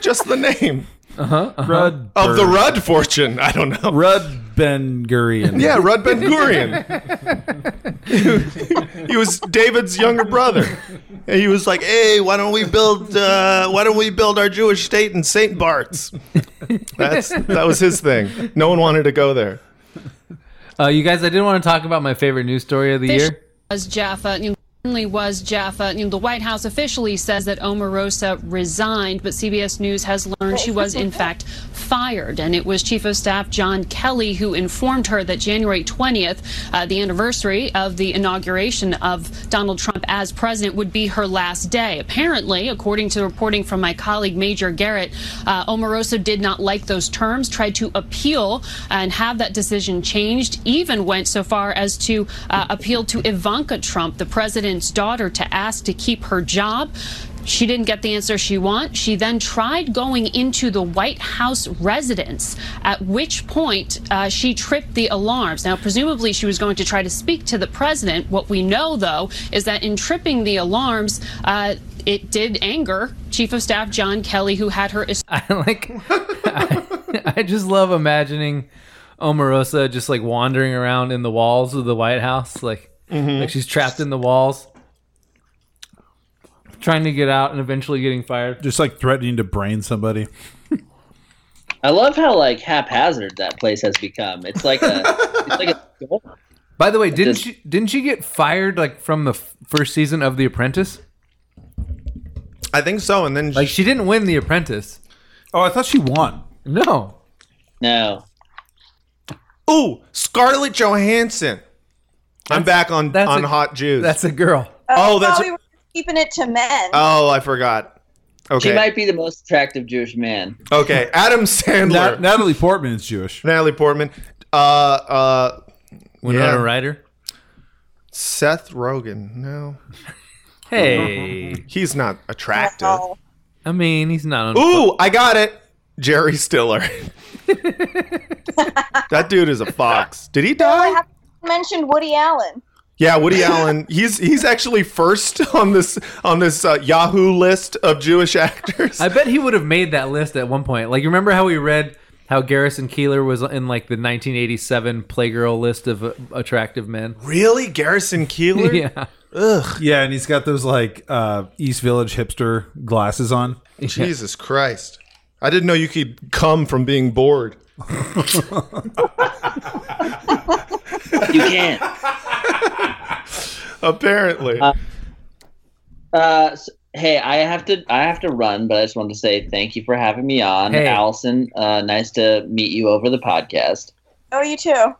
S1: Just the name Uh-huh.
S2: Rudd
S1: of the
S2: Bur-
S1: Rudd fortune. I don't know.
S2: Rudd Ben Gurion.
S1: Yeah, Rudd Ben Gurion. he was David's younger brother. And he was like, "Hey, why don't we build? Uh, why don't we build our Jewish state in Saint Bart's?" That's that was his thing. No one wanted to go there.
S3: Uh, you guys, I did want to talk about my favorite news story of the year.
S9: was Jaffa. New certainly was Jaffa. New- The White House officially says that Omarosa resigned, but CBS News has learned she was in fact fired, and it was Chief of Staff John Kelly who informed her that January 20th, uh, the anniversary of the inauguration of Donald Trump as president, would be her last day. Apparently, according to reporting from my colleague Major Garrett, uh, Omarosa did not like those terms, tried to appeal and have that decision changed, even went so far as to uh, appeal to Ivanka Trump, the president's daughter, to ask to keep her job. She didn't get the answer she want. She then tried going into the White House residence, at which point uh, she tripped the alarms. Now, presumably, she was going to try to speak to the president. What we know, though, is that in tripping the alarms, uh, it did anger Chief of Staff John Kelly, who had her
S3: I like I, I just love imagining Omarosa just like wandering around in the walls of the White House, like
S2: Mm-hmm.
S3: like she's trapped in the walls, trying to get out and eventually getting fired.
S2: Just like threatening to brain somebody.
S8: I love how like haphazard that place has become. It's like a, it's like a store.
S3: By the way, didn't
S8: Just-
S3: she didn't she get fired like from the f- first season of The Apprentice?
S1: I think so. And then
S3: Like she didn't win The Apprentice.
S2: Oh, I thought she won.
S3: No.
S8: No,
S1: ooh, Scarlett Johansson. I'm back on
S3: that's
S1: on
S3: a-
S1: hot Jews.
S3: That's a girl.
S7: Uh, I
S1: Oh,
S7: thought
S1: that's-
S7: we were keeping it to men.
S1: oh, I forgot.
S8: She
S1: Okay.
S8: might be the most attractive Jewish man.
S1: Okay. Adam Sandler.
S2: Nat- Natalie Portman is Jewish.
S1: Natalie Portman. Uh, uh,
S3: Winona
S1: Yeah.
S3: Ryder.
S1: Seth Rogen. No,
S3: Hey,
S1: he's not attractive.
S7: Wow.
S3: I mean he's not. Un-
S1: Ooh, I got it. Jerry Stiller. that dude is a fox. Did he
S7: Oh, I
S1: die?
S7: haven't mentioned Woody Allen.
S1: Yeah, Woody Allen. He's he's actually first on this on this uh, Yahoo list of Jewish actors.
S3: I bet he would have made that list at one point. Like you remember how we read how Garrison Keeler was in like the 1987 Playgirl list of uh, attractive men.
S1: really, Garrison Keeler?
S3: yeah.
S2: Yeah, and he's got those like uh, East Village hipster glasses on.
S1: Jesus Christ! I didn't know you could come from being bored.
S8: You can't.
S1: Apparently,
S8: Uh, s hey, I have to I have to run, but I just wanted to say thank you for having me on,
S3: Hey.
S8: Allison. Uh, nice to meet you over the podcast.
S7: Oh, you too.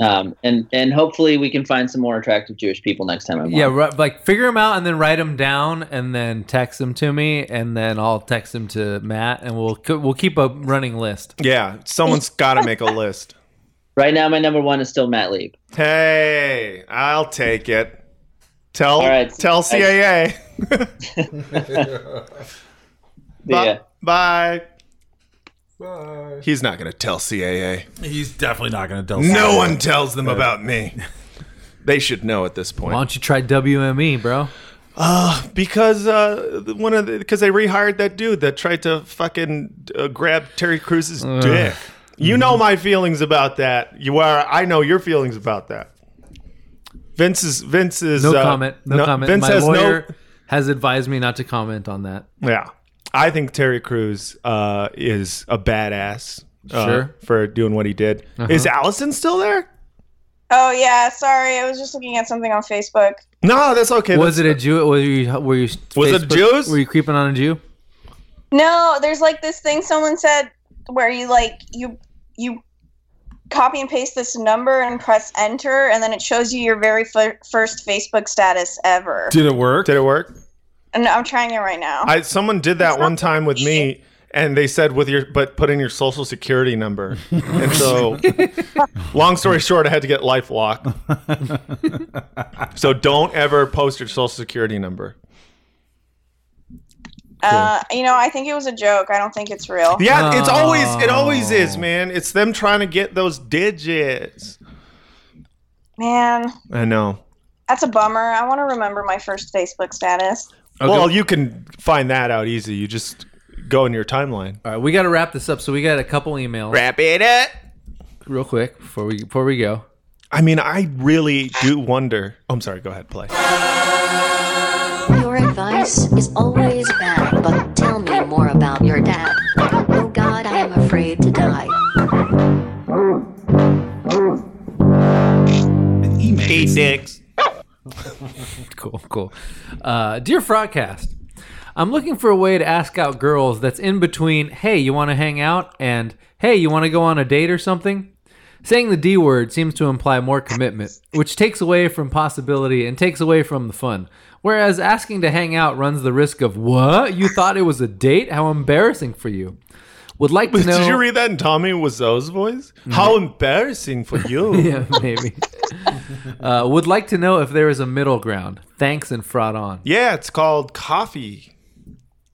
S8: Um, and and hopefully we can find some more attractive Jewish people next time I'm
S3: Yeah,
S8: on.
S3: ri- like figure them out and then write them down and then text them to me and then I'll text them to Matt and we'll we'll keep a running list.
S1: yeah. Someone's got to make a list.
S8: Right now, my number one is still Matt Lieb.
S1: Hey, I'll take it. Tell
S8: All right.
S1: tell CAA.
S8: But yeah.
S1: Bye. Bye. He's not going to tell CAA.
S2: He's definitely not going to tell.
S1: No
S2: Sandler.
S1: one tells them about me. They should know at this
S3: Why
S1: point
S3: don't you try WME, bro?
S1: because uh, one of because they rehired that dude that tried to fucking uh, grab Terry Cruz's dick. You know my feelings about that. You are. I know your feelings about that. Vince is Vince is
S3: No
S1: uh,
S3: comment. No, comment.
S1: Vince
S3: My
S1: has
S3: lawyer
S1: no.
S3: has advised me not to comment on that.
S1: Yeah, I think Terry Crews uh, is a badass. uh,
S3: Sure. Uh-huh.
S1: for doing what he did. Is Allison still there?
S7: Oh yeah, sorry. I was just looking at something on Facebook.
S1: No, that's okay.
S3: Was it a Jew? Were you were you
S1: Was it Jews?
S3: Were you creeping on a Jew?
S7: No, there's like this thing someone said where you like you you copy and paste this number and press enter and then it shows you your very fir- first Facebook status ever.
S2: Did it work?
S1: Did it work?
S7: And I'm trying it right now.
S1: I someone did that one time with me, and they said with your but put in your social security number, and so long story short, I had to get LifeLock. so don't ever post your social security number.
S7: uh, you know, I think it was a joke. I don't think it's real.
S1: Yeah, it's always it always is,
S3: Oh.
S1: man. It's them trying to get those digits.
S7: Man,
S1: I know.
S7: that's a bummer. I want to remember my first Facebook status.
S1: Well, you can find that out easy. You just go in your timeline.
S3: All right, we got to wrap this up. So we got a couple emails
S1: Wrap it up.
S3: real quick before we before we go.
S1: I mean, I really do wonder. Oh, I'm sorry. Go ahead, play.
S10: Your advice is always bad, but tell me more about your dad. Oh god, I am afraid to die.
S1: Eight dicks.
S3: cool, cool. Uh, dear Fraudcast, I'm looking for a way to ask out girls that's in between, hey, you want to hang out, and hey, you want to go on a date or something? Saying the D word seems to imply more commitment, which takes away from possibility and takes away from the fun. Whereas asking to hang out runs the risk of, what? You thought it was a date? How embarrassing for you. Would like to know.
S1: Did you read that in Tommy Wiseau's voice? How embarrassing for you.
S3: yeah, maybe. uh, would like to know if there is a middle ground. Thanks and fraud on.
S1: Yeah, it's called coffee.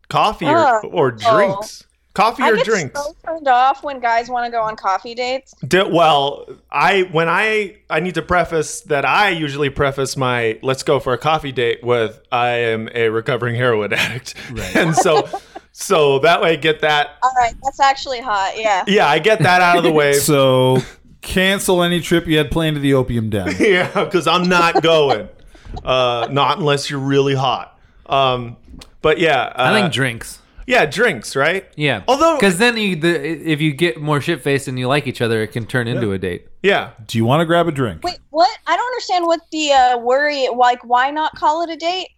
S1: Coffee
S7: Oh.
S1: or, or drinks. Coffee
S7: I
S1: or
S7: get
S1: drinks.
S7: so turned off when guys want to go on coffee dates.
S1: D- well, I when I I need to preface that I usually preface my let's go for a coffee date with I am a recovering heroin addict. and so so that way I get that
S7: All right, that's actually hot. Yeah.
S1: yeah, I get that out of the way.
S2: So cancel any trip you had planned to the opium den.
S1: Yeah, because I'm not going. uh, not unless you're really hot. Um, but yeah, uh,
S3: I think drinks.
S1: yeah, drinks, right?
S3: Yeah.
S1: Although-
S3: because then you, the, if you get more shit faced and you like each other, it can turn into a date.
S1: Yeah,
S2: Do you want to grab a drink?
S7: Wait, what? I don't understand what the uh, worry. Like, why not call it a date?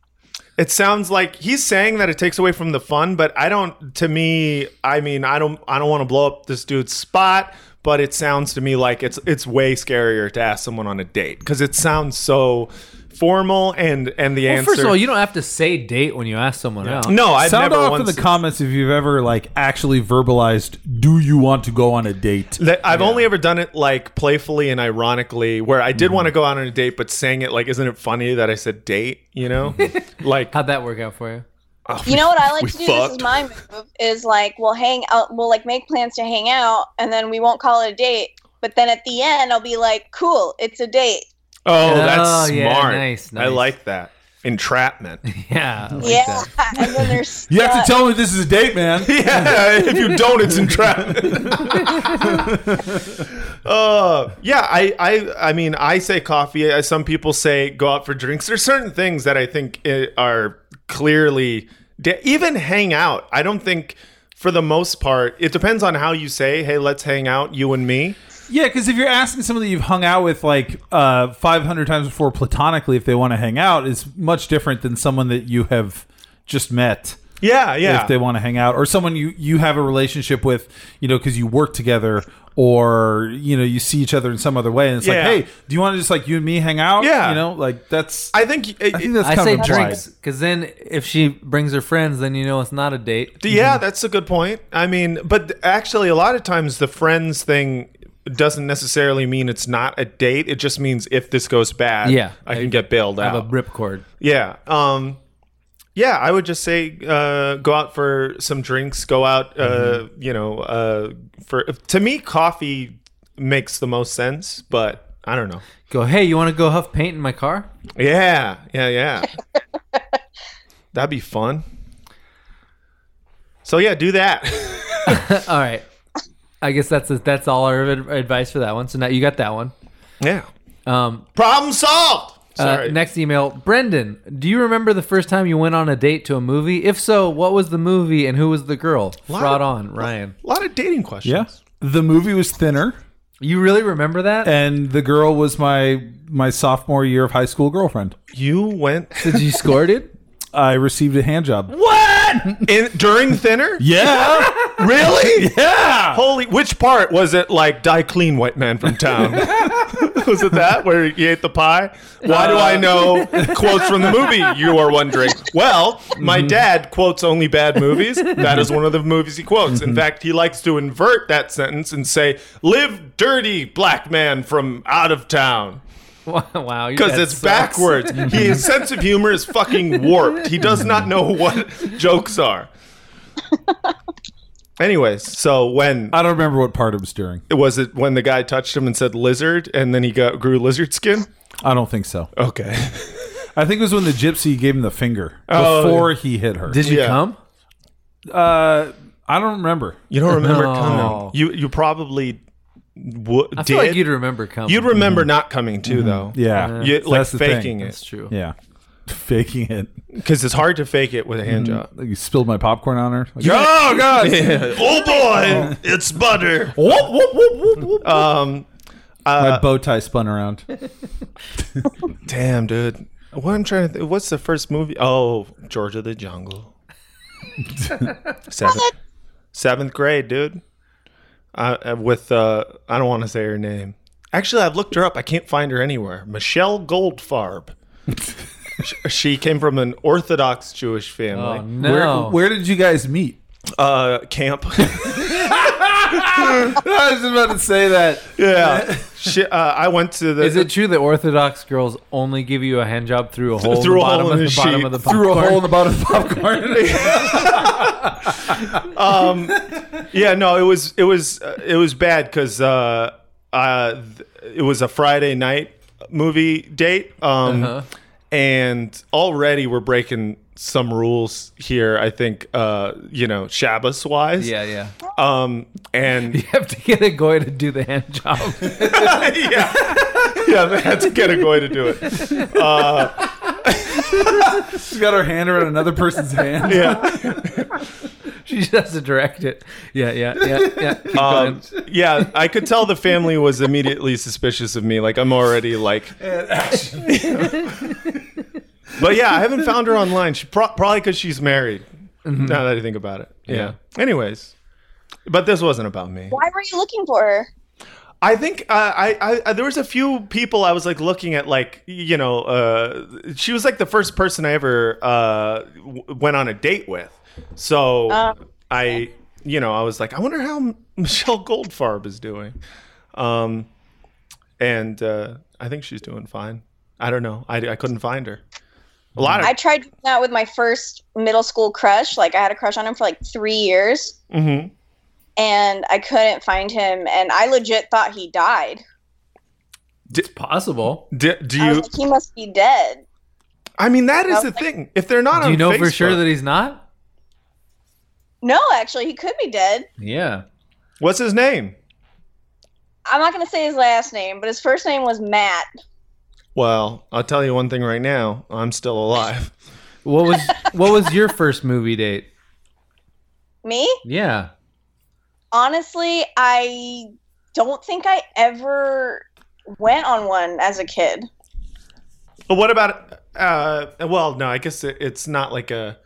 S1: it sounds like he's saying that it takes away from the fun, but I don't. To me, I mean, I don't. I don't want to blow up this dude's spot. but it sounds to me like it's it's way scarier to ask someone on a date because it sounds so formal and and the
S3: Well,
S1: answer.
S3: first of all, you don't have to say date when you ask someone out.
S1: No, I've
S2: Sound
S1: never
S2: off
S1: once.
S2: in the comments if you've ever like actually verbalized, "Do you want to go on a date?"
S1: That I've only ever done it like playfully and ironically, where I did want to go out on a date, but saying it like, isn't it funny that I said date? You know, like oh,
S3: how'd that work out for you?
S7: You know what I like
S1: We
S7: to do? This
S1: fucked.
S7: is my move. Is like we'll hang out, we'll like make plans to hang out, and then we won't call it a date. But then at the end, I'll be like, "Cool, it's a date."
S1: oh,
S3: Oh,
S1: that's
S3: yeah,
S1: smart.
S3: nice,
S1: I
S3: nice.
S1: like that entrapment.
S3: Yeah. I like
S7: yeah,
S3: that.
S7: and then there's
S2: You have to tell me this is a date, man.
S1: yeah, if you don't, it's entrapment. uh, yeah, I, I, I mean, I say coffee. uh, Some people say go out for drinks. There's certain things that I think uh, are clearly da- even hang out. I don't think. For the most part, it depends on how you say, "Hey, let's hang out, you and me."
S2: Yeah, because if you're asking someone that you've hung out with like uh, 500 times before platonically if they want to hang out, is much different than someone that you have just met.
S1: Yeah, yeah.
S2: If they want to hang out, or someone you you have a relationship with, you know, because you work together, or you know, you see each other in some other way, and it's
S1: Yeah.
S2: like, hey, do you want to just like you and me hang out?
S1: Yeah.
S2: you know, like that's. I,
S1: I think,
S2: think that's
S3: I
S2: kind
S3: say
S2: of implied.
S3: drinks because then if she brings her friends, then you know it's not a date.
S1: Yeah, that's a good point. I mean, but actually, a lot of times the friends thing doesn't necessarily mean it's not a date. It just means if this goes bad,
S3: Yeah.
S1: I can get bailed
S3: Have a
S1: out.
S3: ripcord.
S1: yeah, um, yeah. I would just say uh, go out for some drinks. Go out, uh,
S3: Mm-hmm.
S1: you know, uh, for to me, coffee makes the most sense. But I don't know.
S3: Go, hey, you want to go huff paint in my car?
S1: Yeah, yeah, yeah. That'd be fun. So yeah, do that.
S3: All right. I guess that's that's all our ad- advice for that one. So now you got that one.
S1: yeah.
S3: Um,
S1: Problem solved.
S3: Uh,
S1: Sorry.
S3: next email, Brendan. Do you remember the first time you went on a date to a movie? If so, what was the movie and who was the girl?
S1: Lot
S3: Fraud
S1: of-
S3: on, Ryan.
S1: a lot of dating questions.
S2: yeah, the movie was thinner,
S3: You really remember that?
S2: and the girl was my my sophomore year of high school girlfriend.
S1: You went
S3: Did you score it?
S2: I received a hand job.
S1: in during thinner?
S2: Yeah,
S1: Really?
S2: yeah.
S1: Holy which part was it like die clean white man from town? was it that where he ate the pie? Why do I know quotes from the movie you are wondering? Well, my dad quotes only bad movies. That is one of the movies he quotes. In fact, he likes to invert that sentence and say, "Live dirty black man from out of town."
S3: wow,
S1: Because it's backwards. he, his sense of humor is fucking warped. He does not know what jokes are. Anyways, so when
S2: I don't remember what part it was during.
S1: was it when the guy touched him and said lizard, and then he got grew lizard skin?
S2: I don't think so.
S1: Okay,
S2: I think it was when the gypsy gave him the finger
S1: Oh.
S2: before he hit her.
S3: Did you
S1: Yeah.
S3: come?
S2: uh, I don't remember.
S1: you don't remember
S3: No.
S1: coming. You you probably w-
S3: I
S1: did.
S3: feel like you'd
S1: you'd, Mm-hmm.
S3: remember coming.
S1: remember not coming too, though.
S2: Yeah, Uh,
S1: you,
S2: So
S1: like
S2: that's the thing.
S1: faking
S3: That's
S1: it
S3: true.
S2: Yeah, faking it.
S1: because it's hard to fake it with a hand job.
S2: Like you spilled my popcorn on her. Like,
S1: Mm-hmm.
S2: "Ah!"
S1: Oh god! Oh boy, it's butter.
S2: whoop, whoop, whoop, whoop, whoop.
S1: Um,
S2: my bow tie spun around.
S1: Damn, dude. What I'm trying to think. What's the first movie? Oh, George of the Jungle. seventh, seventh grade, dude. Uh, uh, with uh, I don't want to say her name. Actually, I've looked her up. I can't find her anywhere. Michelle Goldfarb. Sh- she came from an Orthodox Jewish family.
S3: Oh, no.
S2: Where did you guys meet?
S1: Uh, camp.
S2: I was about to say that.
S1: yeah. She, uh, I went to the.
S3: Is it true that Orthodox girls only give you a hand job through a hole
S1: Through a
S3: in the bottom
S1: hole
S3: of
S1: in
S3: the,
S1: the
S3: bottom
S1: sheet.
S3: of the
S2: Threw a
S3: popcorn?
S2: hole in the bottom of the popcorn.
S1: yeah no it was it was uh, it was bad because uh uh th- it was a friday night movie date um and already we're breaking some rules here i think uh you know shabbos wise
S3: Yeah, yeah.
S1: um and
S3: You have to get a goy to do the hand job.
S1: yeah yeah they had to get a goy to do it
S2: She got her hand around another person's hand.
S1: yeah
S3: she just has to direct it. Yeah, yeah, yeah, yeah. Keep
S1: um,
S3: going.
S1: yeah i could tell the family was immediately suspicious of me like i'm already like But yeah, I haven't found her online. She pro- probably because she's married. Now that I think about it. Yeah. Anyways, but this wasn't about me.
S7: why were you looking for her?
S1: I think uh, I, I, I there was a few people I was like looking at like you know uh, she was like the first person I ever uh, w- went on a date with, so
S7: Oh,
S1: I you know I was like I wonder how M- Michelle Goldfarb is doing, um, and uh, I think she's doing fine. I don't know I, I couldn't find her. A lot of
S7: I tried doing that with my first middle school crush. Like I had a crush on him for like three years,
S1: Mhm.
S7: and I couldn't find him. And I legit thought he died.
S3: it's possible.
S1: Do, do
S7: I
S1: you?
S7: was like, he must be dead.
S1: I mean that
S7: I
S1: is
S7: was
S1: the
S7: like-
S1: thing. If they're not,
S3: Do you
S1: on
S3: know for
S1: Facebook-
S3: sure that he's not?
S7: No, actually, he could be dead.
S3: Yeah.
S1: What's his name?
S7: I'm not gonna say his last name, but his first name was Matt.
S1: Well, I'll tell you one thing right now. I'm still alive.
S3: What was what was your first movie date?
S7: Me,
S3: Yeah.
S7: honestly, I don't think I ever went on one as a kid.
S1: But what about? Uh, well, no, I guess it, it's not like a.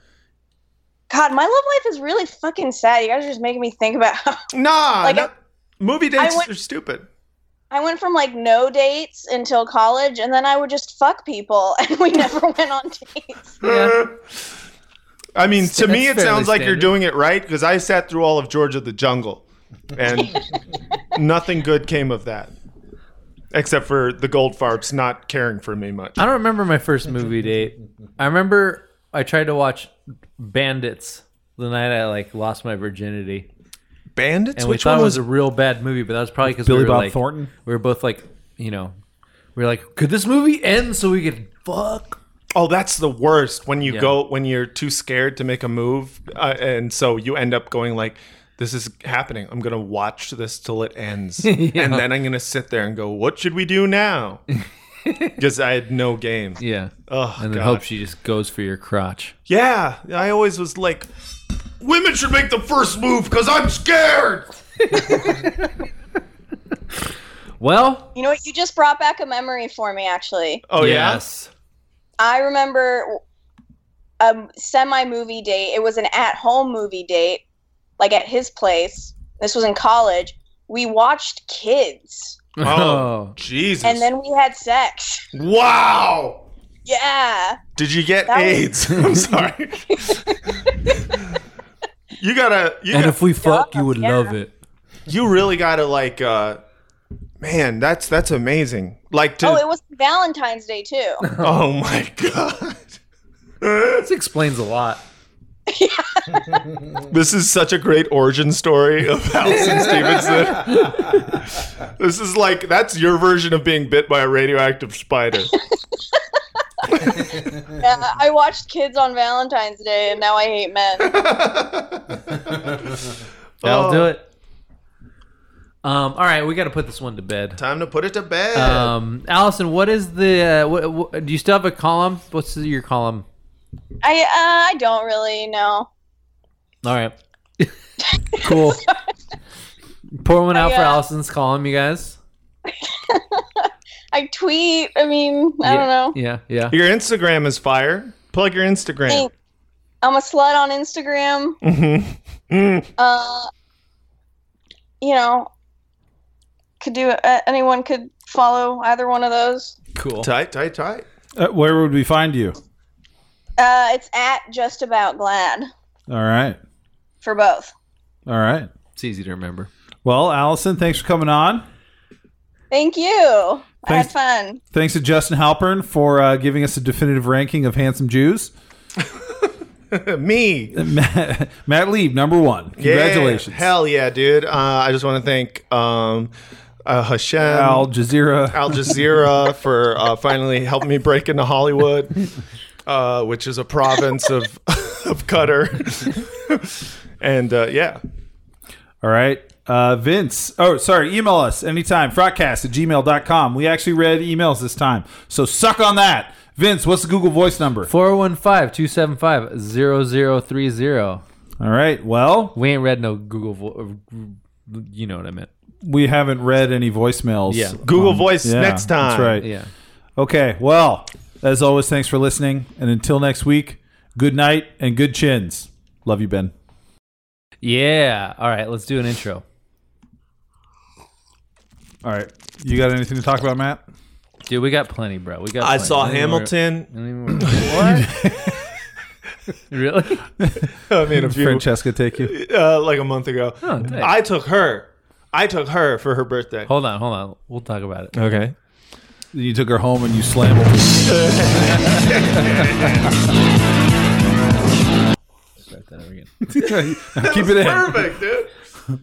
S7: God, my love life is really fucking sad. You guys are just making me think about how
S1: Nah,
S7: Like,
S1: no- movie dates
S7: I went-
S1: are stupid.
S7: I went from like no dates until college, and then I would just fuck people, and we never went on dates.
S3: Yeah.
S1: I mean, to me, it
S3: that's
S1: sounds
S3: fairly
S1: like you're
S3: standard.
S1: doing it right because I sat through all of Georgia the Jungle, and nothing good came of that, except for the Goldfarbs not caring for me much.
S3: I don't remember my first movie date. I remember I tried to watch Bandits the night I like lost my virginity,
S1: Bandits,
S3: and we
S1: which
S3: thought
S1: one
S3: it was
S1: was?
S3: a real bad movie, but that was probably because we
S2: Billy
S3: were
S2: Bob
S3: like,
S2: Thornton?
S3: We were both like, you know, we were like, could this movie end so we could fuck?
S1: oh, that's the worst when you
S3: Yeah.
S1: go when you're too scared to make a move, uh, and so you end up going like. This is happening. I'm gonna watch this till it ends, and then I'm gonna sit there and go, "What should we do now?" Because I had no game.
S3: Yeah.
S1: Oh,
S3: and then
S1: God.
S3: hope she just goes for your crotch.
S1: Yeah, I always was like, women should make the first move because I'm scared.
S3: Well,
S7: You know what? You just brought back a memory for me, actually.
S1: Oh
S3: yes.
S7: I remember a semi movie date. It was an at home movie date, like at his place. This was in college. We watched kids,
S1: yeah. Oh, Jesus.
S7: and then we had sex.
S1: wow.
S7: Yeah.
S1: Did you get
S7: That was-
S1: AIDS? I'm sorry. you gotta. You,
S3: and
S1: got-
S3: if we fuck, you would
S7: yeah.
S3: love it.
S1: you really gotta like. uh Man, that's that's amazing. Like to.
S7: Oh, it was Valentine's Day too.
S1: oh my god.
S3: This explains a lot.
S1: This is such a great origin story of Allison Stevenson. this is like that's your version of being bit by a radioactive spider.
S7: yeah, I watched kids on Valentine's Day, and now I hate men.
S3: That'll
S1: Oh.
S3: do it. Um, all right, we got to put this one to bed.
S1: Time to put it to bed.
S3: Um, Allison, what is the? Uh, what, what, do you still have a column? What's your column?
S7: I uh, I don't really know.
S3: All right, cool. Pour one out
S7: I,
S3: for
S7: uh,
S3: Allison's column, you guys.
S7: I tweet. I mean, I
S3: yeah,
S7: don't know.
S3: Yeah, yeah.
S1: your Instagram is fire. Plug your Instagram.
S7: Thanks. I'm a slut on Instagram.
S1: Mhm. Mm.
S7: Uh, you know, could do. Uh, anyone could follow either one of those.
S3: Cool.
S1: Tight, tight, tight.
S2: Uh, where would we find you?
S7: Uh, it's at just about glad
S2: All right.
S7: for both.
S2: All right.
S3: It's easy to remember.
S2: Well, Allison, thanks for coming on.
S7: Thank you.
S2: Thanks.
S7: I had fun.
S2: Thanks to Justin Halpern for uh, giving us a definitive ranking of handsome Jews.
S1: Me.
S2: Matt, Matt Lieb, number one. Congratulations.
S1: Yeah, hell yeah, dude. Uh, I just want to thank um, uh, Hashem.
S2: Al Jazeera.
S1: Al Jazeera for uh, finally helping me break into Hollywood, uh, which is a province of of Qatar. and uh, yeah,
S2: All right. Uh, Vince. Oh, sorry. Email us anytime. Frogcast at gmail.com. We actually read emails this time. So suck on that. Vince, what's the Google voice number?
S3: 415-275-0030.
S2: All right. Well,
S3: We ain't read no Google. Vo- uh, you know what I meant.
S2: we haven't read any voicemails.
S3: Yeah.
S1: Google
S2: Um,
S1: Voice
S2: yeah,
S1: next time.
S2: That's right.
S3: Yeah.
S2: Okay. Well, as always, thanks for listening. And until next week, good night and good chins. Love you, Ben.
S3: Yeah. All right, let's do an intro.
S2: All right. You got anything to talk about, Matt?
S3: Dude, we got plenty, bro. We got.
S1: I
S3: plenty.
S1: saw
S3: Any more- any more-
S1: Hamilton.
S3: really?
S1: I mean, a few,
S2: Francesca take you?
S1: uh, like a month ago.
S3: Oh, thanks.
S1: I took her. I took her for her birthday.
S3: Hold on, hold on. We'll talk about it.
S1: Okay.
S2: You took her home and you slammed her.
S3: Start that over again.
S2: Keep it in.
S1: Perfect, dude.